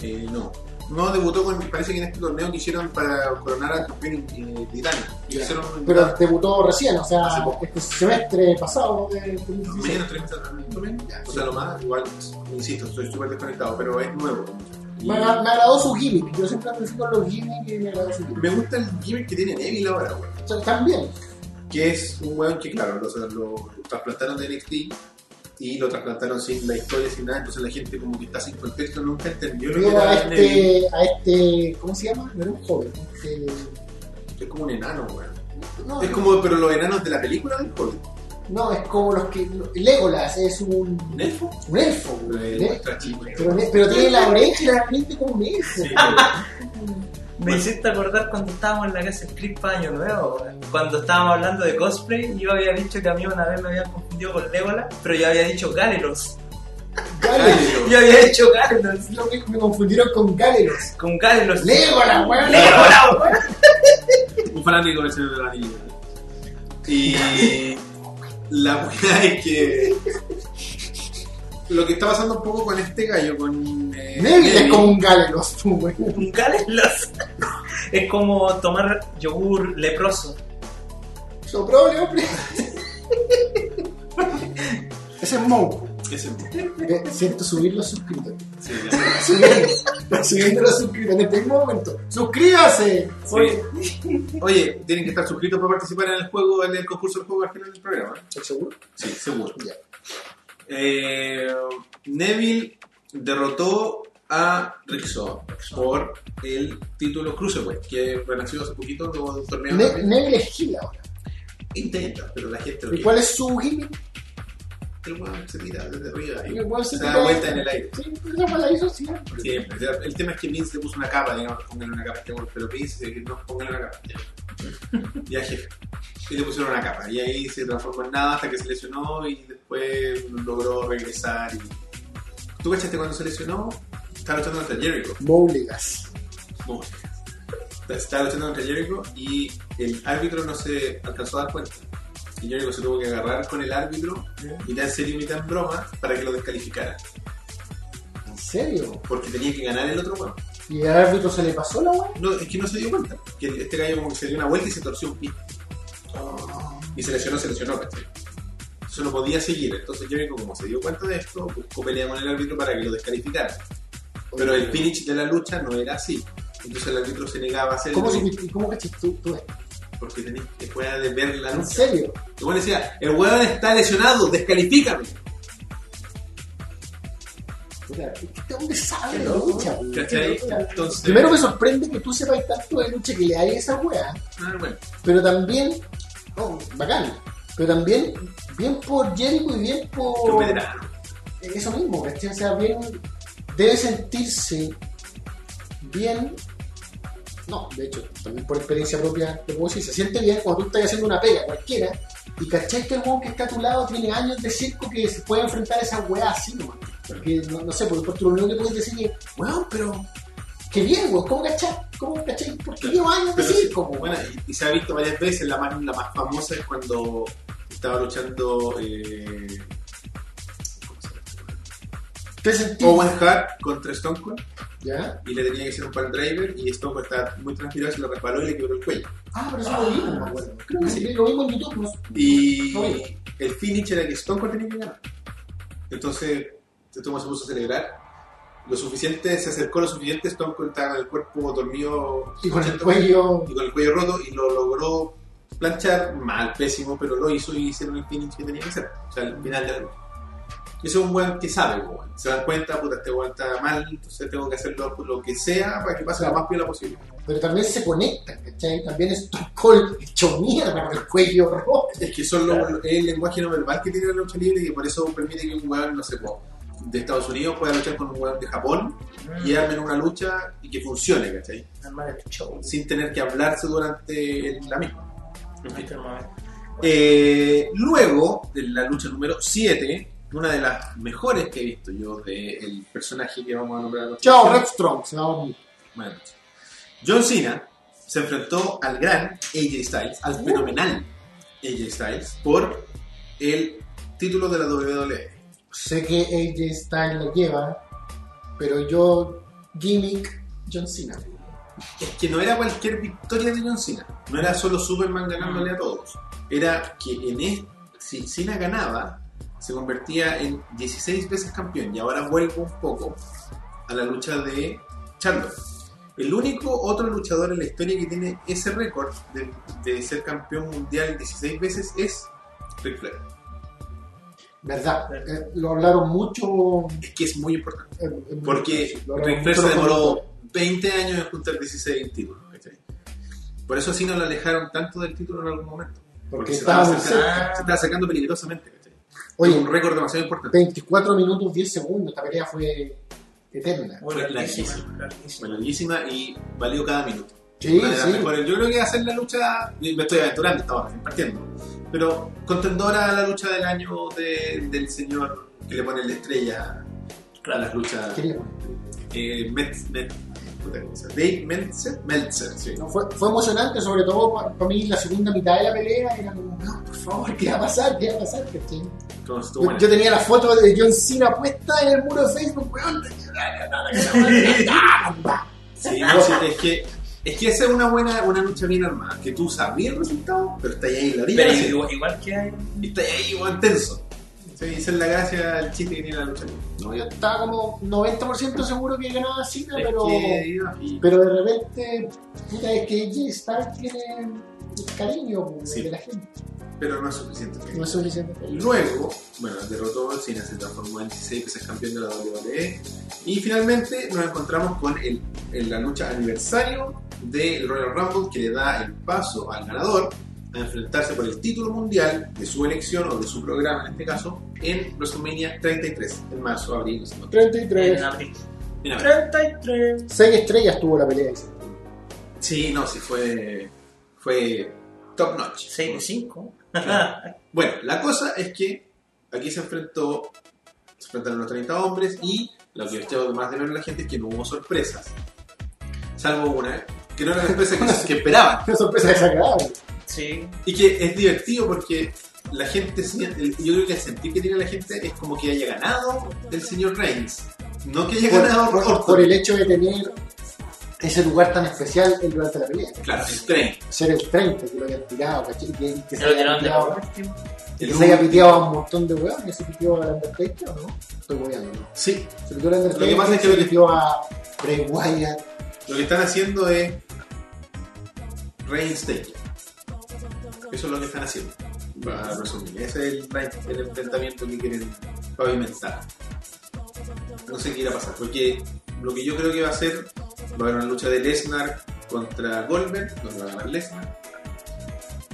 Speaker 1: eh, no. No, debutó con. Parece que en este torneo que hicieron para coronar al campeón eh, británico. Y lo hicieron en
Speaker 2: Pero debutó recién, o sea,
Speaker 1: Hace poco.
Speaker 2: este semestre pasado de 2016.
Speaker 1: menos tres meses atrás. ¿no? Ya, O sea, lo más, igual, insisto, estoy súper desconectado, pero es nuevo.
Speaker 2: Me, agra- me agradó su gimmick. Yo siempre amplifico los gimmicks y me agradó su gimmick.
Speaker 1: Me gusta el gimmick que tiene Neville ahora, weón.
Speaker 2: O sea, También.
Speaker 1: que es un weón que, claro, lo, lo trasplantaron de NXT y lo trasplantaron sin la historia, sin nada. Entonces la gente, como que está sin contexto, nunca entendió lo que
Speaker 2: Veo a
Speaker 1: era Neville.
Speaker 2: este, a este. ¿Cómo se llama? No era un joven. Este,
Speaker 1: Es como un enano, weón.
Speaker 2: no,
Speaker 1: Es como, pero los enanos de la película del Hobbit.
Speaker 2: no, es como los que. Legolas es un.
Speaker 1: ¿Un elfo?
Speaker 2: Un elfo.
Speaker 1: Eh,
Speaker 2: un elfo.
Speaker 1: ultra chico.
Speaker 2: Pero, pero tiene la oreja y la frente como un elfo. [LAUGHS]
Speaker 1: Sí, weón.
Speaker 3: Me hiciste acordar cuando estábamos en la casa Script para Año Nuevo, weón. cuando estábamos hablando de cosplay, yo había dicho que a mí una vez me habían confundido con Legolas, pero yo había dicho Galeros.
Speaker 2: Galeros.
Speaker 3: Yo había dicho Galeros.
Speaker 2: Es lo que me confundieron con Galeros.
Speaker 3: Con Galeros.
Speaker 2: Legolas, weón.
Speaker 3: Legolas, weón.
Speaker 1: un fanático del Señor de la Anillo. Y la weá es que lo que está pasando un poco con este gallo, con eh,
Speaker 2: Neville es como un Galeros, tú, weón.
Speaker 3: Con Galeros. Es como tomar yogur leproso.
Speaker 2: Soprole, hombre. Ese es Moe.
Speaker 1: Ese-
Speaker 2: Eh, Siento subir los suscriptores.
Speaker 1: sí, ya.
Speaker 2: Subiendo, subiendo los suscriptores. En este momento. ¡Suscríbase!
Speaker 1: Oye, oye, tienen que estar suscritos para participar en el juego, en el concurso del juego al final del programa.
Speaker 2: ¿Estás seguro?
Speaker 1: Sí, seguro.
Speaker 2: Ya.
Speaker 1: Eh, Neville derrotó a Rixo por el título Cruiserweight, que renació hace poquito como un torneo.
Speaker 2: Ne- Neville es Gil ahora.
Speaker 1: Intenta, pero la gente lo
Speaker 2: ¿Y
Speaker 1: quiere.
Speaker 2: cuál es su gimmick?
Speaker 1: El weón se tira desde arriba
Speaker 2: El weón
Speaker 1: y
Speaker 2: se
Speaker 1: se da
Speaker 2: tira-
Speaker 1: vuelta en el aire.
Speaker 2: Sí, esa fue la hizo siempre.
Speaker 1: Siempre. O sea, el tema es que Vince le puso una capa, digamos, póngale una capa a este golpe, pero Vince que no, póngale una capa. Ya, jefe. Y le pusieron una capa. Y ahí se transformó en nada hasta que se lesionó y después logró regresar. Y... ¿Tú cachaste cuando se lesionó? Estaba luchando contra Jericho.
Speaker 2: Mouligas.
Speaker 1: No. Estaba luchando contra Jericho y el árbitro no se alcanzó a dar cuenta. Y Jericho se tuvo que agarrar con el árbitro y tan serio y tan broma para que lo descalificara.
Speaker 2: ¿En serio?
Speaker 1: Porque tenía que ganar el otro weón.
Speaker 2: ¿Y al árbitro se le pasó la weá?
Speaker 1: No, es que no se dio cuenta. Que este gallo como que se dio una vuelta y se torció un pie. Y se lesionó, se lesionó, ¿cachai? Eso no podía seguir. Entonces Jericho como se dio cuenta de esto, buscó pelea con el árbitro para que lo descalificara. Pero el finish de la lucha no era así. Entonces el árbitro se negaba a hacerlo
Speaker 2: ¿Cómo, supiste- cómo cachas tú, tú esto?
Speaker 1: porque tenés que fuera de ver la
Speaker 2: ¿En
Speaker 1: lucha.
Speaker 2: serio?
Speaker 1: El weón decía, el weón está lesionado, descalifícame.
Speaker 2: O sea, Este hombre sabe de
Speaker 1: Qué loco,
Speaker 2: lucha, weón.
Speaker 1: ¿Cachai?
Speaker 2: Qué loco.
Speaker 1: Entonces,
Speaker 2: Primero me sorprende que tú sepas tanto de lucha que le hay a esa weá.
Speaker 1: ah, bueno,
Speaker 2: pero también, oh, bacán, pero también bien por Jericho y bien
Speaker 1: qué
Speaker 2: por
Speaker 1: veterano.
Speaker 2: eso mismo, ¿cachai? O sea, bien, debe sentirse bien, no, de hecho, también por experiencia propia, te puedo decir, se siente bien cuando tú estás haciendo una pega cualquiera y cachai que el weón que está a tu lado tiene años de circo que se puede enfrentar a esa weá así, nomás. Porque, no, no sé, por, por lo único que puedes decir es, weón, pero, qué bien, weón, ¿cómo cachai? ¿Cómo cachai? ¿Por qué llevo años de
Speaker 1: Pero sí,
Speaker 2: circo, weón?
Speaker 1: bueno, y, y se ha visto varias veces, la más, la más famosa es cuando estaba luchando eh, ¿cómo se llama?
Speaker 2: Te sentís-
Speaker 1: Owen Hart contra Stone Cold
Speaker 2: ¿Ya?
Speaker 1: y le tenía que hacer un pan driver y Stone Cold estaba muy transpirado, se lo resbaló y le quebró el cuello.
Speaker 2: Ah, pero eso lo vimos, me acuerdo. Creo que
Speaker 1: Sí.
Speaker 2: sí. Lo vimos en YouTube, ¿no?
Speaker 1: Y
Speaker 2: Lo vimos.
Speaker 1: el finish era que Stone Cold tenía que ganar. Entonces, este hombre se puso a celebrar. Lo suficiente, se acercó lo suficiente, Stone Cold estaba con el cuerpo dormido
Speaker 2: Y con el
Speaker 1: 80
Speaker 2: cuello.
Speaker 1: y con el cuello roto y lo logró planchar mal, pésimo, pero lo hizo y hicieron el finish que tenía que hacer. O sea, el final de la lucha. Y Eso es un weón que sabe, weón. Se dan cuenta, puta, este weón está mal, entonces tengo que hacer lo, lo que sea para que pase la más piola posible.
Speaker 2: Pero también se conectan, ¿cachai? También es Stockholm hecho mierda con el cuello rojo.
Speaker 1: Es que son los- es el lenguaje no verbal que tiene la lucha libre y por eso permite que un weón, no sé, po, de Estados Unidos pueda luchar con un weón de Japón y
Speaker 3: Mm.
Speaker 1: armen una lucha y que funcione, ¿cachai?
Speaker 3: Armar el show.
Speaker 1: Sin tener que hablarse durante el- la misma. En fin.
Speaker 3: Este momento.
Speaker 1: Eh, luego de la lucha número 7, una de las mejores que he visto yo del personaje que vamos a nombrar. a
Speaker 2: Chao,
Speaker 1: continuación.
Speaker 2: Red Strong. Se va a morir.
Speaker 1: Buenas noches. John Cena se enfrentó al gran AJ Styles, al fenomenal AJ Styles, por el título de la E. WWE.
Speaker 2: Sé que AJ Styles lo lleva, pero yo, gimmick, John Cena.
Speaker 1: Es que no era cualquier victoria de John Cena, no era solo Superman ganándole a todos, era que en es- si Cena ganaba, se convertía en 16 veces campeón y ahora vuelvo un poco a la lucha de Chandler. El único otro luchador en la historia que tiene ese récord de, de ser campeón mundial 16 veces es Ric Flair.
Speaker 2: ¿Verdad? eh, lo hablaron mucho.
Speaker 1: Es que es muy importante.
Speaker 2: eh, en-
Speaker 1: Porque
Speaker 2: lo hablaron
Speaker 1: Ric Flair se
Speaker 2: mucho los
Speaker 1: demoró
Speaker 2: conductores.
Speaker 1: 20 años en juntar 16 títulos. ¿cachai? Por eso así no lo alejaron tanto del título en algún momento.
Speaker 2: Porque
Speaker 1: se estaba,
Speaker 2: estaba muy
Speaker 1: acercando,
Speaker 3: cerca.
Speaker 1: se estaba acercando peligrosamente. ¿cachai?
Speaker 2: Oye,
Speaker 1: un récord demasiado importante.
Speaker 2: 24 minutos 10 segundos. Esta pelea fue eterna.
Speaker 3: Muy
Speaker 1: Fue
Speaker 3: larguísima,
Speaker 1: larguísima.
Speaker 3: larguísima.
Speaker 1: Bueno, larguísima y valió cada minuto.
Speaker 2: Sí,
Speaker 1: Una de las
Speaker 2: sí.
Speaker 1: mejores. Yo creo que va a ser la lucha, y me estoy aventurando, estaba recién partiendo, pero contendora a la lucha del año de- del señor que le pone la estrella a las luchas.
Speaker 2: ¿Qué le-
Speaker 1: Eh, Metz- Metz- puta, ¿cómo se llama? Dave Meltzer, Meltzer, sí.
Speaker 2: No, fue, fue emocionante, sobre todo para mí la segunda mitad de la pelea era como, no, por favor, ¿qué va a pasar? ¿Qué va a pasar? ¿Cachai?
Speaker 1: Entonces, estuvo
Speaker 2: Yo,
Speaker 1: buena.
Speaker 2: yo tenía la foto de John Cena puesta en el muro de Facebook, weón.
Speaker 1: Sí, no, sí, es que es que esa es una buena una lucha bien armada, que tú sabías el resultado, pero está ahí en la orilla.
Speaker 3: Pero
Speaker 1: así,
Speaker 3: igual, igual que hay.
Speaker 1: y está ahí igual tenso. Sí, esa es la gracia, el chiste que tiene la lucha. libre.
Speaker 2: No, yo estaba como 90% seguro que ganaba Cena,
Speaker 1: Es
Speaker 2: pero,
Speaker 1: que, iba- y-
Speaker 2: pero de repente, puta, es que Jay Stark tiene el cariño pues,
Speaker 1: Sí.
Speaker 2: de la gente.
Speaker 1: pero no es suficiente.
Speaker 2: No es suficiente.
Speaker 1: Luego, bueno, derrotó a Cena, se transformó en 16 veces campeón de la WWE. Y finalmente nos encontramos con el, en la lucha aniversario del Royal Rumble que le da el paso al ganador a enfrentarse por el título mundial de su elección o de su programa en este caso en WrestleMania 33 en marzo, abril, no sé cuándo.
Speaker 2: 33.
Speaker 3: En
Speaker 1: Eh,
Speaker 3: abril.
Speaker 1: Mira, mira.
Speaker 3: 33.
Speaker 2: 6 estrellas tuvo la pelea. [LAUGHS] dice.
Speaker 1: Sí, no, sí, fue, fue top notch.
Speaker 3: 6 de 5.
Speaker 1: Claro. Bueno, la cosa es que aquí se enfrentó, se enfrentaron los 30 hombres y lo que echó más de menos la gente es que no hubo sorpresas. Salvo una, ¿eh? que no era la sorpresa
Speaker 2: [LAUGHS]
Speaker 1: que, que esperaban.
Speaker 2: Una sorpresa desagradable.
Speaker 3: [LAUGHS] Sí.
Speaker 1: Y que es divertido porque la gente, siente- el- yo creo que el sentir que tiene la gente es como que haya ganado el señor Reigns. No que haya ganado
Speaker 2: [LAUGHS] Por, por-
Speaker 1: Orton.
Speaker 2: por el hecho de tener ese lugar tan especial en- durante la pelea.
Speaker 1: Claro, el tren.
Speaker 2: Ser el 30 que lo habían tirado, ¿cachai? Que, que
Speaker 3: Se lo
Speaker 2: habían
Speaker 3: tiraron de
Speaker 2: tirado-
Speaker 3: por último.
Speaker 2: Que
Speaker 1: El
Speaker 2: se haya
Speaker 1: último.
Speaker 2: piteado a un montón de weones, se pitió al Undertaker, ¿no? Estoy moviendo, ¿no?
Speaker 1: Sí,
Speaker 2: Se pitió al Undertaker,
Speaker 1: Lo que pasa es que
Speaker 2: se
Speaker 1: lo que-
Speaker 2: pitió a Bray Wyatt,
Speaker 1: Lo que están haciendo es reinstate. Eso es lo que están haciendo. Para resumir, ese es el, rein- el enfrentamiento que quieren pavimentar. No sé qué irá a pasar, porque lo que yo creo que va a ser va a haber una lucha de Lesnar contra Goldberg, donde va a ganar Lesnar.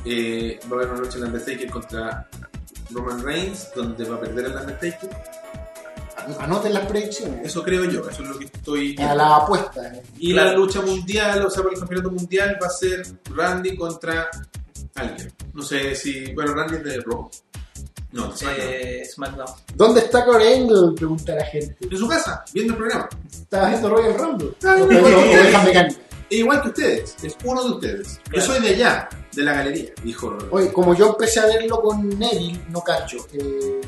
Speaker 1: Eh, va a haber una lucha de Undertaker contra Roman Reigns, donde va a perder el Undertaker.
Speaker 2: anoten las predicciones,
Speaker 1: Eso creo yo, eso es lo que estoy.
Speaker 2: a la apuesta. ¿eh?
Speaker 1: Y
Speaker 3: Claro.
Speaker 1: la lucha mundial, o sea, por el campeonato mundial va a ser Randy contra alguien. No sé si. Bueno, Randy es de Raw. No, de SmackDown.
Speaker 3: Eh, SmackDown.
Speaker 2: ¿Dónde está Corey Angle? Pregunta la gente.
Speaker 1: En su casa, viendo el programa.
Speaker 2: Estaba viendo Royal Rumble.
Speaker 1: Ah, no,
Speaker 2: No, no,
Speaker 1: no,
Speaker 2: ovejas mecánicas.
Speaker 1: E igual que ustedes, es uno de ustedes. Yo
Speaker 3: Claro.
Speaker 1: soy de allá, de la galería, dijo.
Speaker 2: Oye, como yo empecé a verlo con Neville, no cacho. Eh,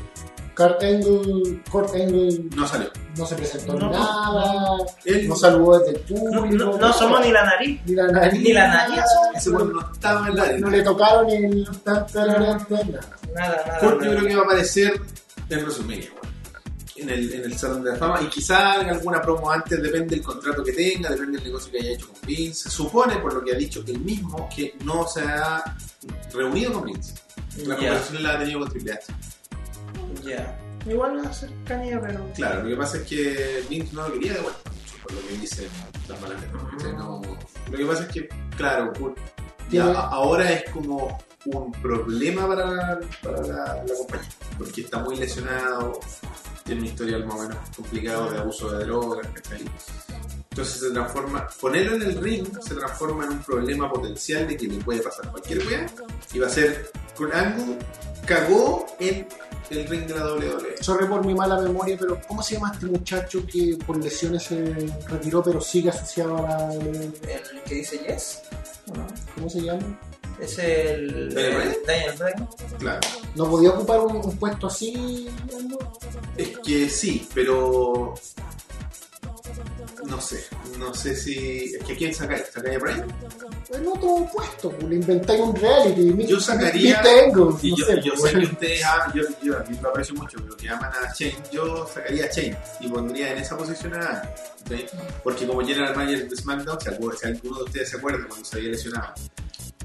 Speaker 2: Kurt Angle, Kurt Angle
Speaker 1: No salió.
Speaker 2: no se presentó en
Speaker 3: No.
Speaker 2: nada,
Speaker 1: Él,
Speaker 2: no saludó desde el
Speaker 3: No,
Speaker 2: público.
Speaker 3: no, no somos ni la nariz.
Speaker 2: ni la nariz.
Speaker 3: ni la nariz.
Speaker 1: ese bueno no estaba en la
Speaker 2: No le tocaron el. tan, tan, tan, tan, nada.
Speaker 3: Nada, nada.
Speaker 1: Porque yo
Speaker 3: nada.
Speaker 1: creo que va a aparecer en WrestleMania, en el, en el Salón de la Fama. Y quizá haga alguna promo antes, depende del contrato que tenga, depende del negocio que haya hecho con Vince. Se supone, por lo que ha dicho él mismo, que no se ha reunido con Vince. La
Speaker 3: Ya,
Speaker 1: conversación la ha tenido con Triple H.
Speaker 3: ya. Igual una cercanía, pero.
Speaker 1: Claro, lo que pasa es que Vince no lo quería de vuelta, por lo que dicen las malas lenguas, ¿cachai? No- Lo que pasa es que, claro, un- ya
Speaker 2: Tiene-
Speaker 1: a- ahora es como un problema para, la- para la, la compañía, porque está muy lesionado, tiene un historial más o menos complicado de abuso de drogas, ¿cachai? Entonces se transforma, ponerlo en el ring se transforma en un problema potencial de que le puede pasar cualquier wea y va a ser con Angle cagó en el ring de la WWE.
Speaker 2: Sorry por mi mala memoria, pero ¿cómo se llama este muchacho que por lesiones se retiró pero sigue asociado a la...
Speaker 3: El que dice yes. ¿no?
Speaker 2: ¿Cómo se llama?
Speaker 3: Es el.
Speaker 1: Daniel Bryan.
Speaker 3: Daniel Bryan.
Speaker 1: E, Claro.
Speaker 2: ¿No podía ocupar un, un puesto así? Aldo?
Speaker 1: Es que sí, pero. No sé. No sé si. Es que quién sacaría, sacaría por ahí.
Speaker 2: En otro puesto, pues, le inventáis un reality. mi-
Speaker 1: Yo sacaría.
Speaker 2: Mister Engels,
Speaker 1: Y
Speaker 2: no
Speaker 1: yo,
Speaker 2: sé,
Speaker 1: yo
Speaker 2: pues.
Speaker 1: sé que ustedes ah, yo, yo a mí lo aprecio mucho, pero que aman a Shane, yo sacaría a Shane y pondría en esa posición a Adam, ¿sí? Porque como General Manager de SmackDown, si alguno, si alguno de ustedes se acuerda cuando se había lesionado,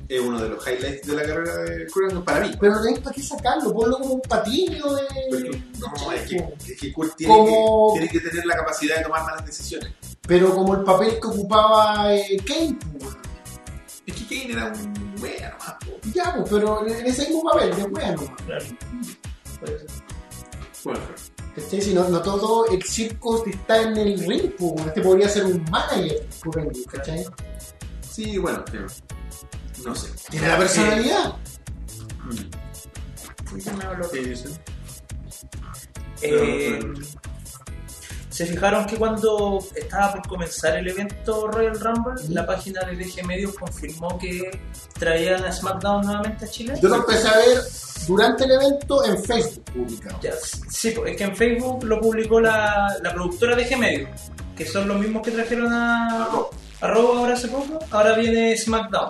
Speaker 1: es uno de los highlights de la carrera de Kurt Angle para mí.
Speaker 2: Pero no tenéis para qué sacarlo, ponlo como un patillo de.
Speaker 1: Porque, no,
Speaker 2: de
Speaker 1: es
Speaker 2: chico.
Speaker 1: que, es que Kurt tiene,
Speaker 2: Como-
Speaker 1: que, tiene que tener la capacidad de tomar malas decisiones.
Speaker 2: Pero como el papel que ocupaba eh, Kane, pues, weón.
Speaker 1: Es que Kane era un wea nomás, po.
Speaker 2: ya, pues, pero en ese mismo papel, de bueno.
Speaker 3: Claro. Puede ser.
Speaker 1: Bueno,
Speaker 2: ¿Cachai? Si no, no todo el circo está en el ring, pues, weón. este podría ser un manager, Kurt Angle, ¿cachai?
Speaker 1: sí, bueno, pero- no sé. Eh,
Speaker 2: Tiene la personalidad.
Speaker 3: Eh,
Speaker 1: Mm.
Speaker 3: Puta, me habló.
Speaker 1: Sí, sí.
Speaker 3: Eh, ¿Se fijaron que cuando estaba por comenzar el evento Royal Rumble,
Speaker 2: Ujú.
Speaker 3: la página de BG Medios confirmó que traían a SmackDown nuevamente a Chile?
Speaker 2: Yo lo empecé a ver durante el evento en Facebook publicado.
Speaker 3: Ya, sí, pues, es que en Facebook lo publicó la, la productora de Gmedio, que son los mismos que trajeron
Speaker 2: Ah,
Speaker 3: a,
Speaker 2: oh,
Speaker 3: a Robo ahora hace poco, ahora viene SmackDown.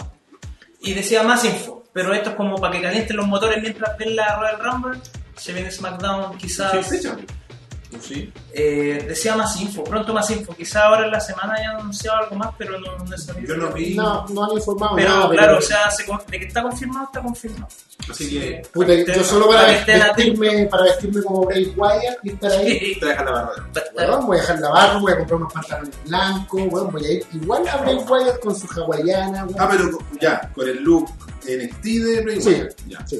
Speaker 3: Y decía más info, pero esto es como para que calienten los motores mientras ven la Royal Rumble, se viene SmackDown
Speaker 1: ¿Qué
Speaker 3: quizás...
Speaker 1: fecha? No, Pues sí.
Speaker 3: eh, decía más info, pronto más info, quizás ahora en la semana hayan anunciado algo más, pero no, no he sabido.
Speaker 1: Yo no vi.
Speaker 2: No, no han informado
Speaker 3: Pero
Speaker 2: nada.
Speaker 3: claro, o sea, se con- de que está confirmado, está confirmado.
Speaker 1: Así que
Speaker 2: Puta, yo solo para,
Speaker 3: Para que estén
Speaker 2: vestirme, para vestirme como Bray Wyatt y estar ahí.
Speaker 1: te deja la barra.
Speaker 3: Va a estar-
Speaker 2: Weón, voy a dejar la barra, voy a comprar unos pantalones blancos, weón, voy a ir igual a Bray Wyatt con su hawaiana, weón.
Speaker 1: Ah, pero co- ya, con el look NXT de Bray
Speaker 2: Sí.
Speaker 1: Wyatt. Ya.
Speaker 2: Sí.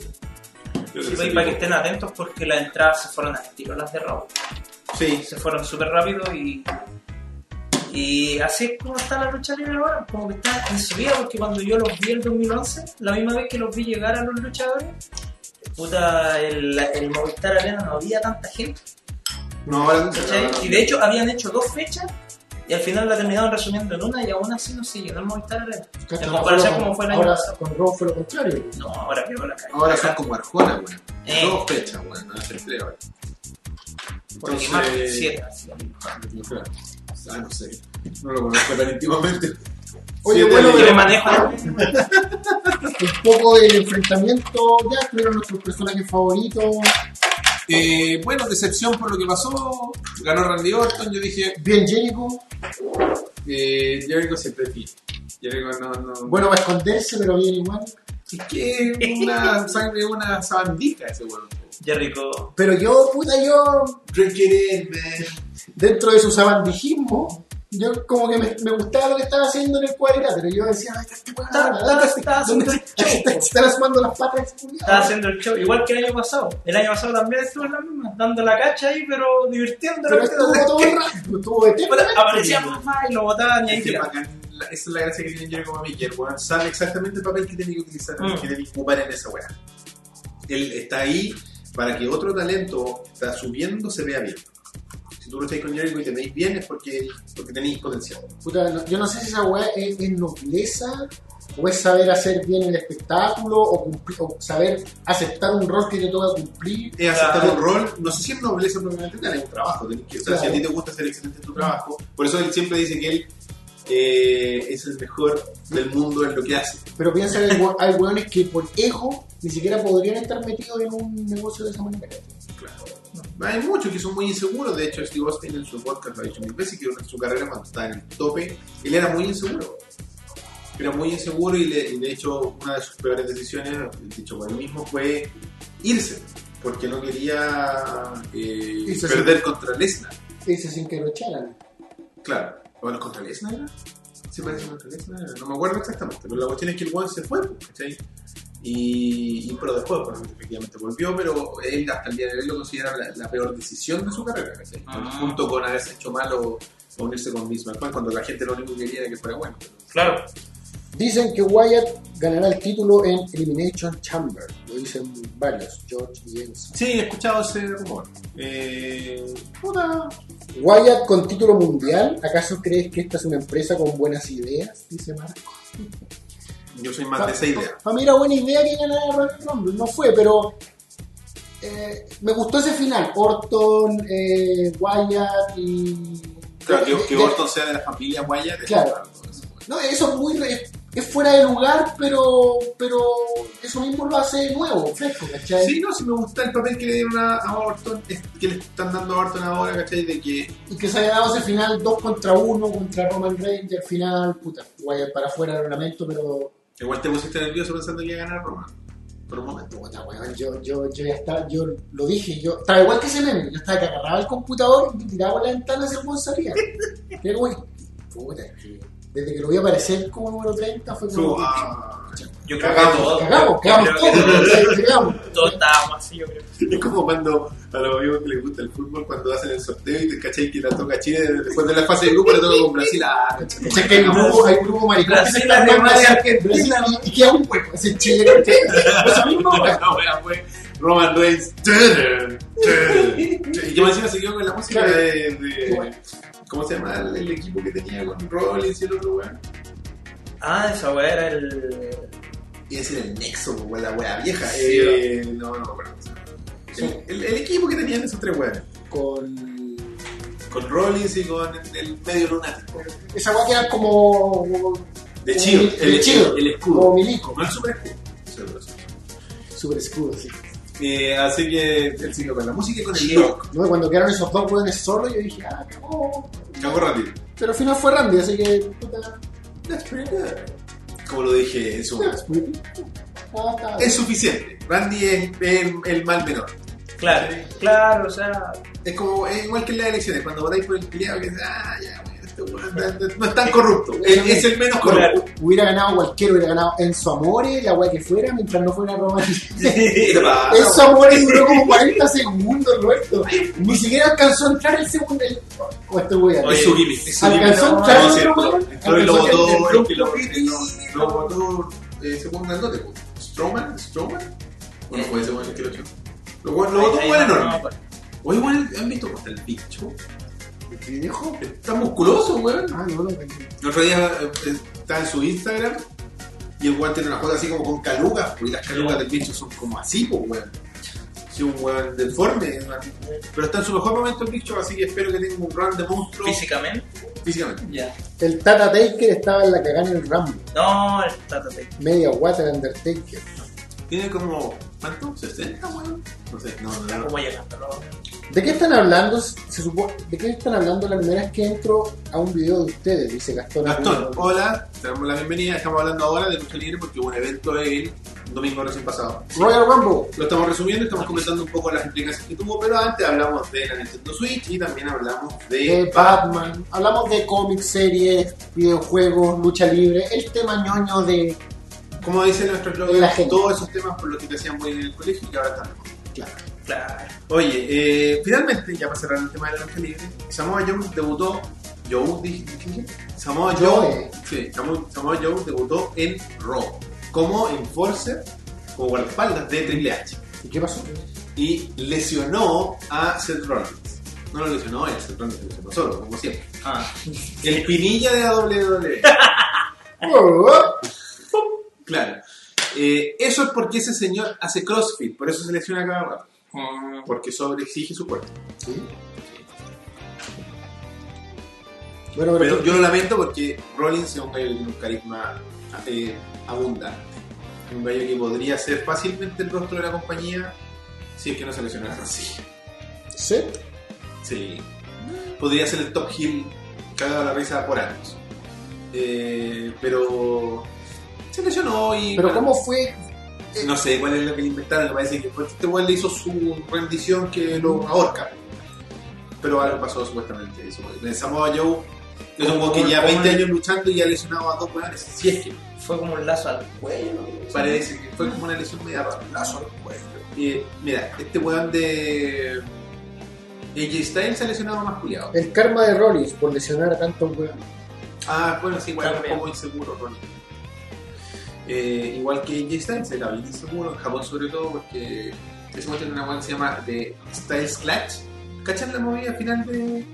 Speaker 1: Yo
Speaker 3: Sí,
Speaker 1: creo que
Speaker 3: pues,
Speaker 1: sí.
Speaker 3: para que estén atentos porque las entradas se fueron al tiro, las de Raw.
Speaker 1: Sí.
Speaker 3: Se fueron súper rápido y. Y así es como está la lucha libre ahora, como que está en subida, porque cuando yo los vi el 2011, la misma vez que los vi llegar a los luchadores, puta, el, el Movistar Arena no había tanta gente.
Speaker 1: No, ahora no
Speaker 3: ¿Cachai? Y de hecho habían hecho dos fechas y al final la terminaron resumiendo en una y aún así no se llenó el Movistar Arena.
Speaker 2: Cacho,
Speaker 3: en
Speaker 2: no
Speaker 3: comparación
Speaker 2: fue
Speaker 3: como fue el año
Speaker 2: ahora
Speaker 3: pasado.
Speaker 2: con Raw fue lo contrario.
Speaker 3: No, ahora quedó la calle.
Speaker 1: Ahora son como Arjona, weón.
Speaker 3: Eh.
Speaker 1: Dos fechas, weón. No hace tres ahora.
Speaker 3: Porque más que
Speaker 1: Entonces.
Speaker 3: siete, así.
Speaker 1: no, claro. Ah, no sé. No lo conozco tan íntimamente.
Speaker 2: Oye,
Speaker 1: Siete
Speaker 2: bueno,
Speaker 1: de-
Speaker 3: Yo me manejo.
Speaker 2: Un poco del enfrentamiento, ya estuvieron nuestros personajes favoritos.
Speaker 1: Eh, bueno, decepción por lo que pasó. Ganó Randy Orton. Yo dije,
Speaker 2: Bien Jericho,
Speaker 1: eh, Jericho siempre aquí. Jericho no, no.
Speaker 2: bueno para esconderse, pero bien igual.
Speaker 1: es que es [LAUGHS] una sangre, una sabandija ese weón.
Speaker 3: Ya rico.
Speaker 2: Pero yo, puta, yo,
Speaker 1: Drink it in, man.
Speaker 2: dentro de su sabandijismo, yo como que me, me gustaba lo que estaba haciendo en el cuadrilátero. Yo decía, "Ay, este weón,
Speaker 3: Está- está-
Speaker 2: date-
Speaker 3: está haciendo
Speaker 2: ¿dónde-
Speaker 3: el show,
Speaker 2: está- [LAUGHS]
Speaker 3: po.
Speaker 2: está asomando las patas.
Speaker 3: Estaba haciendo el show, igual que el año pasado. El año pasado también estuvo en la misma, dando la cacha ahí, pero divirtiéndolo.
Speaker 2: Pero estuvo todo el rato, estuvo eternamente.
Speaker 3: Aparecía mamá y lo botaban y ahí
Speaker 1: Es que
Speaker 3: tiraba.
Speaker 1: bacán, Este la- esa es la gracia que tiene Jerry como Mickey. El weón sabe exactamente el papel que tiene que utilizar,
Speaker 3: Mm.
Speaker 1: que tiene que ocupar en esa weá. Él está ahí para que otro talento que está subiendo se vea bien. Si tú lo estáis con Jericho y te veis bien es porque, porque tenéis potencial.
Speaker 2: Puta, no- yo no sé si esa weá es, es nobleza o es saber hacer bien el espectáculo o, cumpli- o saber aceptar un rol que te toca cumplir.
Speaker 1: Es aceptar
Speaker 3: Claro.
Speaker 1: un rol, no sé si es nobleza propiamente tal, es un trabajo. tenés que- o sea,
Speaker 2: Claro.
Speaker 1: si a ti te gusta ser excelente en tu trabajo, por eso él siempre dice que él eh, es el mejor del mundo en lo que hace.
Speaker 2: Pero piensa que hay we- hay weones que por ego ni siquiera podrían estar metidos en un negocio de esa manera.
Speaker 1: Claro. Hay muchos que son muy inseguros. De hecho, Steve Austin en su podcast lo ha dicho mil veces que en su carrera cuando estaba en el tope, él era muy inseguro. Era muy inseguro y, le- y de hecho una de sus peores decisiones, dicho por él mismo, fue irse. Porque no quería eh,
Speaker 2: Irse sin-
Speaker 1: perder contra Lesnar.
Speaker 2: Ese sin que lo echaran.
Speaker 1: Claro. ¿O no contra Lesnar? era? ¿Se parece contra Lesnar? No me acuerdo exactamente. Pero la cuestión es que el one se fue, ¿cachai? Y, y- pero después, pues, efectivamente volvió, pero él hasta el día de hoy lo considera la, la peor decisión de su carrera, ¿cachai?
Speaker 3: Ah.
Speaker 1: Junto con haberse hecho mal o, o unirse con Vince McMahon cuando la gente lo único que quería era que fuera bueno.
Speaker 3: Claro.
Speaker 2: Dicen que Wyatt ganará el título en Elimination Chamber. Lo dicen varios, George y Enzo.
Speaker 1: Sí, he escuchado ese rumor. Eh, puta.
Speaker 2: Wyatt con título mundial. ¿Acaso crees que esta es una empresa con buenas ideas? Dice Marco.
Speaker 1: Yo soy más de esa idea.
Speaker 2: Para mí era buena idea que ganara Royal Rumble, no fue, pero eh, me gustó ese final. Orton, eh, Wyatt y
Speaker 1: Claro, que,
Speaker 2: de-
Speaker 1: que
Speaker 2: de-
Speaker 1: Orton sea de la familia Wyatt. es
Speaker 2: Claro.
Speaker 1: raro, eso.
Speaker 2: No, eso es muy. re- es fuera de lugar, pero, pero eso mismo lo hace nuevo, fresco, ¿cachai?
Speaker 1: Sí, no, sí me gusta el papel que le dieron a, a Orton, es- que le están dando a Orton ahora, ¿cachai? De que
Speaker 2: Y que se haya dado ese final 2 contra 1 contra Roman Reigns y al final, puta, Wyatt para afuera del lamento, pero.
Speaker 1: igual te pusiste nervioso pensando que iba a ganar Roma. Por un momento.
Speaker 2: Puta, weón, yo, yo, yo ya estaba, yo lo dije, yo estaba igual que ese meme, yo estaba que agarraba el computador y tiraba por la ventana ese weón salía. Pero, weón, puta, es que desde que lo vi aparecer como número 30 fue como.
Speaker 1: Su- ah,
Speaker 3: Yo creo que
Speaker 1: Cagamos.
Speaker 3: todos.
Speaker 2: Cagamos, cagamos
Speaker 3: creo que
Speaker 2: todos, ¿cachai? [LAUGHS] cagamos.
Speaker 3: Todos estábamos así, yo creo.
Speaker 1: [LAUGHS] es como cuando a los amigos que les gusta el fútbol, cuando hacen el sorteo y te cachai que la toca Chile, después de la fase de grupo la toca con Brasil. Ah, cachai. [LAUGHS]
Speaker 2: O sea, que hay un grupo, hay un grupo maricón que se
Speaker 3: Brasil,
Speaker 2: está armando
Speaker 3: Alemania,
Speaker 2: así,
Speaker 3: Argentina,
Speaker 2: Brasil, y, y queda un hueco, ese chile, ¿cachai? Eso mismo,
Speaker 1: No,
Speaker 2: weón.
Speaker 1: no, wea, fue Roman Reigns. Turner, Turner. [LAUGHS] Y que más encima se quedó con la música
Speaker 2: Claro.
Speaker 1: de, de- ¿Cómo se llama el, el equipo que tenía con Rollins y el otro weón?
Speaker 3: Ah, esa weá era el.
Speaker 1: Y ese era el nexo, weón, la wea vieja.
Speaker 3: Sí,
Speaker 1: Eh, no, no, perdón. El, el- el equipo que tenían esos tres weones.
Speaker 2: Con.
Speaker 1: Con Rollins y con el, el medio lunático.
Speaker 2: Esa weá que era como.
Speaker 1: De Chido.
Speaker 2: De Chido.
Speaker 1: El,
Speaker 2: como
Speaker 1: escudo.
Speaker 2: milico.
Speaker 1: No el super escudo. Sí, pero sí.
Speaker 2: Super escudo, sí.
Speaker 1: Eh, así que él siguió con la música y con el rock.
Speaker 2: No, cuando quedaron esos dos weones solos, yo dije, ah, cagó.
Speaker 1: Cago rápido.
Speaker 2: Pero al final fue Randy, así que. puta,
Speaker 1: That's pretty good. Como lo dije en su
Speaker 2: that's pretty. Ah, está bien.
Speaker 1: Es suficiente. Randy es el, el mal menor.
Speaker 3: Claro, claro, o sea.
Speaker 1: Es como, es igual que en las elecciones, cuando votáis por el peleado, que dices, ah, ya, bueno, este weón no- no es tan corrupto, es, es el menos corrupto.
Speaker 2: Hubiera ganado cualquiera, hubiera ganado Enzo Amore, la weá que fuera, mientras no fuera Roman.
Speaker 1: Ah,
Speaker 2: Enzo Amore duró como 40 segundos, Roberto. Ni siquiera alcanzó a entrar el segundo. el- O este weón.
Speaker 1: Es su gimmick. es su gimmick.
Speaker 2: Alcanzó
Speaker 1: No,
Speaker 2: un chance,
Speaker 1: Ah, no, sí,
Speaker 2: ¿no?
Speaker 1: pero-
Speaker 2: Alcanzó
Speaker 1: pero lo
Speaker 2: el-
Speaker 1: votó,
Speaker 2: el
Speaker 1: el que lo-
Speaker 2: Trump.
Speaker 1: que lo- lo votó, eh, según Nandote, pues. ¿Strowman? ¿Strowman? Bueno, fue ese weón el que lo echó. Lo lo votó un weón enorme.
Speaker 3: pues,
Speaker 1: Oye, weón, ¿han visto cómo está el bicho?
Speaker 2: ¿Qué dijo?
Speaker 1: Está musculoso, weón.
Speaker 2: Ah, no, no, no.
Speaker 1: El otro día eh, estaba en su Instagram y el weón tiene una foto así como con calugas, pues, y las calugas del bicho son como así, pues, weón. Sí, un weón deforme. una- Pero está en su mejor momento el bicho, así que espero que tenga un run de monstruo
Speaker 3: Físicamente,
Speaker 1: físicamente.
Speaker 3: ya.
Speaker 2: El Tata Taker estaba en la cagada en el Rambo.
Speaker 3: No, el tátate.
Speaker 2: Media guata el Undertaker.
Speaker 1: Tiene como, ¿cuánto? ¿60, weón? No sé, no, no,
Speaker 2: Ah.
Speaker 1: no.
Speaker 3: ¿Cómo llegando? No,
Speaker 2: ¿De qué están hablando? Se supo- ¿De qué están hablando la primera vez que entro a un video de ustedes? Dice Gastón.
Speaker 1: Gastón,
Speaker 2: Armando.
Speaker 1: hola, te damos la bienvenida. Estamos hablando ahora de lucha libre porque hubo un evento el domingo recién pasado.
Speaker 2: Royal Rumble.
Speaker 1: Lo estamos resumiendo, estamos comentando un poco las implicaciones que tuvo, pero antes hablamos de la Nintendo Switch y también hablamos
Speaker 2: De
Speaker 1: de
Speaker 2: Batman. Hablamos de cómics, series, videojuegos, lucha libre. El tema ñoño de.
Speaker 1: Como dice nuestro blog,
Speaker 2: La gente.
Speaker 1: todos esos temas por los que te hacían muy en el colegio y que ahora están.
Speaker 2: Claro.
Speaker 3: Claro.
Speaker 1: Oye, eh, finalmente, ya para cerrar el tema de la lucha libre, Samoa Joe debutó. Joe, dije, ¿qué dije? Samoa Joe.
Speaker 2: Joe.
Speaker 1: Sí, Samo- Samoa Joe debutó en Raw como enforcer o guardaespaldas de Triple H
Speaker 2: ¿Y qué pasó?
Speaker 1: y lesionó a Seth Rollins. No lo lesionó él, Seth Rollins lo lesionó solo, como siempre.
Speaker 3: Ah,
Speaker 1: El pinilla de la E. WWE. claro. Eh, eso es porque ese señor hace CrossFit, por eso se lesiona cada rato.
Speaker 3: mm,
Speaker 1: porque sobreexige su cuerpo.
Speaker 2: Sí. Bueno, pero.
Speaker 1: Pero yo lo lamento porque Rollins es un gallo que tiene un carisma eh, abundante. Un gallo que podría ser fácilmente el rostro de la compañía si es que no se lesionara así.
Speaker 2: ¿Sí?
Speaker 1: Sí. Podría ser el top heel cagado a la risa por años. Eh, pero se lesionó y.
Speaker 2: Pero
Speaker 1: bueno,
Speaker 2: ¿cómo fue?
Speaker 1: Eh, No sé cuál es lo que le inventaron. Me parece que fue este weón le hizo su rendición que lo ahorca. Pero algo pasó supuestamente. Eso. En Samoa Joe es un weón que lleva 20 años luchando y ha lesionado a dos weones. Si es que
Speaker 3: fue como un lazo al cuello. ¿no?
Speaker 1: parece que fue como una lesión media rara. Y, mira, este weón de. AJ Styles se ha lesionado más culiado.
Speaker 2: El karma de Rollins por lesionar a tantos weones.
Speaker 1: Ah, bueno, sí, igual es un
Speaker 3: También.
Speaker 1: poco inseguro, Ronnie. Eh, igual que AJ Styles, era bien inseguro, en Japón sobre todo, porque ese weón tiene una weón que se llama The Styles Clutch. ¿Cachan la movida final de.?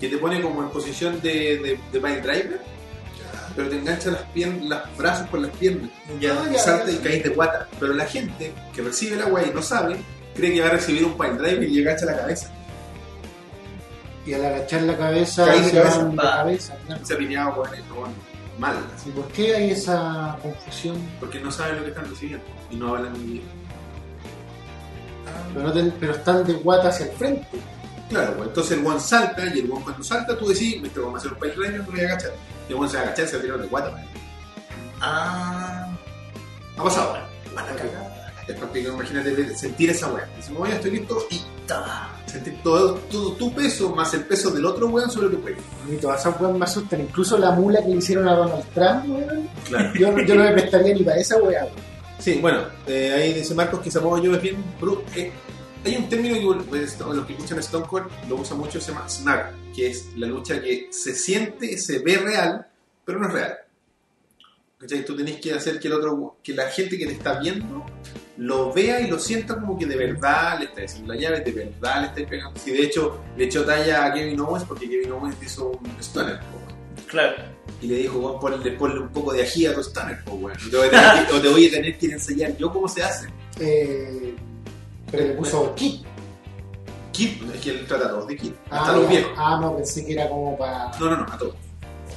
Speaker 1: Que te pone como en posición de, de, de pile driver, pero te engancha las, piernas, los brazos con las piernas.
Speaker 2: Ah,
Speaker 1: Y
Speaker 2: ya,
Speaker 1: salta
Speaker 2: ya.
Speaker 1: y caes de guata. Pero la gente que recibe la weá y no sabe, cree que va a recibir un pile driver y le engancha la cabeza.
Speaker 2: Y al agachar la cabeza,
Speaker 1: Caí de
Speaker 2: se
Speaker 1: cabeza,
Speaker 2: van de
Speaker 3: va.
Speaker 2: cabeza. claro.
Speaker 1: Se apiñaba con el con mal,
Speaker 2: Sí, ¿Por qué hay esa confusión?
Speaker 1: porque no saben lo que están recibiendo y no hablan ni bien.
Speaker 2: Pero, no ten- pero están de guata hacia el frente.
Speaker 1: Claro, pues, entonces el guan salta y el guan cuando salta tú decís, nuestro guan va a ser un país reño, no le voy a agachar. Y el guan se va a agachar, se va a tirar de guata.
Speaker 3: Ah,
Speaker 1: Ha pasado. pues,
Speaker 3: buena cagada.
Speaker 1: Es práctico, imagínate sentir esa weá. Decimos, oye, estoy listo y
Speaker 3: Ta.
Speaker 1: sentir todo, todo tu peso más el peso del otro weón sobre tu cuello.
Speaker 2: A mí todas esas weas me asustan. Incluso la mula que le hicieron a Donald Trump, weón.
Speaker 1: Claro.
Speaker 2: Yo, yo no me prestaría ni para esa wea. weón.
Speaker 1: Sí, bueno, eh, ahí dice Marcos que Samoa Joe es bien bru- eh, hay un término que pues, los que escuchan Stone Cold lo usa mucho, se llama snag, que es la lucha que se siente, se ve real, pero no es real. ¿Cachai? Tú tenés que hacer que el otro, que la gente que te está viendo lo vea y lo sienta como que de verdad le está diciendo la llave, de verdad le está pegando. Si de hecho le echó talla a Kevin Owens porque Kevin Owens hizo un stunner. po, weón.
Speaker 3: Claro. [LAUGHS]
Speaker 1: Y le dijo, weón, ponle, ponle un poco de ají a tu stunner, po, weón. Y te voy a tener que- O te voy a tener que enseñar yo cómo se hace.
Speaker 2: Eh, pero le puso kit.
Speaker 1: Kid, es que él trata a todos de Kid. Hasta
Speaker 2: Ah,
Speaker 1: los
Speaker 2: ya.
Speaker 1: viejos.
Speaker 2: Ah, no, pensé que era como para
Speaker 1: No, no, no, a todos.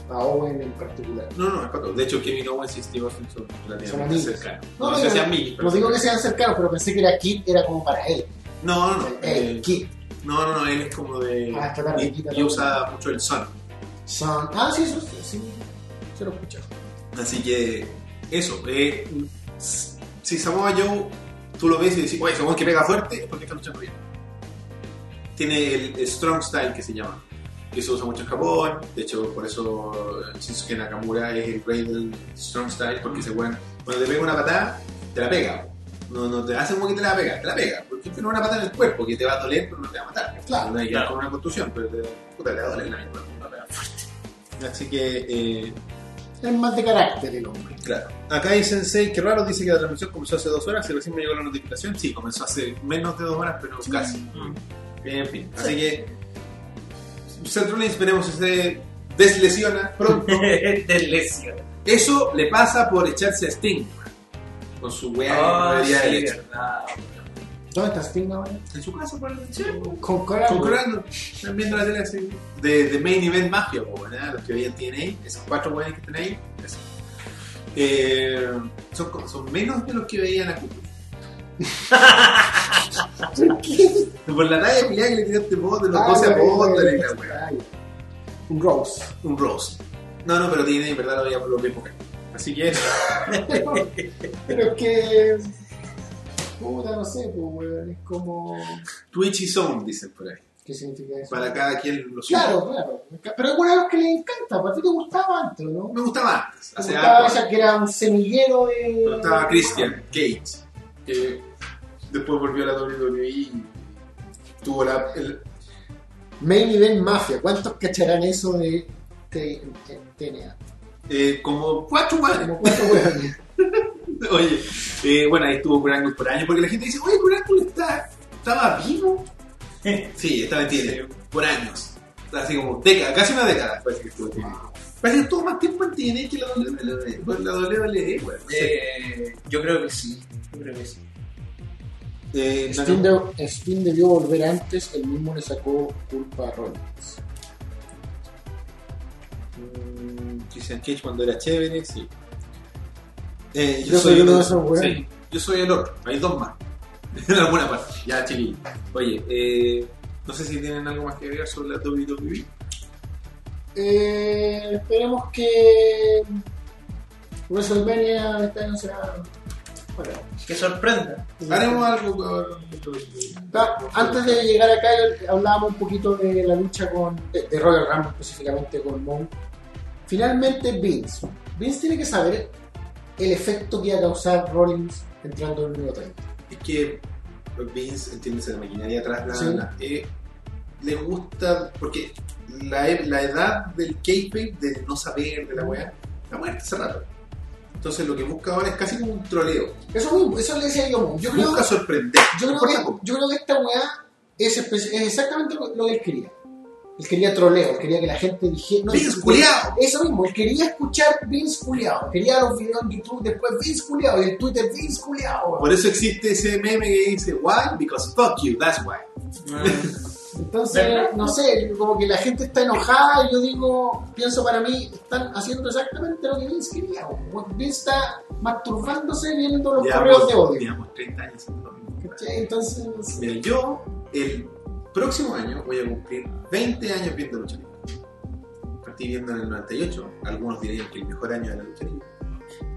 Speaker 2: Owen en particular.
Speaker 1: No, no, es para todos. De hecho, Kevin Owens y Steve Austin son
Speaker 2: Son
Speaker 1: relativamente
Speaker 2: amigos.
Speaker 1: cercanos.
Speaker 2: No,
Speaker 1: No,
Speaker 2: no,
Speaker 1: sé si
Speaker 2: no,
Speaker 1: amigos. pero
Speaker 2: No digo
Speaker 1: son-
Speaker 2: que sean cercanos, pero pensé que era kit, era como para él.
Speaker 1: No, no, no.
Speaker 2: El
Speaker 1: eh,
Speaker 2: kit.
Speaker 1: No, no, no, él es como de.
Speaker 2: Ah, está tarde,
Speaker 1: y-
Speaker 2: quita
Speaker 1: y,
Speaker 2: todo.
Speaker 1: usa mucho el son.
Speaker 2: Son... Ah, sí, eso sí. Se lo escucha.
Speaker 1: Así que, eso. eh, s- si Samoa Joe, tú lo ves y decís, oye, Samoa que pega fuerte, es porque está luchando bien. Tiene el Strong Style que se llama. Que se usa mucho en Japón. De hecho, por eso eh, Shinsuke Nakamura es el rey del Strong Style, porque ese weón, cuando te pega una patada, te la pega. No, no te hace como que te la pega, te la pega. Porque tiene una patada en el cuerpo que te va a doler, pero no te va a matar.
Speaker 2: Claro,
Speaker 1: no hay que
Speaker 3: claro.
Speaker 1: con una contusión, pero te, puta, te va a doler la misma, una pega fuerte. Así que. eh,
Speaker 2: Es más de carácter el hombre.
Speaker 1: Claro. Acá hay Sensei, que raro, dice que la transmisión comenzó hace dos horas y recién me llegó la notificación. Sí, comenzó hace menos de dos horas, pero casi.
Speaker 3: Mm.
Speaker 1: En fin, así que Seth Rollins esperemos que se deslesiona pronto.
Speaker 3: Te lesiona.
Speaker 1: Eso le pasa por echarse a Sting con su weá que no
Speaker 3: Ah,
Speaker 1: debería haber
Speaker 3: sí,
Speaker 1: hecho.
Speaker 3: verdad.
Speaker 2: ¿Dónde está Sting ahora?
Speaker 1: En su casa, por el sí, po.
Speaker 2: Con Cora.
Speaker 1: Con
Speaker 2: weón.
Speaker 1: Corano, están viendo la tele así. De, de Main Event Mafia, po, ¿verdad? los que veían TNA, esos cuatro weones que están ahí, eso. Eh, son, como- son menos de los que veían a Cooper. [LAUGHS]
Speaker 2: ¿Por qué?
Speaker 1: Por la talla de Milán que le tiraste vos, de los
Speaker 2: Ah,
Speaker 1: 12
Speaker 2: weón,
Speaker 1: apóstoles, la
Speaker 2: weón.
Speaker 1: weá.
Speaker 2: Ay, Un Rose.
Speaker 1: Un Rose. No, no, pero tiene, en verdad, lo veía por lo que época. Así que,
Speaker 2: Pero es que. Puta, no sé, pues, weón. Es como.
Speaker 1: Twitch y Zone, dicen por ahí.
Speaker 2: ¿Qué significa eso?
Speaker 1: Para cada quien lo suyo.
Speaker 2: Claro, claro. Pero es bueno a los que les encanta, porque a ti te gustaba antes, ¿no?
Speaker 1: Me gustaba antes,
Speaker 2: Me
Speaker 1: hace
Speaker 2: gustaba
Speaker 1: algo.
Speaker 2: esa que era un semillero de.
Speaker 1: Pero estaba Christian Cage, que después volvió a la WWE y tuvo la, el,
Speaker 2: Main Event Mafia. ¿Cuántos cacharán eso de T- T- TNA?
Speaker 1: eh, como cuatro weones.
Speaker 2: Como
Speaker 1: [LAUGHS]
Speaker 2: cuatro weones.
Speaker 1: Oye, eh, bueno, ahí estuvo Grangle por años, porque la gente dice, oye, Grangle está, estaba
Speaker 3: [LAUGHS]
Speaker 1: vivo. Sí, estaba en TNA, por años. Así como década, casi una década parece que estuvo en TNA. Parece que estuvo más tiempo en TNA que la WWE, la WWE, güey. No sé.
Speaker 3: Eh, yo creo que sí. Yo creo que sí.
Speaker 1: Eh,
Speaker 2: Steam,
Speaker 1: Nakamura-
Speaker 2: de- Steam debió volver antes, el mismo le sacó culpa a Rollins.
Speaker 1: Mm, Christian Cage cuando era chévere, sí. Eh,
Speaker 2: Yo soy uno de esos
Speaker 1: sí,
Speaker 2: güeyes.
Speaker 1: yo soy el otro, hay dos más. [LAUGHS] En alguna parte. Ya, chiquillo. Oye, eh, no sé si tienen algo más que agregar sobre la E. WWE.
Speaker 2: Eh, esperemos que. WrestleMania este año será. Bueno,
Speaker 3: Que sorprenda.
Speaker 1: Haremos algo con-
Speaker 2: Da- Ah, Antes de llegar acá hablábamos un poquito de la lucha con, de, de Royal Rumble específicamente con Moon. Finalmente Vince. Vince tiene que saber el efecto que iba a causar Rollins entrando en el minuto 30.
Speaker 1: Es que Vince, entiéndese, la maquinaria atrás, la,
Speaker 2: Sí.
Speaker 1: la- eh, le gusta, porque la, e- la edad del kayfabe, de no saber, de la weá, la muerte hace rato. Entonces lo que busca ahora es casi como un troleo.
Speaker 2: Eso mismo, eso le decía yo a Moon. Yo creo,
Speaker 1: busca sorprender.
Speaker 2: yo creo,
Speaker 1: No importa
Speaker 2: que,
Speaker 1: cómo.
Speaker 2: yo creo que esta weá es, espe- es exactamente lo, lo que él quería. Él quería troleo, él quería que la gente dijera. no,
Speaker 1: Vince
Speaker 2: él-
Speaker 1: culiao.
Speaker 2: Eso mismo, él quería escuchar Vince Culeado. Quería los videos en YouTube, después Vince Culeado y en Twitter Vince Culeado.
Speaker 1: Por eso existe ese meme que dice, why? Because fuck you, that's why.
Speaker 3: Mm.
Speaker 2: Entonces,
Speaker 3: ¿Verdad?
Speaker 2: no sé, como que la gente está enojada y yo digo, pienso para mí, están haciendo exactamente lo que Vince quería. güey. Vince está masturbándose viendo los
Speaker 1: Llevamos,
Speaker 2: correos de odio.
Speaker 1: llevamos 30 años haciendo lo mismo.
Speaker 2: ¿cachai? Entonces, no sé.
Speaker 1: Mira, yo el próximo año voy a cumplir 20 años viendo lucha libre. Partí viendo en el 98. Algunos dirían que el mejor año de la lucha libre.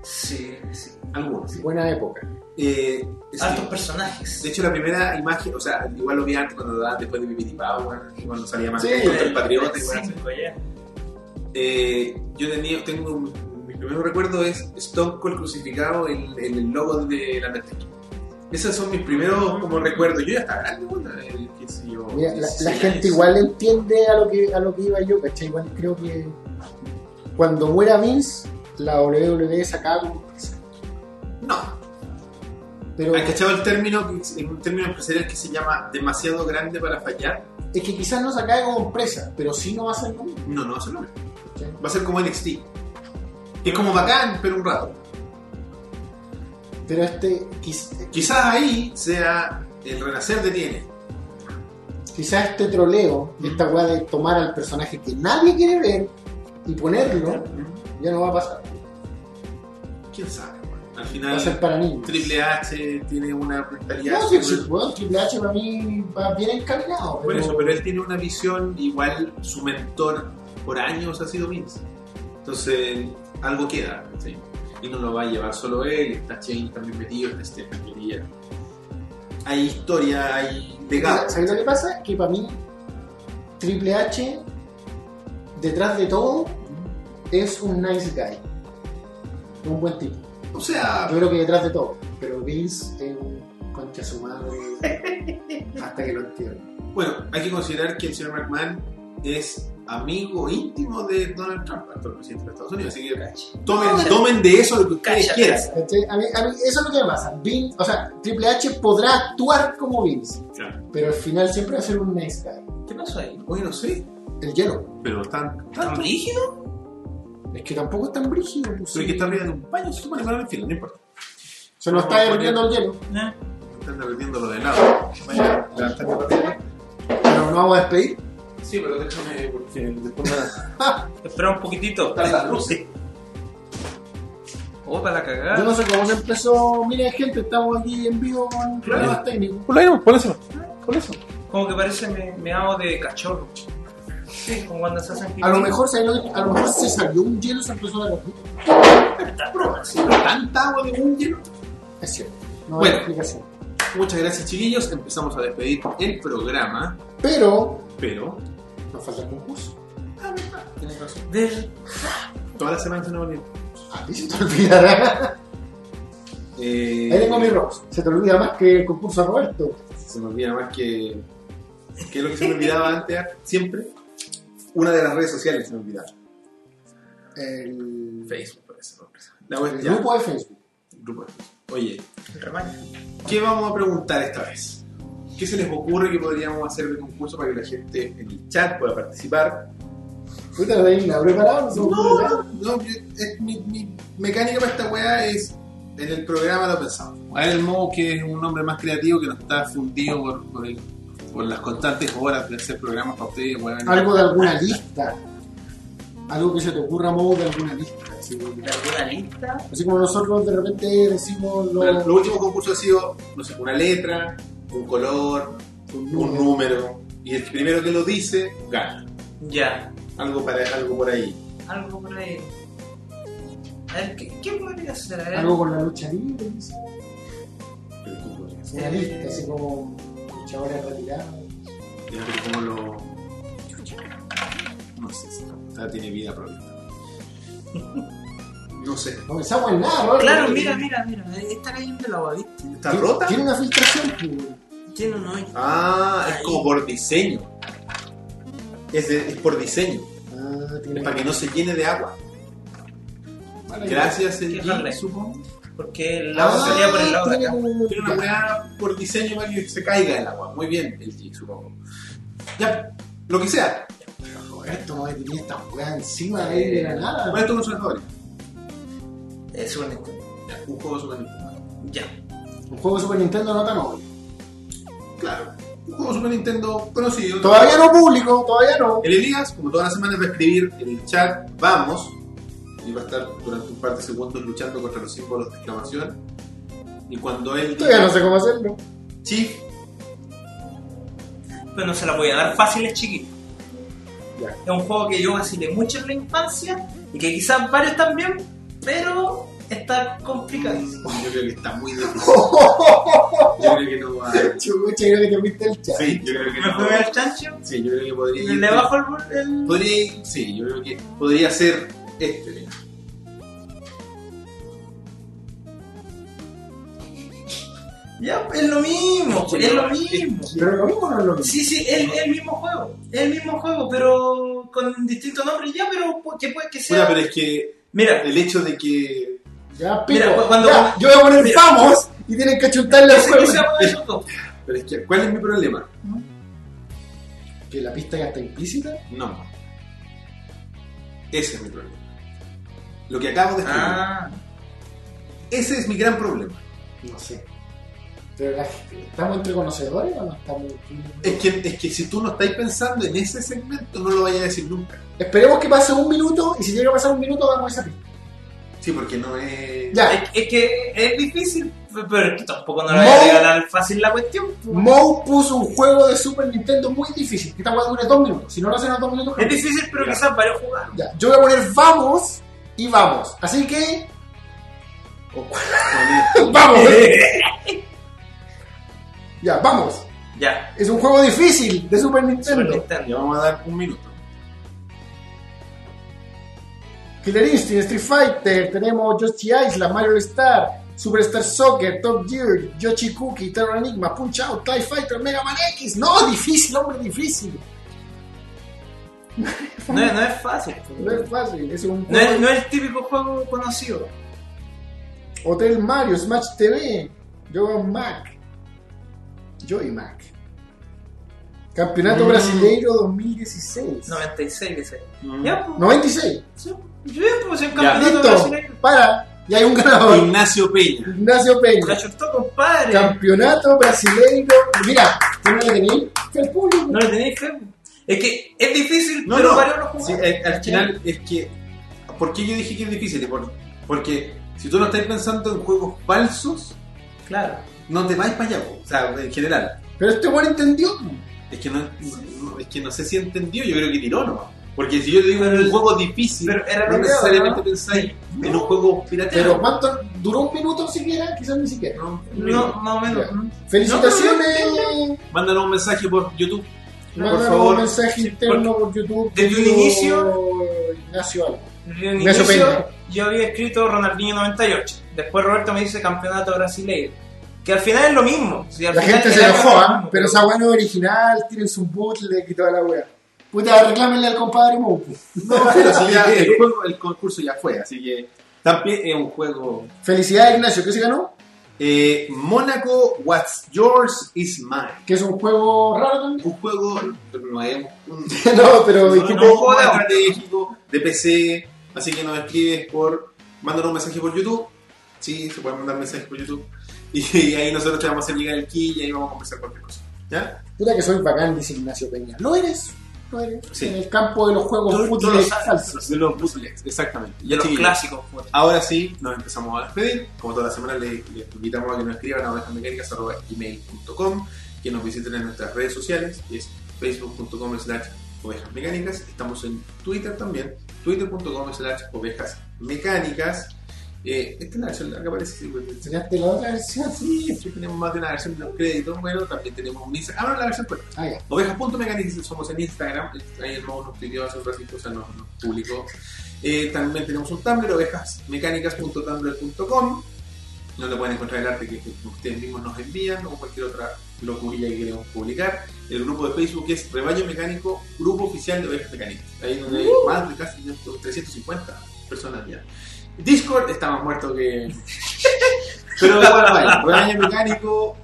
Speaker 3: Sí, sí.
Speaker 1: Algunos. sí.
Speaker 2: buena época.
Speaker 1: Eh, sí.
Speaker 3: Altos
Speaker 1: De
Speaker 3: personajes.
Speaker 1: hecho, la primera imagen, o sea, igual lo vi antes cuando daban después de Bibi Power y cuando salía más
Speaker 2: Sí.
Speaker 1: contra el Patriota. igual.
Speaker 3: Cinco, ya.
Speaker 1: Eh, yo tenía, tengo un- mi primer recuerdo es Stone Cold crucificado en, en el logo de la Undertaker. Esos son mis primeros como recuerdos. Yo ya estaba grande, bueno, eh, qué sé yo,
Speaker 2: Mira, la, la
Speaker 1: 16
Speaker 2: gente
Speaker 1: años.
Speaker 2: igual entiende a lo que a lo que iba yo, ¿cachai? Igual creo que cuando muera Vince, la WWE sacaba como empresa.
Speaker 1: No,
Speaker 2: Pero
Speaker 1: han cachado el término, que- en un término empresarial que se llama demasiado grande para fallar.
Speaker 2: es que quizás no sacaba como empresa, pero sí no va a ser lo mismo,
Speaker 1: No, no va a ser lo mismo.
Speaker 2: ¿cachai?
Speaker 1: Va a ser como NXT. Es como bacán, pero un rato.
Speaker 2: Pero este, quiz-
Speaker 1: Quizás ahí sea el renacer de Tiene.
Speaker 2: quizás este troleo,
Speaker 1: Mm.
Speaker 2: esta weá de tomar al personaje que nadie quiere ver y ponerlo, ya no va a pasar.
Speaker 1: ¿Quién sabe? bueno. Al
Speaker 2: Va a ser
Speaker 1: final,
Speaker 2: para niños.
Speaker 1: Ah, Triple H tiene una mentalidad.
Speaker 2: No, sí,
Speaker 1: súper-
Speaker 2: sí, bueno, Triple H para mí va bien encaminado.
Speaker 1: Por
Speaker 2: pero-
Speaker 1: eso, pero él tiene una visión igual, su mentor por años ha sido Vince. Entonces, algo queda. ¿sí? Y no lo va a llevar solo él, está Shane también metido, está Stephen metido. Hay historia, hay legado.
Speaker 2: ¿Sabes lo que pasa? Que para mí, Triple H, detrás de todo, es un nice guy. Un buen tipo.
Speaker 1: O sea,
Speaker 2: Yo creo que detrás de todo. Pero Vince es un concha su madre [LAUGHS] hasta que lo entierren.
Speaker 1: bueno, hay que considerar que el señor McMahon es amigo íntimo de Donald Trump, actual presidente de Estados Unidos. Así que tomen,
Speaker 3: Cállate.
Speaker 1: tomen de eso lo que ustedes
Speaker 3: Cállate.
Speaker 1: quieran.
Speaker 2: ¿Cachai? A mí, a mí eso es lo que me pasa. Vince, o sea, Triple H podrá actuar como Vince,
Speaker 1: Claro.
Speaker 2: pero al final siempre va a ser un nice guy.
Speaker 3: ¿Qué pasó ahí?
Speaker 1: Oye, no sé,
Speaker 2: El hielo.
Speaker 1: pero están.
Speaker 3: ¿Tan rígido?
Speaker 2: Es que tampoco es tan brígido. pues,
Speaker 1: Pero
Speaker 2: sí.
Speaker 1: que está arriba de un paño, se supone, pero en fin, no importa.
Speaker 2: Se nos está derritiendo el hielo.
Speaker 1: Están derritiendo lo de helado. Vaya, levantaste la tele.
Speaker 2: Pero nos vamos a despedir.
Speaker 1: Sí, pero déjame porque después nada.
Speaker 3: Espera un poquitito.
Speaker 1: Están las luces.
Speaker 3: Oh, para la
Speaker 2: Yo
Speaker 3: cagada.
Speaker 2: no sé cómo se empezó. Mira, gente, estamos aquí en vivo con problemas técnicos.
Speaker 4: Ponlo ahí, ponlo encima. Ponlo encima.
Speaker 3: Como que parece me, me hago de cachorro. Sí, como cuando se hacen
Speaker 2: A lo mejor se, a lo mejor se salió un hielo y se empezó la cogida.
Speaker 1: Tanta agua de un hielo.
Speaker 2: Es cierto. No
Speaker 1: Bueno.
Speaker 2: hay explicación.
Speaker 1: Muchas gracias, chiquillos. Empezamos a despedir el programa,
Speaker 2: Pero
Speaker 1: pero
Speaker 2: nos falta el concurso.
Speaker 1: Ah, tienes razón.
Speaker 3: Del-
Speaker 1: Toda la semana se nos olvida.
Speaker 2: A ti Ah, se te olvidará.
Speaker 1: Eh,
Speaker 2: Ahí tengo mi Rox. Se te olvida más que el concurso a Roberto.
Speaker 1: Se me olvida más que. que lo que se me olvidaba antes, siempre. Una de las redes sociales se me olvidaba.
Speaker 2: El,
Speaker 1: Facebook, parece. no, La
Speaker 2: el
Speaker 1: web ya.
Speaker 2: grupo de Facebook.
Speaker 1: Grupo de Facebook. Oye,
Speaker 3: del rebaño.
Speaker 1: ¿Qué vamos a preguntar esta vez? ¿Qué se les ocurre que podríamos hacer de concurso para que la gente en el chat pueda participar?
Speaker 2: Puta, de ahí la preparado. No, se me ocurre nada.
Speaker 1: no, yo- es mi, mi mecánica para esta weá es en el programa lo pensamos. A ver, el Mo, que es un hombre más creativo que no está fundido por, por, el- por las constantes horas de hacer programas para ustedes, weón.
Speaker 2: Algo de alguna lista. Algo que se te ocurra a modo de alguna lista. Así,
Speaker 3: ¿De alguna lista?
Speaker 2: así como nosotros de repente decimos
Speaker 1: Pero
Speaker 2: los.
Speaker 1: Los últimos concursos ha sido, no sé, una letra, un color,
Speaker 2: un
Speaker 1: un
Speaker 2: número.
Speaker 1: número. Y el primero que lo dice, gana.
Speaker 3: Ya.
Speaker 1: Algo, para, algo por ahí.
Speaker 3: Algo por ahí. A ver, ¿qué, qué podría ser? A ver.
Speaker 2: Algo con la lucha libre, quizás.
Speaker 1: Pero, ¿cómo podría ser?
Speaker 2: Una
Speaker 3: Eh,
Speaker 2: lista, así como luchadores retirados.
Speaker 1: Ya, pero como lo. No sé, esa puta tiene vida propia. [LAUGHS] No sé.
Speaker 2: No pensamos en nada, Roberto.
Speaker 3: Claro, mira, mira, mira. Esta cayendo la agua, ¿viste?
Speaker 1: ¿Está
Speaker 2: Tiene-
Speaker 1: rota?
Speaker 2: Tiene una filtración, pues. güey.
Speaker 3: Tiene un hoyo.
Speaker 1: Ah, es como por diseño. Es, de- es por diseño.
Speaker 2: Ah, tiene
Speaker 1: Es para que no se llene de agua.
Speaker 2: Vale,
Speaker 1: Gracias, el
Speaker 3: Déjala.
Speaker 1: supongo.
Speaker 3: Porque el
Speaker 2: ya.
Speaker 3: agua salía por el lado de
Speaker 2: Ah, tiene
Speaker 3: acá.
Speaker 2: como-
Speaker 1: Tiene una weá por diseño para que se caiga el agua. Muy bien, el G, supongo. Ya, lo que sea.
Speaker 2: Pero, Roberto, no tenía esta jugada encima de él de la nada.
Speaker 1: ¿Cuál es tu consola favorita?
Speaker 3: Eh, Super Nintendo.
Speaker 1: Ya, Un juego de Super Nintendo.
Speaker 3: Ya.
Speaker 2: Un juego de Super Nintendo no tan obvio.
Speaker 1: Claro. un juego Super Nintendo conocido.
Speaker 2: Todavía no público, todavía no.
Speaker 1: El Elías, como todas las semanas, va a escribir en el chat vamos y va a estar durante un par de segundos luchando contra los símbolos de exclamación. Y cuando él
Speaker 2: Todavía no sé cómo hacerlo.
Speaker 1: Chief,
Speaker 3: Pero no se la voy a dar fácil, es chiquito.
Speaker 1: Ya.
Speaker 3: Es un juego que yo vacilé mucho en la infancia y que quizás varios también, pero está complicadísimo.
Speaker 1: yo creo que está muy difícil. Yo creo que no va.
Speaker 2: Chucha, creo que te fuiste el chat.
Speaker 1: Sí, yo creo que
Speaker 3: Me fue
Speaker 1: no.
Speaker 3: al chancho, Pues-
Speaker 1: Sí, yo creo que podría.
Speaker 3: le bajo el, el-
Speaker 1: Podría, sí, yo creo que podría ser este. mira.
Speaker 3: Ya, es lo mismo, es lo mismo.
Speaker 2: Pero lo mismo no es lo mismo.
Speaker 3: Sí, sí, es, es el mismo juego. Es el mismo juego, pero con distinto nombre ya, pero pu- que puede que
Speaker 1: Puta,
Speaker 3: sea.
Speaker 1: pero es que
Speaker 3: Mira,
Speaker 1: el hecho de que.
Speaker 2: Ya,
Speaker 3: Mira,
Speaker 2: pico.
Speaker 3: cu- cuando-
Speaker 2: ya, yo voy a poner
Speaker 3: Mira.
Speaker 2: vamos y tienen que chuntarle
Speaker 3: [LAUGHS]
Speaker 2: al
Speaker 3: ese no
Speaker 2: juego.
Speaker 3: se llama esos dos.
Speaker 1: Pero es que, ¿cuál es mi problema?
Speaker 2: Que la pista ya está implícita.
Speaker 1: No. Ese es mi problema. Lo que acabo de escribir.
Speaker 3: Ah,
Speaker 1: Ese es mi gran problema.
Speaker 2: No sé. Pero la- ¿estamos entre conocedores o no estamos?
Speaker 3: Eh,
Speaker 1: Es que, es que si tú no estáis pensando en ese segmento, no lo vayas a decir nunca.
Speaker 2: Esperemos que pase un minuto y si llega a pasar un minuto damos esa pista.
Speaker 1: Sí, porque no es.
Speaker 2: Ya,
Speaker 3: es, es que es difícil, pero es que tampoco no le voy
Speaker 2: No.
Speaker 3: a regalar fácil la cuestión. pues.
Speaker 2: Moe puso un juego de Super Nintendo muy difícil. Que esta hueá dure dos minutos. Si no lo hacen en dos minutos,
Speaker 3: Es difícil, pero
Speaker 1: Ya.
Speaker 3: quizás
Speaker 2: [LAUGHS]
Speaker 3: varios jugaron.
Speaker 2: ya. Yo voy a poner vamos y vamos. Así que. [LAUGHS]
Speaker 1: con esto.
Speaker 2: ¡Vamos! ¿eh? ya, vamos.
Speaker 3: Ya,
Speaker 2: Es un juego difícil de Super Nintendo.
Speaker 3: Super Nintendo.
Speaker 1: Ya vamos a dar un minuto.
Speaker 2: Killer Instinct, Street Fighter, tenemos Yoshi Island, Mario Star, Superstar Soccer, Top Gear, Yoshi Cookie, Terra Enigma, Punch Out, TIE Fighter, Mega Man X. No, [LAUGHS] difícil, hombre, difícil.
Speaker 3: No, es- no es fácil. pues.
Speaker 2: No es fácil, es un
Speaker 3: No es,
Speaker 2: juego.
Speaker 3: no es el típico juego conocido.
Speaker 2: Hotel Mario, Smash TV, Yo Mac, Joy Mac. Campeonato
Speaker 1: Mm.
Speaker 2: Brasileiro 2016.
Speaker 3: 96 dice.
Speaker 1: Mm.
Speaker 3: Ya, pues.
Speaker 2: 96.
Speaker 3: Sí, pues en
Speaker 1: Ya,
Speaker 3: campeonato
Speaker 2: Listo,
Speaker 3: brasileño.
Speaker 2: para. Y hay un ganador.
Speaker 1: Ignacio Peña.
Speaker 2: Ignacio Peña.
Speaker 3: La chutó, compadre.
Speaker 2: Campeonato brasileiro. Mira, tú no le tenéis que al público.
Speaker 3: No le tenéis fe. Es que es difícil,
Speaker 1: No,
Speaker 3: pero
Speaker 1: no.
Speaker 3: varios lo jugaron.
Speaker 1: Sí, al, al final es que. ¿Por qué yo dije que es difícil? Por- porque si tú no estás pensando en juegos falsos,
Speaker 3: Claro.
Speaker 1: no te vais para allá. po. O sea, en general.
Speaker 2: Pero este buen entendió.
Speaker 1: Es que no, no- es que no sé si entendió, yo creo que tiró nomás. Porque si yo te digo en un juego difícil,
Speaker 3: Pero era
Speaker 1: no
Speaker 3: lo que
Speaker 1: necesariamente
Speaker 3: ¿no?
Speaker 1: pensáis en un
Speaker 2: No.
Speaker 1: juego
Speaker 2: Pero
Speaker 1: pirateado.
Speaker 2: ¿cuánto? ¿Duró un minuto siquiera? Quizás ni siquiera.
Speaker 1: No,
Speaker 3: No, más o menos. ¿no?
Speaker 2: Felicitaciones.
Speaker 1: Mándanos un mensaje por YouTube.
Speaker 2: Mándanos
Speaker 1: por favor.
Speaker 2: un mensaje interno por YouTube.
Speaker 3: desde un
Speaker 2: querido
Speaker 3: inicio-
Speaker 2: Ignacio Alba.
Speaker 3: Desde un
Speaker 2: Beso,
Speaker 3: inicio,
Speaker 2: Peña.
Speaker 3: yo había escrito Ronaldinho 98. Después Roberto me dice campeonato brasileño. Que al final es lo mismo. Si al
Speaker 2: La
Speaker 3: final
Speaker 2: gente se
Speaker 3: era
Speaker 2: enojó,
Speaker 3: lo
Speaker 2: ¿ah?
Speaker 3: mismo.
Speaker 2: Pero esa weá no es original, tienen su bootleg y toda la weá. Puta, reclámenle al compadre Moe.
Speaker 1: No, pero eh, si ya el, juego- el concurso ya fue, así que también es un juego.
Speaker 2: Felicidades, Ignacio, que se ganó.
Speaker 1: Eh, Mónaco, What's Yours is Mine.
Speaker 2: Que es un juego raro también.
Speaker 1: Un juego nuevo, un
Speaker 2: [LAUGHS] no, pero
Speaker 1: un
Speaker 2: ¿qué
Speaker 3: no,
Speaker 2: juego?
Speaker 1: juego
Speaker 3: no.
Speaker 1: estratégico de PC. Así que nos escribes por. Mándanos un mensaje por YouTube. Sí, se pueden mandar mensajes por YouTube. [LAUGHS] Y ahí nosotros te vamos a hacer llegar el key y ahí vamos a conversar cualquier cosa. ¿Ya?
Speaker 2: Puta que soy bacán, dice Ignacio Peña. Lo eres, lo eres.
Speaker 1: Sí.
Speaker 2: En el campo de los juegos
Speaker 1: Tú- tú
Speaker 2: fútiles
Speaker 1: lo sabes,
Speaker 2: falsos.
Speaker 1: De los puzzles, exactamente. Ya,
Speaker 3: De los
Speaker 1: chiquillos.
Speaker 3: clásicos. pues.
Speaker 1: Ahora sí, nos empezamos a despedir. Como toda la semana, les, les invitamos a que nos escriban a ovejasmecánicas.com, que nos visiten en nuestras redes sociales, que es facebook.com slash ovejasmecánicas. Estamos en Twitter también, twitter.com slash ovejasmecánicas. Eh, esta es la versión larga, parece. Sí, porque-
Speaker 2: ¿Enseñaste la otra versión?
Speaker 1: sí, es que tenemos más de una versión de los créditos. Bueno, también tenemos un Instagram. Ah, no, la versión corta.
Speaker 2: Ah, ya.
Speaker 1: Ovejas.mecánicas somos en Instagram, ahí el nuevo nos pidió hace un ratito, o sea, nos, nos publicó. Eh, también tenemos un Tumblr, ovejasmecánicas.tumblr.com, donde pueden encontrar el arte que, que ustedes mismos nos envían o cualquier otra locurilla que queremos publicar. El grupo de Facebook es Rebaño Mecánico, Grupo Oficial de Ovejas Mecánicas, ahí donde hay más de casi 350 personas ya. Discord está más muerto que... [LAUGHS] Pero bueno, vaya, Rebaño Mecánico...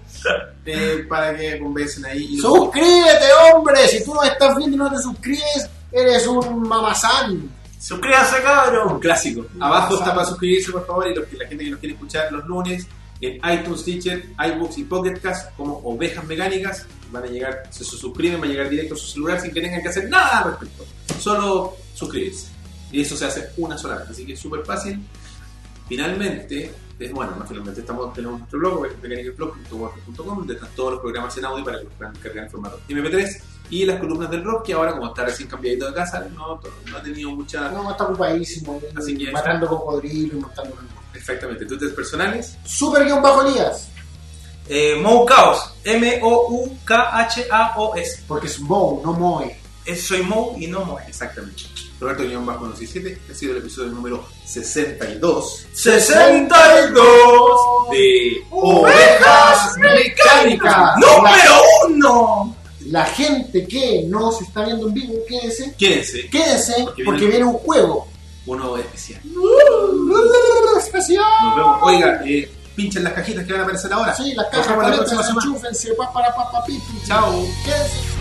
Speaker 1: eh, para que conversen ahí y lo-
Speaker 2: ¡Suscríbete, hombre! Si tú no estás viendo y no te suscribes, eres un mamazán.
Speaker 3: Suscríbanse, cabrón.
Speaker 1: Un clásico. Abajo está para suscribirse, por favor, y los que, la gente que nos quiere escuchar los lunes en iTunes, Teacher, iBooks y Pocket Cast como Ovejas Mecánicas. Van a llegar, se suscriben, van a llegar directo a su celular sin que tengan que hacer nada al respecto. Solo suscribirse. Y eso se hace una sola vez, así que es súper fácil. Finalmente, es- bueno, no finalmente estamos, tenemos nuestro blog, mecanicalblog.wordpress.com, donde están todos los programas en audio para que los puedan cargar en formato MP3 y las columnas del rock, que ahora como está recién cambiadito de casa, no, no ha tenido mucha...
Speaker 2: No, está ocupadísimo. ahí,
Speaker 1: Así que-
Speaker 2: matando cocodrilos y matando.
Speaker 1: Exactamente, tuites personales.
Speaker 2: Super guión bajo Elías.
Speaker 3: Eh, Moukaos, M-O-U-K-H-A-O-S.
Speaker 2: Porque es Moe, no Moe.
Speaker 3: Eh, Soy Mou y no Moe.
Speaker 1: Exactamente. Roberto Guión Bajo 167, este ha sido el episodio número 62
Speaker 3: 62
Speaker 1: de
Speaker 2: Ovejas Mecánicas.
Speaker 3: número 1.
Speaker 2: La gente que no se está viendo en vivo, quédese.
Speaker 1: Quédense,
Speaker 2: Quédese
Speaker 1: Porque
Speaker 2: porque
Speaker 1: viene-
Speaker 2: viene un juego.
Speaker 1: uno especial.
Speaker 2: Especial.
Speaker 1: Nos vemos. Oiga, eh, pinchen las cajitas que van a aparecer ahora.
Speaker 2: Sí, las
Speaker 1: Nos
Speaker 2: cajas,
Speaker 1: vemos la
Speaker 2: paletas,
Speaker 1: próxima semana.
Speaker 2: enchúfense, pa, para, pa, pa, pi, pi,
Speaker 1: Chao.
Speaker 2: Quédense.